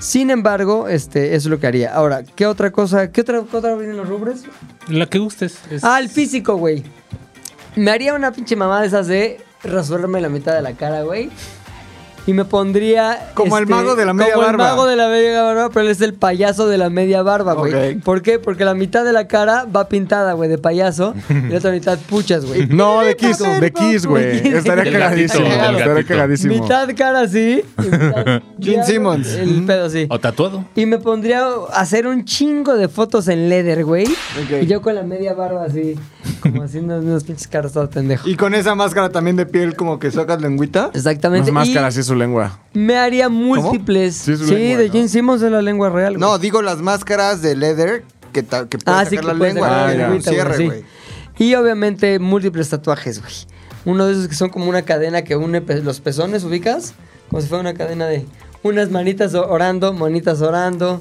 Speaker 1: Sin embargo, este, eso es lo que haría. Ahora, ¿qué otra cosa? ¿Qué otra cosa vienen los rubres?
Speaker 5: La que gustes. es-
Speaker 1: Ah, el físico, güey. Me haría una pinche mamada de esas de rasurarme la mitad de la cara, güey. Y me pondría. este,
Speaker 2: Como el mago de la media
Speaker 1: como
Speaker 2: barba.
Speaker 1: el mago de la media barba, pero él es el payaso de la media barba, güey.
Speaker 2: Ok.
Speaker 1: ¿Por qué? Porque la mitad de la cara va pintada, güey, de payaso. Y la otra mitad puchas, güey.
Speaker 6: No, de Kiss, de Kiss, güey. Estaría
Speaker 5: Del
Speaker 6: cagadísimo.
Speaker 5: gatito, del
Speaker 6: Estaría
Speaker 5: gatito.
Speaker 6: cagadísimo.
Speaker 1: mitad cara así. y mitad-
Speaker 2: [LAUGHS] Gene Simmons.
Speaker 1: El pedo sí.
Speaker 5: O tatuado.
Speaker 1: Y me pondría a hacer un chingo de fotos en leather, güey. Y yo con la media barba así, como haciendo unos pinches caras todo pendejo.
Speaker 2: Y con esa máscara también de piel como que sacas lengüita.
Speaker 1: Exactamente.
Speaker 6: Las máscaras
Speaker 1: y
Speaker 6: y su lengua.
Speaker 1: me haría múltiples.
Speaker 6: Sí,
Speaker 1: Sí,
Speaker 6: es su lengua,
Speaker 1: de
Speaker 6: ¿no?
Speaker 1: Gene Simmons es la lengua real.
Speaker 2: No,
Speaker 1: güey.
Speaker 2: digo las máscaras de leather que, ta- que puedes
Speaker 1: ah,
Speaker 2: sacar
Speaker 1: sí, que
Speaker 2: la
Speaker 1: puedes
Speaker 2: lengua.
Speaker 1: sacar
Speaker 6: Ah,
Speaker 1: la
Speaker 6: ya.
Speaker 2: un
Speaker 1: lengüita,
Speaker 2: cierre,
Speaker 1: güey,
Speaker 2: güey.
Speaker 1: sí. Y obviamente múltiples tatuajes, güey. Uno de esos que son como una cadena que une pe- los pezones, ¿ubicas? Como si fuera una cadena de unas manitas o- orando, manitas orando.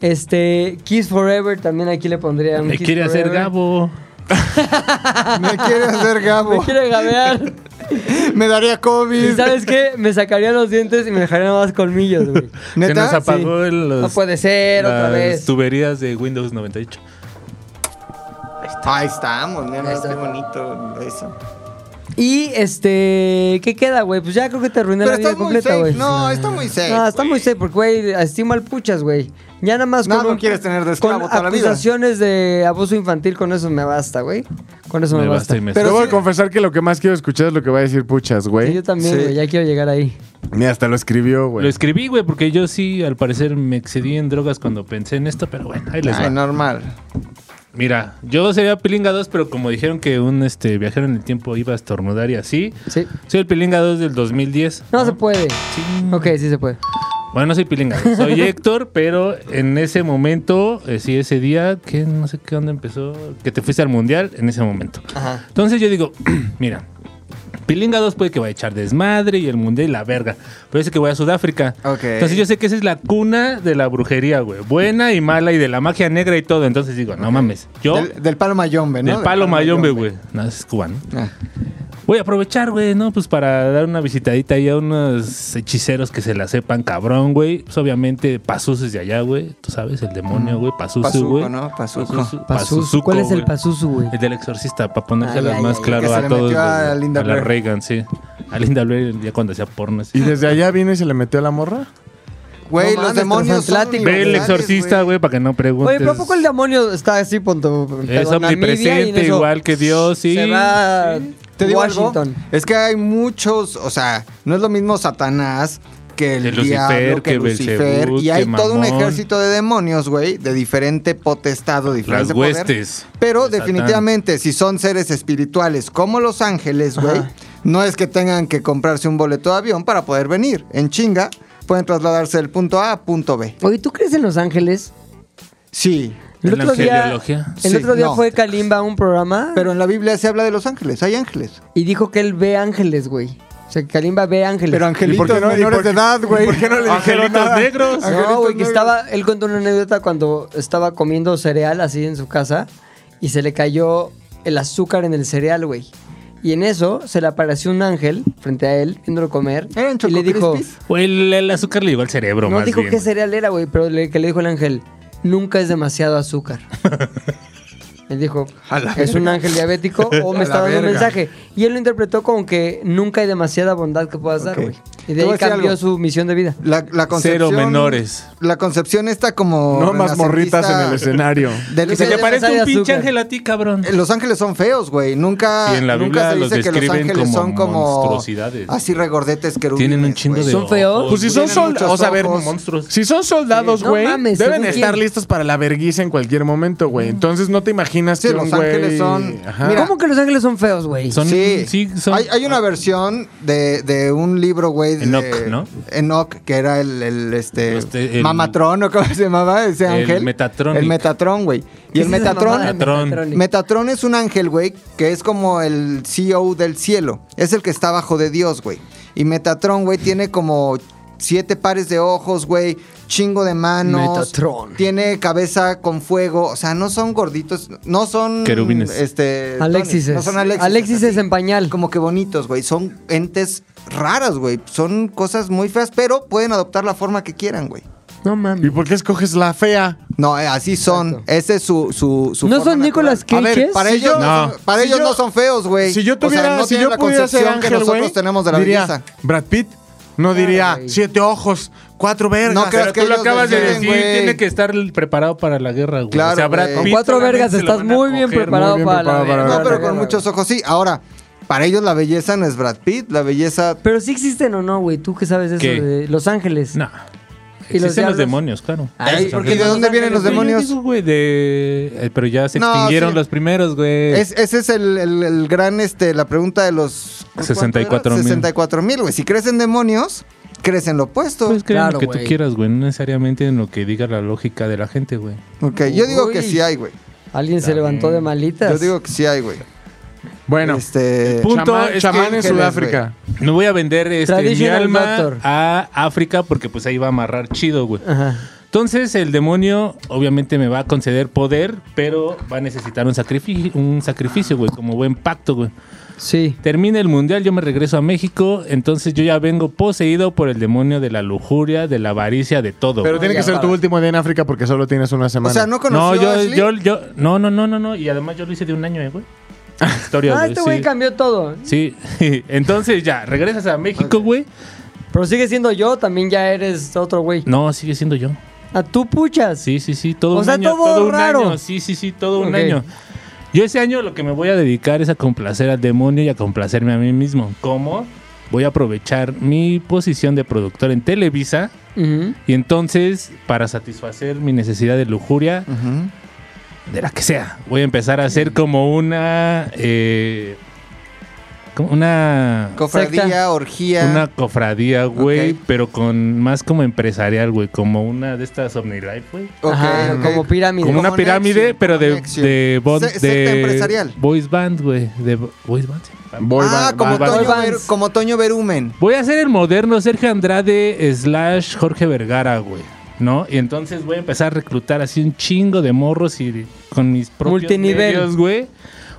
Speaker 1: Este, Kiss Forever, también aquí le pondría un
Speaker 5: Me
Speaker 1: Kiss
Speaker 5: quiere hacer
Speaker 1: Forever.
Speaker 5: Gabo.
Speaker 2: [LAUGHS] Me quiere hacer
Speaker 1: [LAUGHS] Me
Speaker 2: Gabo. [LAUGHS]
Speaker 1: quiere gabear.
Speaker 2: Me daría
Speaker 1: ¿Y [LAUGHS]
Speaker 2: COVID.
Speaker 1: sabes qué? Me sacaría los dientes y me dejaría nada más colmillos,
Speaker 6: [LAUGHS]
Speaker 1: güey.
Speaker 5: Se nos
Speaker 2: ¿Neta? Sí.
Speaker 5: apagó el- los-
Speaker 1: No puede ser, otra
Speaker 5: las
Speaker 1: vez.
Speaker 5: tuberías de Windows 98.
Speaker 2: Ahí estamos, mira,
Speaker 1: Ahí
Speaker 2: mira, qué
Speaker 1: está.
Speaker 2: bonito eso.
Speaker 1: Y este, ¿qué queda, güey? Pues ya creo que te arruiné
Speaker 2: Pero
Speaker 1: la vida
Speaker 2: está muy
Speaker 1: completa,
Speaker 2: safe.
Speaker 1: güey.
Speaker 2: No, está muy safe.
Speaker 1: No, está muy safe porque, güey, estima al puchas, güey. Ya nada más
Speaker 2: No,
Speaker 1: con
Speaker 2: no
Speaker 1: un-
Speaker 2: quieres tener de
Speaker 1: con
Speaker 2: esclavo toda la vida.
Speaker 1: acusaciones de abuso infantil, con eso me basta, güey. Con eso me,
Speaker 5: Me basta y me
Speaker 6: Pero
Speaker 2: Pero
Speaker 6: voy
Speaker 2: sí-
Speaker 6: a confesar que lo que más quiero escuchar es lo que va a decir Puchas,
Speaker 1: Sí,
Speaker 6: güey.
Speaker 1: yo también,
Speaker 2: Sí.
Speaker 1: güey, ya quiero llegar ahí.
Speaker 6: Mira, hasta lo escribió, güey.
Speaker 5: Lo escribí, güey, porque yo sí, al parecer, me excedí en drogas cuando pensé en esto, pero bueno, ahí les va.
Speaker 2: Ay, normal.
Speaker 5: Mira, yo sería Pilinga 2, pero como dijeron que un este, viajero en el tiempo iba a estornudar y así,
Speaker 1: Sí.
Speaker 5: soy el Pilinga 2 del 2010.
Speaker 1: No se puede. Ok, sí se puede.
Speaker 5: Bueno, no soy Pilinga, güey,
Speaker 2: [LAUGHS]
Speaker 5: soy Héctor, pero en ese momento, eh, sí, ese día, que no sé qué onda empezó, que te fuiste al mundial, en ese momento.
Speaker 1: Ajá.
Speaker 5: Entonces yo digo, [CLEARS THROAT] mira, Pilinga 2 puede que vaya a echar desmadre y el mundial y la verga, pero ese que voy a Sudáfrica.
Speaker 2: Ok.
Speaker 5: Entonces yo sé que esa es la cuna de la brujería, güey, buena y mala y de la magia negra y todo. Entonces digo, no mames, yo.
Speaker 2: Del, del palo mayombe, ¿no?
Speaker 5: Del palo mayombe, güey. No, es cubano.
Speaker 2: Ah.
Speaker 5: Voy a aprovechar, güey, ¿no? Pues para dar una visitadita ahí a unos hechiceros que se la sepan, cabrón, güey. Pues obviamente, Pazuzu es de allá, güey. Tú sabes, el demonio, güey. Pazuzu,
Speaker 2: Pazuco,
Speaker 5: güey.
Speaker 2: ¿no? Pazuco.
Speaker 5: Pazuzu-
Speaker 1: Pazuzu.
Speaker 5: Pazuzuco,
Speaker 1: ¿Cuál es el
Speaker 5: güey.
Speaker 1: Pazuzu, güey?
Speaker 5: El del exorcista, para ponérselas
Speaker 2: Ay, ay,
Speaker 5: más
Speaker 2: ay, que
Speaker 5: claro
Speaker 2: se
Speaker 5: a
Speaker 2: le
Speaker 5: todos.
Speaker 2: metió a
Speaker 5: güey.
Speaker 2: Linda
Speaker 5: a la
Speaker 2: Blair.
Speaker 5: Reagan, sí. A Linda Blair ya cuando hacía porno. sí.
Speaker 6: ¿Y desde allá viene y se le metió a la morra?
Speaker 2: Güey,
Speaker 1: No
Speaker 2: los
Speaker 1: mames,
Speaker 2: demonios son
Speaker 1: transatlántico.
Speaker 5: Ve el
Speaker 2: universales,
Speaker 5: exorcista, güey, para que no preguntes.
Speaker 1: Oye, pero ¿a poco el demonio está así, punto?
Speaker 5: Es omnipresente, igual que Dios, sí.
Speaker 1: Se va a
Speaker 2: Te digo algo,
Speaker 1: Washington.
Speaker 2: Es que hay muchos, o sea, no es lo mismo Satanás que el,
Speaker 5: Que Lucifer,
Speaker 2: diablo, que,
Speaker 5: que
Speaker 2: Lucifer.
Speaker 5: Belcebú,
Speaker 2: Y hay
Speaker 5: que
Speaker 2: todo un
Speaker 5: Mamón.
Speaker 2: ejército de demonios, güey, de diferente potestado, diferente
Speaker 5: Las
Speaker 2: poder.
Speaker 5: huestes.
Speaker 2: Pero
Speaker 5: de Satán.
Speaker 2: definitivamente, si son seres espirituales como los ángeles, güey, no es que tengan que comprarse un boleto de avión para poder venir. En chinga, pueden trasladarse del punto A a punto B.
Speaker 1: Oye, ¿tú crees en Los Ángeles?
Speaker 2: Sí,
Speaker 1: El
Speaker 5: ¿En la
Speaker 1: otro día,
Speaker 5: angelología?
Speaker 1: el
Speaker 2: Sí,
Speaker 1: otro día
Speaker 2: no.
Speaker 1: fue Kalimba a un programa
Speaker 2: pero en la Biblia se habla de los ángeles, hay ángeles.
Speaker 1: y dijo que él ve ángeles, güey. O sea, que Kalimba ve ángeles.
Speaker 2: Pero
Speaker 6: ¿Y por
Speaker 2: angelitos
Speaker 6: qué no- y
Speaker 2: menores
Speaker 6: por-
Speaker 2: de edad, güey. ¿Por qué no
Speaker 5: Angelotas negros.
Speaker 1: No, güey, que estaba, él contó una anécdota cuando estaba comiendo cereal así en su casa y se le cayó el azúcar en el cereal, güey. Y en eso se le apareció un ángel frente a él, viéndolo comer.
Speaker 2: ¿Eran
Speaker 1: y le
Speaker 2: Choco
Speaker 1: dijo,
Speaker 2: Crispies?
Speaker 5: Güey, el, el azúcar le llegó al cerebro,
Speaker 1: no
Speaker 5: más
Speaker 1: dijo
Speaker 5: bien,
Speaker 1: qué
Speaker 5: güey.
Speaker 1: cereal era, güey, pero le, que le dijo el ángel, nunca es demasiado azúcar. él dijo,
Speaker 2: A la
Speaker 1: es un ángel diabético o
Speaker 2: A
Speaker 1: me
Speaker 2: la
Speaker 1: está dando un
Speaker 2: verga.
Speaker 1: mensaje. Y él lo interpretó como que nunca hay demasiada bondad que puedas dar,
Speaker 2: Ok.
Speaker 1: güey.
Speaker 2: Te
Speaker 1: Y
Speaker 2: voy
Speaker 1: de
Speaker 2: a
Speaker 1: ahí
Speaker 2: decir
Speaker 1: cambió
Speaker 2: algo.
Speaker 1: su misión de vida.
Speaker 2: La, la concepción.
Speaker 5: Cero menores.
Speaker 2: La concepción está como.
Speaker 6: No más morritas en el escenario.
Speaker 2: De eh,
Speaker 1: Que se te aparezca un pinche ángel
Speaker 5: a ti, cabrón.
Speaker 2: Los ángeles son feos, güey. Nunca,
Speaker 5: Sí, en la
Speaker 2: nunca
Speaker 5: Biblia
Speaker 2: se
Speaker 5: los
Speaker 2: dice que los
Speaker 5: describen
Speaker 2: ángeles
Speaker 5: como
Speaker 2: son como
Speaker 5: monstruosidades.
Speaker 2: así regordetes querubines.
Speaker 5: Tienen un chingo
Speaker 2: güey.
Speaker 5: de
Speaker 1: ¿Son feos?
Speaker 5: ojos,
Speaker 6: Pues si
Speaker 5: güey.
Speaker 6: son
Speaker 2: Tienen muchos
Speaker 6: soldados, o sea, a ver,
Speaker 2: ojos.
Speaker 5: monstruos.
Speaker 6: si son soldados,
Speaker 1: Sí, no
Speaker 6: güey,
Speaker 1: mames,
Speaker 6: deben
Speaker 1: según
Speaker 6: estar
Speaker 1: quién. Mm.
Speaker 6: listos para la verguisa en cualquier momento, güey. Entonces no te imaginas
Speaker 2: Sí,
Speaker 6: que
Speaker 2: Los
Speaker 6: un güey-
Speaker 2: Ángeles son-
Speaker 6: Ajá.
Speaker 2: Mira.
Speaker 1: ¿Cómo que los ángeles son feos, güey?
Speaker 5: Son-
Speaker 2: Sí,
Speaker 5: sí, son-
Speaker 2: Hay, hay una versión de, de un libro, güey. de-
Speaker 5: Enoch, ¿no?
Speaker 2: Enoch, que era el, el, este,
Speaker 5: Este, el-
Speaker 2: Mamatrón, ¿o cómo se llamaba ese
Speaker 5: El
Speaker 2: ángel?
Speaker 5: Metatronic.
Speaker 2: El Metatrón, güey. Y
Speaker 1: ¿Qué
Speaker 2: el
Speaker 1: es esa
Speaker 2: Metatrón,
Speaker 1: mamada de
Speaker 5: Metatron.
Speaker 1: Metatrónico?
Speaker 2: Metatron es un ángel, güey, que es como el CEO del cielo. Es el que está bajo de Dios, güey. Y Metatron, güey, tiene como siete pares de ojos, güey, chingo de manos.
Speaker 1: Metatron.
Speaker 2: Tiene cabeza con fuego. O sea, no son gorditos, no son...
Speaker 5: Querubines.
Speaker 2: Este,
Speaker 1: Alexis es.
Speaker 2: Tony, No son Alexis.
Speaker 1: Alexis es en pañal.
Speaker 2: Como que bonitos, güey. Son entes raras, güey. Son cosas muy feas, pero pueden adoptar la forma que quieran, güey.
Speaker 1: No
Speaker 6: ¿Y
Speaker 1: mames.
Speaker 6: por qué escoges la fea?
Speaker 2: No, eh, así son.
Speaker 1: Exacto.
Speaker 2: Ese es su, su, su
Speaker 1: ¿No son
Speaker 2: forma natural.
Speaker 1: Nicolas Cage?
Speaker 6: A ver,
Speaker 2: Para
Speaker 6: Si
Speaker 2: ellos,
Speaker 6: yo-
Speaker 2: no,
Speaker 6: no.
Speaker 2: son- para
Speaker 6: Si
Speaker 2: ellos
Speaker 6: yo-
Speaker 2: no son feos, güey.
Speaker 6: Si yo
Speaker 2: O sea,
Speaker 6: tuviera,
Speaker 2: no
Speaker 6: si
Speaker 2: tienen
Speaker 6: yo
Speaker 2: la
Speaker 6: pudiera ser
Speaker 2: concepción
Speaker 6: ángel,
Speaker 2: que nosotros
Speaker 6: güey,
Speaker 2: tenemos de la
Speaker 6: diría,
Speaker 2: belleza.
Speaker 6: Brad Pitt no diría
Speaker 1: güey.
Speaker 6: siete ojos, cuatro vergas.
Speaker 2: No creas
Speaker 5: Pero
Speaker 2: que
Speaker 5: tú lo
Speaker 2: ellos
Speaker 5: acabas de
Speaker 2: deciden,
Speaker 5: decir,
Speaker 2: güey.
Speaker 5: tiene que estar preparado para la guerra, güey.
Speaker 2: Claro,
Speaker 5: o sea, Brad
Speaker 2: güey.
Speaker 5: Pitt
Speaker 2: Con
Speaker 1: cuatro
Speaker 5: solamente
Speaker 1: vergas
Speaker 5: se lo
Speaker 1: estás
Speaker 5: van a
Speaker 1: muy bien
Speaker 5: coger,
Speaker 1: preparado
Speaker 6: bien
Speaker 1: para la
Speaker 6: preparado para
Speaker 1: guerra,
Speaker 6: la
Speaker 2: No, pero
Speaker 1: güey.
Speaker 2: con muchos ojos sí. Ahora, para ellos la belleza no es Brad Pitt, la belleza...
Speaker 1: Pero sí existen o no, güey. Tú qué sabes de eso
Speaker 5: ¿Qué?
Speaker 1: de Los Ángeles.
Speaker 5: No.
Speaker 1: ¿Y los
Speaker 5: Existen los,
Speaker 1: diablos? Ah,
Speaker 5: demonios, claro.
Speaker 1: Ay,
Speaker 2: Ay,
Speaker 1: sí,
Speaker 2: ¿por
Speaker 1: sí.
Speaker 2: qué? ¿De dónde vienen los
Speaker 5: Pero yo
Speaker 2: demonios?
Speaker 5: digo, güey, de... eh, Pero ya se
Speaker 2: No,
Speaker 5: extinguieron
Speaker 2: sí.
Speaker 5: los primeros, güey.
Speaker 2: Es- ese es el, el- el gran, este, la pregunta de los... ¿cuánto era?
Speaker 5: 64,000.
Speaker 2: 64,000, güey. Si crecen demonios, crecen lo opuesto.
Speaker 5: Puedes creer en
Speaker 1: Claro,
Speaker 5: lo Pues que tú
Speaker 1: güey.
Speaker 5: quieras, güey. No necesariamente en lo que diga la lógica de la gente, güey.
Speaker 2: ok, yo digo que
Speaker 1: Uy.
Speaker 2: sí hay, güey.
Speaker 1: Alguien se levantó de malitas.
Speaker 2: Yo digo que sí hay, güey.
Speaker 6: Bueno,
Speaker 2: Este...
Speaker 5: punto
Speaker 6: chamán,
Speaker 5: es
Speaker 6: chamán
Speaker 5: que-
Speaker 6: en
Speaker 2: ángeles,
Speaker 6: Sudáfrica.
Speaker 5: Me voy a vender este, mi
Speaker 1: Traditional
Speaker 5: alma
Speaker 1: doctor.
Speaker 5: a África porque pues ahí va a amarrar chido, güey.
Speaker 1: Ajá.
Speaker 5: Entonces el demonio obviamente me va a conceder poder, pero va a necesitar un, sacrifi- un sacrificio, güey, como buen pacto, güey.
Speaker 1: Sí.
Speaker 5: Termina el mundial, yo me regreso a México, entonces yo ya vengo poseído por el demonio de la lujuria, de la avaricia, de todo.
Speaker 6: Pero
Speaker 5: güey.
Speaker 6: tiene que ser tu último día en África porque solo tienes una
Speaker 2: O
Speaker 6: semana.
Speaker 2: sea, no
Speaker 5: No,
Speaker 2: conoció a
Speaker 5: yo,
Speaker 2: Ashley?
Speaker 5: yo, yo, no, no, no, no, no, y además yo lo hice de un año, eh,
Speaker 2: [LAUGHS]
Speaker 5: güey. Historia,
Speaker 1: Ah,
Speaker 5: güey,
Speaker 1: este güey
Speaker 5: sí.
Speaker 1: cambió todo.
Speaker 5: Sí, [LAUGHS] entonces ya, regresas a México, güey.
Speaker 1: Pero sigue siendo yo, también ya eres otro güey.
Speaker 5: No, sigue siendo yo.
Speaker 1: A tú puchas.
Speaker 5: Sí, sí, sí, todo
Speaker 1: O
Speaker 5: un
Speaker 1: sea,
Speaker 5: año.
Speaker 1: todo
Speaker 5: un
Speaker 1: raro.
Speaker 5: año. Sí, sí, sí, todo un
Speaker 1: Ok.
Speaker 5: año. Yo ese año lo que me voy a dedicar es a complacer al demonio y a complacerme a mí mismo. ¿Cómo? Voy a aprovechar mi posición de productor en Televisa
Speaker 1: Ujú.
Speaker 5: y entonces, para satisfacer mi necesidad de lujuria,
Speaker 2: Ujú.
Speaker 5: de la que sea, voy a empezar a hacer como una... eh, como una...
Speaker 2: Cofradía,
Speaker 1: Secta.
Speaker 2: orgía.
Speaker 5: Una cofradía, güey,
Speaker 2: Ok.
Speaker 5: pero con más como empresarial, güey, como una de estas OmniLife, güey.
Speaker 2: Ok,
Speaker 1: Ajá,
Speaker 2: ok. Ah,
Speaker 1: como pirámide.
Speaker 5: Como una
Speaker 2: Como
Speaker 5: pirámide,
Speaker 2: Nexium,
Speaker 5: pero
Speaker 2: como
Speaker 5: de,
Speaker 2: Nexium.
Speaker 5: de, bon-
Speaker 2: Se- secta
Speaker 5: de
Speaker 2: empresarial.
Speaker 5: Boys Band, güey. De bo- Boys Band, sí.
Speaker 6: Voy,
Speaker 2: ah,
Speaker 6: va-
Speaker 2: como,
Speaker 6: va-
Speaker 1: Toño
Speaker 2: Toño
Speaker 1: Vans.
Speaker 2: Ver- como Toño Berumen.
Speaker 5: Voy a hacer el moderno Sergio Andrade slash Jorge Vergara, güey. ¿No? Y entonces voy a empezar a reclutar así un chingo de morros y de- con mis propios
Speaker 1: Multinivel.
Speaker 5: medios, güey.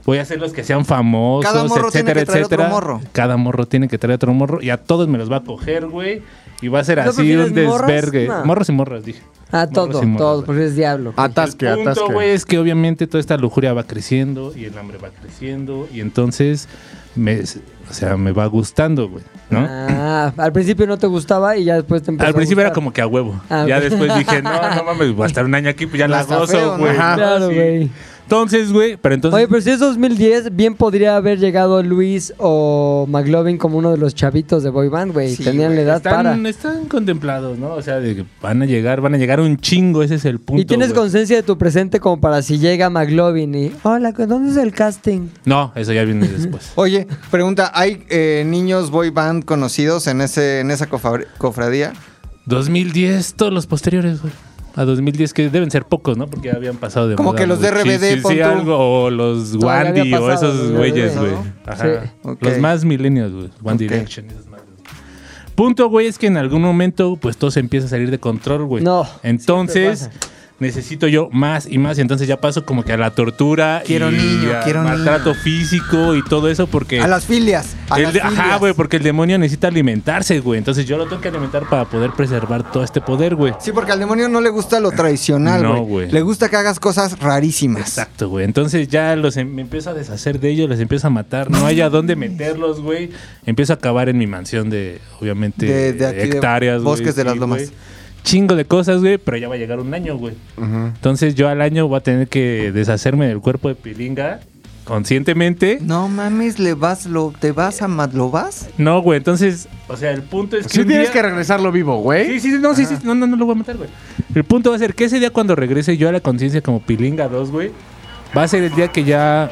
Speaker 5: Voy a hacer los que sean famosos,
Speaker 2: Cada morro tiene
Speaker 5: etcétera,
Speaker 2: que traer otro
Speaker 5: etcétera.
Speaker 2: morro.
Speaker 5: Cada morro tiene que traer otro morro y a todos me los va a coger, güey. Y va a ser
Speaker 1: ¿No
Speaker 5: así un
Speaker 1: prefieres morras?
Speaker 5: desvergue.
Speaker 1: No.
Speaker 5: Morros y morras, dije.
Speaker 1: Ah, todo,
Speaker 5: Morros y morras, Ah,
Speaker 1: todo,
Speaker 5: güey.
Speaker 1: porque es diablo.
Speaker 6: Atasque,
Speaker 5: el punto,
Speaker 6: atasque.
Speaker 5: güey, es que obviamente toda esta lujuria va creciendo y el hambre va creciendo y entonces me, o sea, me va gustando, güey, ¿no?
Speaker 1: Ah, al principio no te gustaba y ya después te empezó
Speaker 5: Al
Speaker 1: a
Speaker 5: principio era
Speaker 1: gustar.
Speaker 5: como que a huevo.
Speaker 1: Ah,
Speaker 5: ya
Speaker 1: ok.
Speaker 5: después dije, no,
Speaker 1: [LAUGHS]
Speaker 5: no mames, voy a estar un año aquí, pues ya la
Speaker 2: Está feo,
Speaker 5: gozo,
Speaker 2: ¿no?
Speaker 5: güey.
Speaker 6: Ajá.
Speaker 5: ¿no?
Speaker 1: Claro,
Speaker 5: ah, Sí.
Speaker 1: güey.
Speaker 5: Entonces, güey, pero entonces.
Speaker 1: Oye, pero si es 2010, bien podría haber llegado Luis o McLovin como uno de los chavitos de Boy Band, güey.
Speaker 2: Sí,
Speaker 1: Tenían la edad para.
Speaker 5: están, están contemplados, ¿no? O sea, de que van a llegar, van a llegar un chingo, ese es el punto.
Speaker 1: y tienes
Speaker 5: güey.
Speaker 1: conciencia de tu presente como para si llega McLovin y. Hola, ¿dónde es el casting?
Speaker 5: No, eso ya viene
Speaker 1: [LAUGHS]
Speaker 5: después.
Speaker 2: Oye, pregunta, ¿hay eh, niños boy band conocidos en ese en esa cofra- cofradía?
Speaker 5: 2010, todos los posteriores, güey. A 2010, que deben ser pocos, ¿no? Porque ya habían pasado de
Speaker 2: Como
Speaker 5: moda
Speaker 2: que los de
Speaker 5: muchísimo.
Speaker 2: RBD, pon
Speaker 5: Sí,
Speaker 2: tú.
Speaker 5: algo, o los
Speaker 1: Todavía
Speaker 5: Wandy,
Speaker 1: había
Speaker 5: o
Speaker 1: pasado,
Speaker 5: esos
Speaker 1: ¿no?
Speaker 5: güeyes,
Speaker 1: ¿no?
Speaker 5: güey.
Speaker 1: Sí.
Speaker 5: Ajá.
Speaker 2: Ok.
Speaker 5: Los más millennials, güey. One
Speaker 2: Ok.
Speaker 5: Direction. esas madres. Punto, güey, es que en algún momento, pues todo se empieza a salir de control, güey.
Speaker 1: No,
Speaker 5: Entonces, necesito yo más y más. Y entonces ya paso como que a la tortura
Speaker 2: Quiero
Speaker 5: y
Speaker 2: niño,
Speaker 5: al
Speaker 2: quiero niño.
Speaker 5: maltrato físico y todo eso, porque.
Speaker 2: A las filias. A
Speaker 5: Eh, El
Speaker 2: las
Speaker 5: de- ajá,
Speaker 2: filias.
Speaker 5: güey, porque el demonio necesita alimentarse, güey. Entonces yo lo tengo que alimentar para poder preservar todo este poder, güey.
Speaker 2: Sí, porque al demonio no le gusta lo tradicional,
Speaker 5: No,
Speaker 2: güey.
Speaker 5: güey.
Speaker 2: Le gusta que hagas cosas rarísimas.
Speaker 5: Exacto, güey. Entonces ya los em- me empiezo a deshacer de ellos, les empiezo a matar. No hay a
Speaker 2: Mm.
Speaker 5: dónde meterlos, güey. Empiezo a acabar en mi mansión de, obviamente,
Speaker 2: De- de aquí, de
Speaker 5: hectáreas, güey,
Speaker 2: bosques de las lomas.
Speaker 5: güey. Chingo de cosas, güey, pero ya va a llegar un año, güey. Entonces yo al año voy a tener que deshacerme del cuerpo de Pilinga conscientemente.
Speaker 2: No mames, le vas, lo, te vas a mat, lo vas.
Speaker 5: No, güey, entonces, o sea, el punto
Speaker 2: Pues
Speaker 5: es que...
Speaker 6: Sí
Speaker 5: un
Speaker 6: tienes
Speaker 5: día-
Speaker 6: que regresarlo vivo,
Speaker 2: ¿Eh?
Speaker 6: güey.
Speaker 5: Sí, sí, no, sí, sí, no, no, no lo voy a matar, güey. El punto va a ser que ese día cuando regrese yo a la conciencia como Pilinga 2, güey, va a ser el día que ya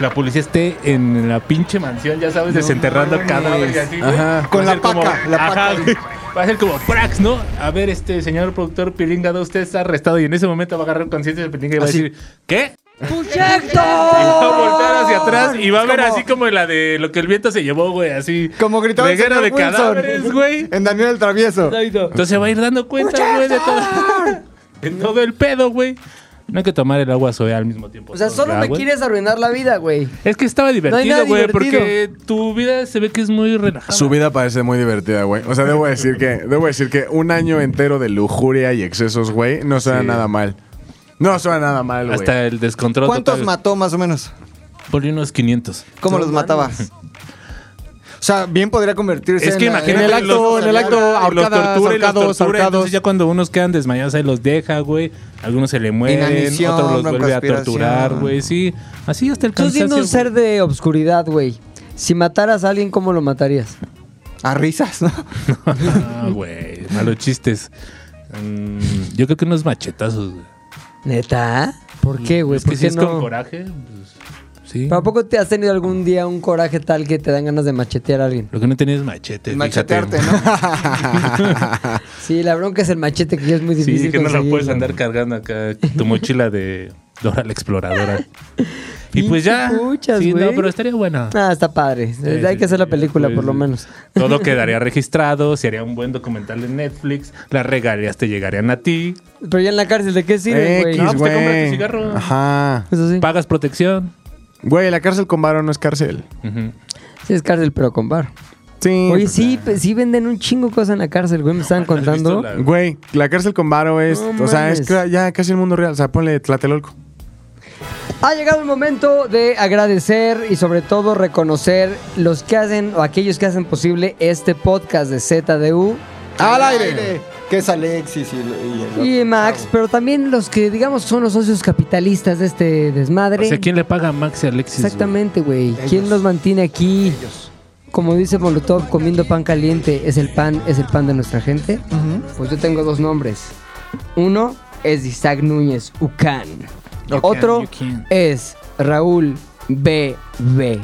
Speaker 5: la policía esté en la pinche mansión, ya sabes, desenterrando cadáveres y así, güey.
Speaker 6: Ajá.
Speaker 5: Va
Speaker 2: Con
Speaker 5: a
Speaker 2: la
Speaker 5: ser como-
Speaker 2: paca, la
Speaker 5: Ajá,
Speaker 2: paca.
Speaker 5: güey. Va a ser como Prax, ¿no? A ver, este señor productor Pilinga 2, usted está arrestado y en ese momento va a agarrar conciencia de Pilinga y va
Speaker 2: Así. Oh.
Speaker 5: a decir, ¿qué?
Speaker 1: ¡Puchecto!
Speaker 5: Y va a voltar hacia atrás y va a
Speaker 2: Es
Speaker 5: ver
Speaker 2: como-
Speaker 5: así como la de lo que el viento se llevó, güey, así.
Speaker 2: Como gritaba el
Speaker 5: Reguero
Speaker 2: señor
Speaker 5: de
Speaker 2: Wilson.
Speaker 5: cadáveres, güey.
Speaker 2: En Daniel el Travieso.
Speaker 5: Entonces se va a ir dando cuenta, güey, de todo, de todo el pedo, güey. No hay que tomar el agua soya al mismo tiempo.
Speaker 1: O sea, solo
Speaker 5: Pues Ya,
Speaker 1: me
Speaker 5: güey.
Speaker 1: quieres arruinar la vida, güey.
Speaker 5: Es que estaba
Speaker 1: nada
Speaker 5: divertido, güey,
Speaker 1: divertido.
Speaker 5: porque tu vida se ve que es muy relajada.
Speaker 6: Su vida parece muy divertida, güey. O sea, debo decir que, debo decir que un año entero de lujuria y excesos, güey, no suena
Speaker 5: Sí.
Speaker 6: nada mal. No suena nada mal, güey.
Speaker 5: Hasta el descontrol.
Speaker 2: ¿Cuántos
Speaker 5: total.
Speaker 2: mató más o menos?
Speaker 5: Por unos 500.
Speaker 2: ¿Cómo los matabas? O sea, bien podría convertirse
Speaker 5: Es que
Speaker 2: en, la-
Speaker 5: imagínate
Speaker 2: en el acto,
Speaker 5: los-
Speaker 2: en el acto,
Speaker 5: los tortura y los
Speaker 6: ahorcadas,
Speaker 5: tortura,
Speaker 6: ahorcados.
Speaker 5: entonces ya cuando unos quedan desmayados ahí los deja, güey. Algunos se le mueren,
Speaker 2: Inanición,
Speaker 5: otros los vuelve a
Speaker 2: broncoaspiración.
Speaker 5: torturar, güey. Sí, así hasta el
Speaker 1: Tú
Speaker 5: cansancio.
Speaker 1: siendo un ser de obscuridad, güey. Si mataras a alguien, ¿cómo lo matarías?
Speaker 2: a risas,
Speaker 5: [LAUGHS]
Speaker 2: ¿no?
Speaker 5: Ah, güey, malos chistes. Mm, yo creo que unos machetazos, güey.
Speaker 1: ¿Neta? ¿Por qué, güey?
Speaker 5: Es que
Speaker 1: ¿Por
Speaker 5: si
Speaker 1: qué
Speaker 5: es con
Speaker 1: no?
Speaker 5: coraje, pues, sí.
Speaker 1: ¿Pero a poco te has tenido algún día un coraje tal que te dan ganas de machetear a alguien?
Speaker 5: Lo que no tenía es machete.
Speaker 2: Machetearte,
Speaker 5: fíjate.
Speaker 2: ¿no?
Speaker 1: Sí, la bronca es el machete que ya es muy
Speaker 5: [LAUGHS] Sí,
Speaker 1: difícil.
Speaker 5: que no la
Speaker 1: conseguirlo.
Speaker 5: puedes andar cargando acá tu mochila de Dora la exploradora. Y pues ya.
Speaker 1: Pinche puchas,
Speaker 5: sí, no,
Speaker 1: güey.
Speaker 5: pero estaría buena.
Speaker 1: Ah, está padre.
Speaker 5: Sí,
Speaker 1: Hay
Speaker 5: sí,
Speaker 1: que hacer la
Speaker 5: sí,
Speaker 1: película,
Speaker 5: pues,
Speaker 1: por lo menos. [LAUGHS]
Speaker 5: Todo quedaría registrado, sería un buen documental de Netflix, las regalías te llegarían a ti,
Speaker 1: Pero ya en la cárcel, ¿de qué sirve, güey?
Speaker 6: X,
Speaker 5: No, pues te
Speaker 6: güey.
Speaker 5: compras tu cigarro.
Speaker 6: Ajá.
Speaker 1: Eso sí.
Speaker 5: pagas protección.
Speaker 6: Güey, la cárcel con varo no es cárcel.
Speaker 5: Ujú.
Speaker 1: Sí, es cárcel, pero con bar.
Speaker 6: Sí.
Speaker 1: Oye,
Speaker 6: pues,
Speaker 1: sí, pe- sí venden un chingo de cosas en la cárcel, güey. Me estaban
Speaker 5: ¿Has visto
Speaker 1: contando.
Speaker 5: Ah, la-
Speaker 6: Güey, la cárcel con varo es.
Speaker 1: No
Speaker 6: o sea,
Speaker 1: mames.
Speaker 6: es cla- ya casi el mundo real. O sea, ponle Tlatelolco.
Speaker 1: Ha llegado el momento de agradecer y sobre todo reconocer los que hacen o aquellos que hacen posible este podcast de ZDU
Speaker 2: ¡Al aire! Que es Alexis y, y-
Speaker 1: y Max, pero también los que digamos son los socios capitalistas de este
Speaker 5: O
Speaker 1: desmadre.
Speaker 5: sea, ¿quién le paga a Max y Alexis? güey?
Speaker 1: Exactamente, güey. ¿Quién los mantiene aquí? Como dice Molotov, comiendo pan caliente es el pan, es el pan de nuestra gente. Pues yo tengo dos nombres. Uno es Isaac Núñez Ucán. Otro
Speaker 5: Ucán.
Speaker 1: es Raúl BB.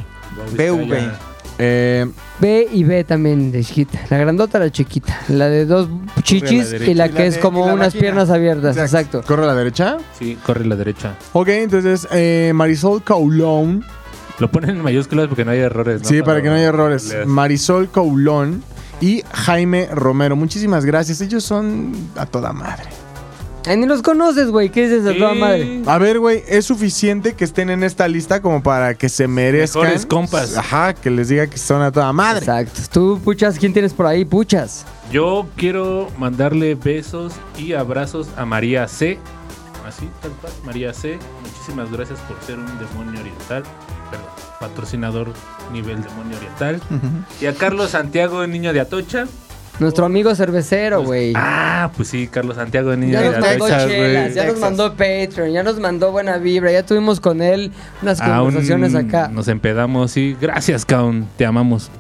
Speaker 2: BV.
Speaker 6: Eh,
Speaker 1: B y B también de chiquita. La grandota, la chiquita. La de dos chichis
Speaker 5: la
Speaker 1: y la que
Speaker 6: la
Speaker 1: es
Speaker 6: de-
Speaker 1: como
Speaker 6: y la
Speaker 1: unas
Speaker 6: vagina.
Speaker 1: piernas abiertas. Exacto.
Speaker 6: ¿Corre a la derecha?
Speaker 5: Sí, corre a la derecha.
Speaker 6: Ok, entonces eh, Marisol Coulon.
Speaker 5: Lo ponen en mayúsculas porque no hay errores, ¿no?
Speaker 6: Sí, para que no haya errores.
Speaker 5: leas.
Speaker 6: Marisol Coulon y Jaime Romero. Muchísimas gracias. Ellos son a toda madre.
Speaker 1: Ay, ni los conoces, güey. ¿Qué dices de
Speaker 5: Sí.
Speaker 1: toda madre?
Speaker 6: A ver, güey, es suficiente que estén en esta lista como para que se merezcan.
Speaker 5: Mejores compas.
Speaker 6: Ajá, que les diga que son a toda madre.
Speaker 1: Exacto. Tú, puchas, ¿quién tienes por ahí? Puchas.
Speaker 5: Yo quiero mandarle besos y abrazos a María C. Así, tal cual. María C. Muchísimas gracias por ser un demonio oriental. Perdón, patrocinador nivel demonio oriental. Y a Carlos Santiago, niño de Atocha.
Speaker 1: Nuestro amigo cervecero, güey.
Speaker 5: Ah, pues sí, Carlos Santiago, niño
Speaker 1: Ya
Speaker 5: de
Speaker 1: nos mandó
Speaker 5: Atocha,
Speaker 1: chelas,
Speaker 5: güey.
Speaker 1: ya nos
Speaker 2: Texas.
Speaker 1: mandó Patreon, ya nos mandó buena vibra, ya tuvimos con él unas
Speaker 5: Aún
Speaker 1: conversaciones acá.
Speaker 5: Nos empedamos, sí. Gracias, Kaun. Te amamos.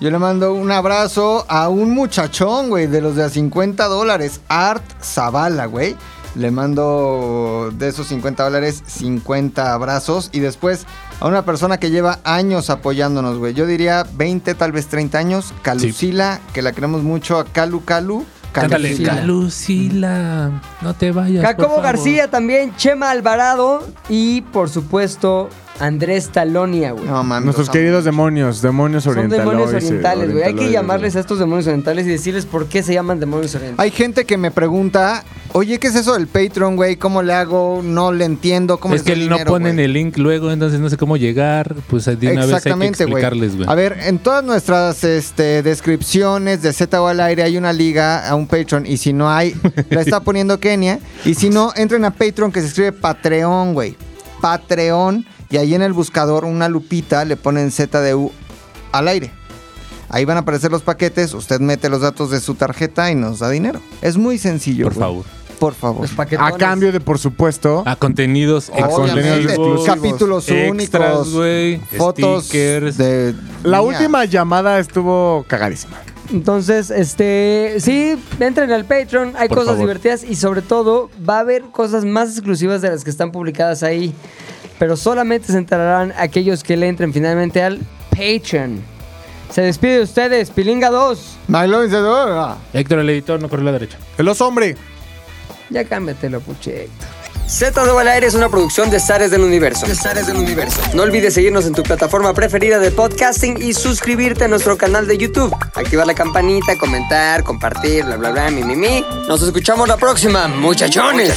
Speaker 2: Yo le mando un abrazo a un muchachón, güey, de los de a 50 dólares, Art Zavala, güey. Le mando de esos 50 dólares 50 abrazos. Y después a una persona que lleva años apoyándonos, güey. Yo diría 20, tal vez 30 años. Calucila, que la queremos mucho. A Calu Calu.
Speaker 5: Cántale.
Speaker 2: Calucila.
Speaker 5: Lucila, no te vayas. por
Speaker 1: Jacobo
Speaker 5: favor.
Speaker 1: García también, Chema Alvarado y por supuesto Andrés Talonia, güey.
Speaker 2: No, mames.
Speaker 6: Nuestros
Speaker 2: los amo.
Speaker 6: queridos demonios, demonios
Speaker 1: Son
Speaker 6: orientales.
Speaker 1: demonios orientales, güey. Hay que
Speaker 6: orientaloides.
Speaker 1: llamarles a estos demonios orientales y decirles por qué se llaman demonios orientales.
Speaker 2: Hay gente que me pregunta, oye, ¿qué es eso del Patreon, güey? ¿Cómo le hago? No le entiendo. ¿Cómo
Speaker 5: Es que no ponen
Speaker 2: el
Speaker 5: el link luego, entonces no sé cómo llegar. Pues de una vez hay que
Speaker 2: Exactamente, güey.
Speaker 5: explicarles, güey.
Speaker 2: A ver, en todas nuestras este, descripciones de Z o al aire hay una liga a un Patreon y si no
Speaker 5: [LAUGHS]
Speaker 2: hay, la está poniendo Kenia. Y si no, entren a Patreon que se escribe Patreon, güey. Patreon. Y ahí en el buscador, una lupita, le ponen ZDU al aire. Ahí van a aparecer los paquetes, usted mete los datos de su tarjeta y nos da dinero. Es muy sencillo.
Speaker 5: por
Speaker 2: güey.
Speaker 5: favor.
Speaker 2: Por favor.
Speaker 1: Los paquetones.
Speaker 6: A cambio de, por supuesto,
Speaker 1: Ah,
Speaker 5: A contenidos
Speaker 6: A contenidos
Speaker 2: Obviamente,
Speaker 5: exclusivos.
Speaker 2: capítulos
Speaker 5: Extras,
Speaker 2: únicos.
Speaker 5: güey.
Speaker 2: Fotos
Speaker 5: Stickers.
Speaker 2: de
Speaker 6: la
Speaker 2: mía.
Speaker 6: última llamada estuvo cagadísima.
Speaker 1: Entonces, este, sí, entren al Patreon, hay
Speaker 5: Por
Speaker 1: cosas
Speaker 5: favor.
Speaker 1: divertidas y sobre todo va a haber cosas más exclusivas de las que están publicadas ahí, pero solamente se enterarán aquellos que le entren finalmente al Patreon. Se despide de ustedes, Pilinga 2.
Speaker 2: Nylon ah. se droga.
Speaker 5: Héctor, el editor, no corre a la derecha.
Speaker 6: El oso hombre.
Speaker 1: Ya cámbiatelo, puche. Z2 al aire es una producción de Zares del Universo.
Speaker 4: del universo.
Speaker 1: No olvides seguirnos en tu plataforma preferida de podcasting y suscribirte a nuestro canal de YouTube. Activar la campanita, comentar, compartir, bla, bla, bla, mi, mi, mi. Nos escuchamos la próxima, muchachones.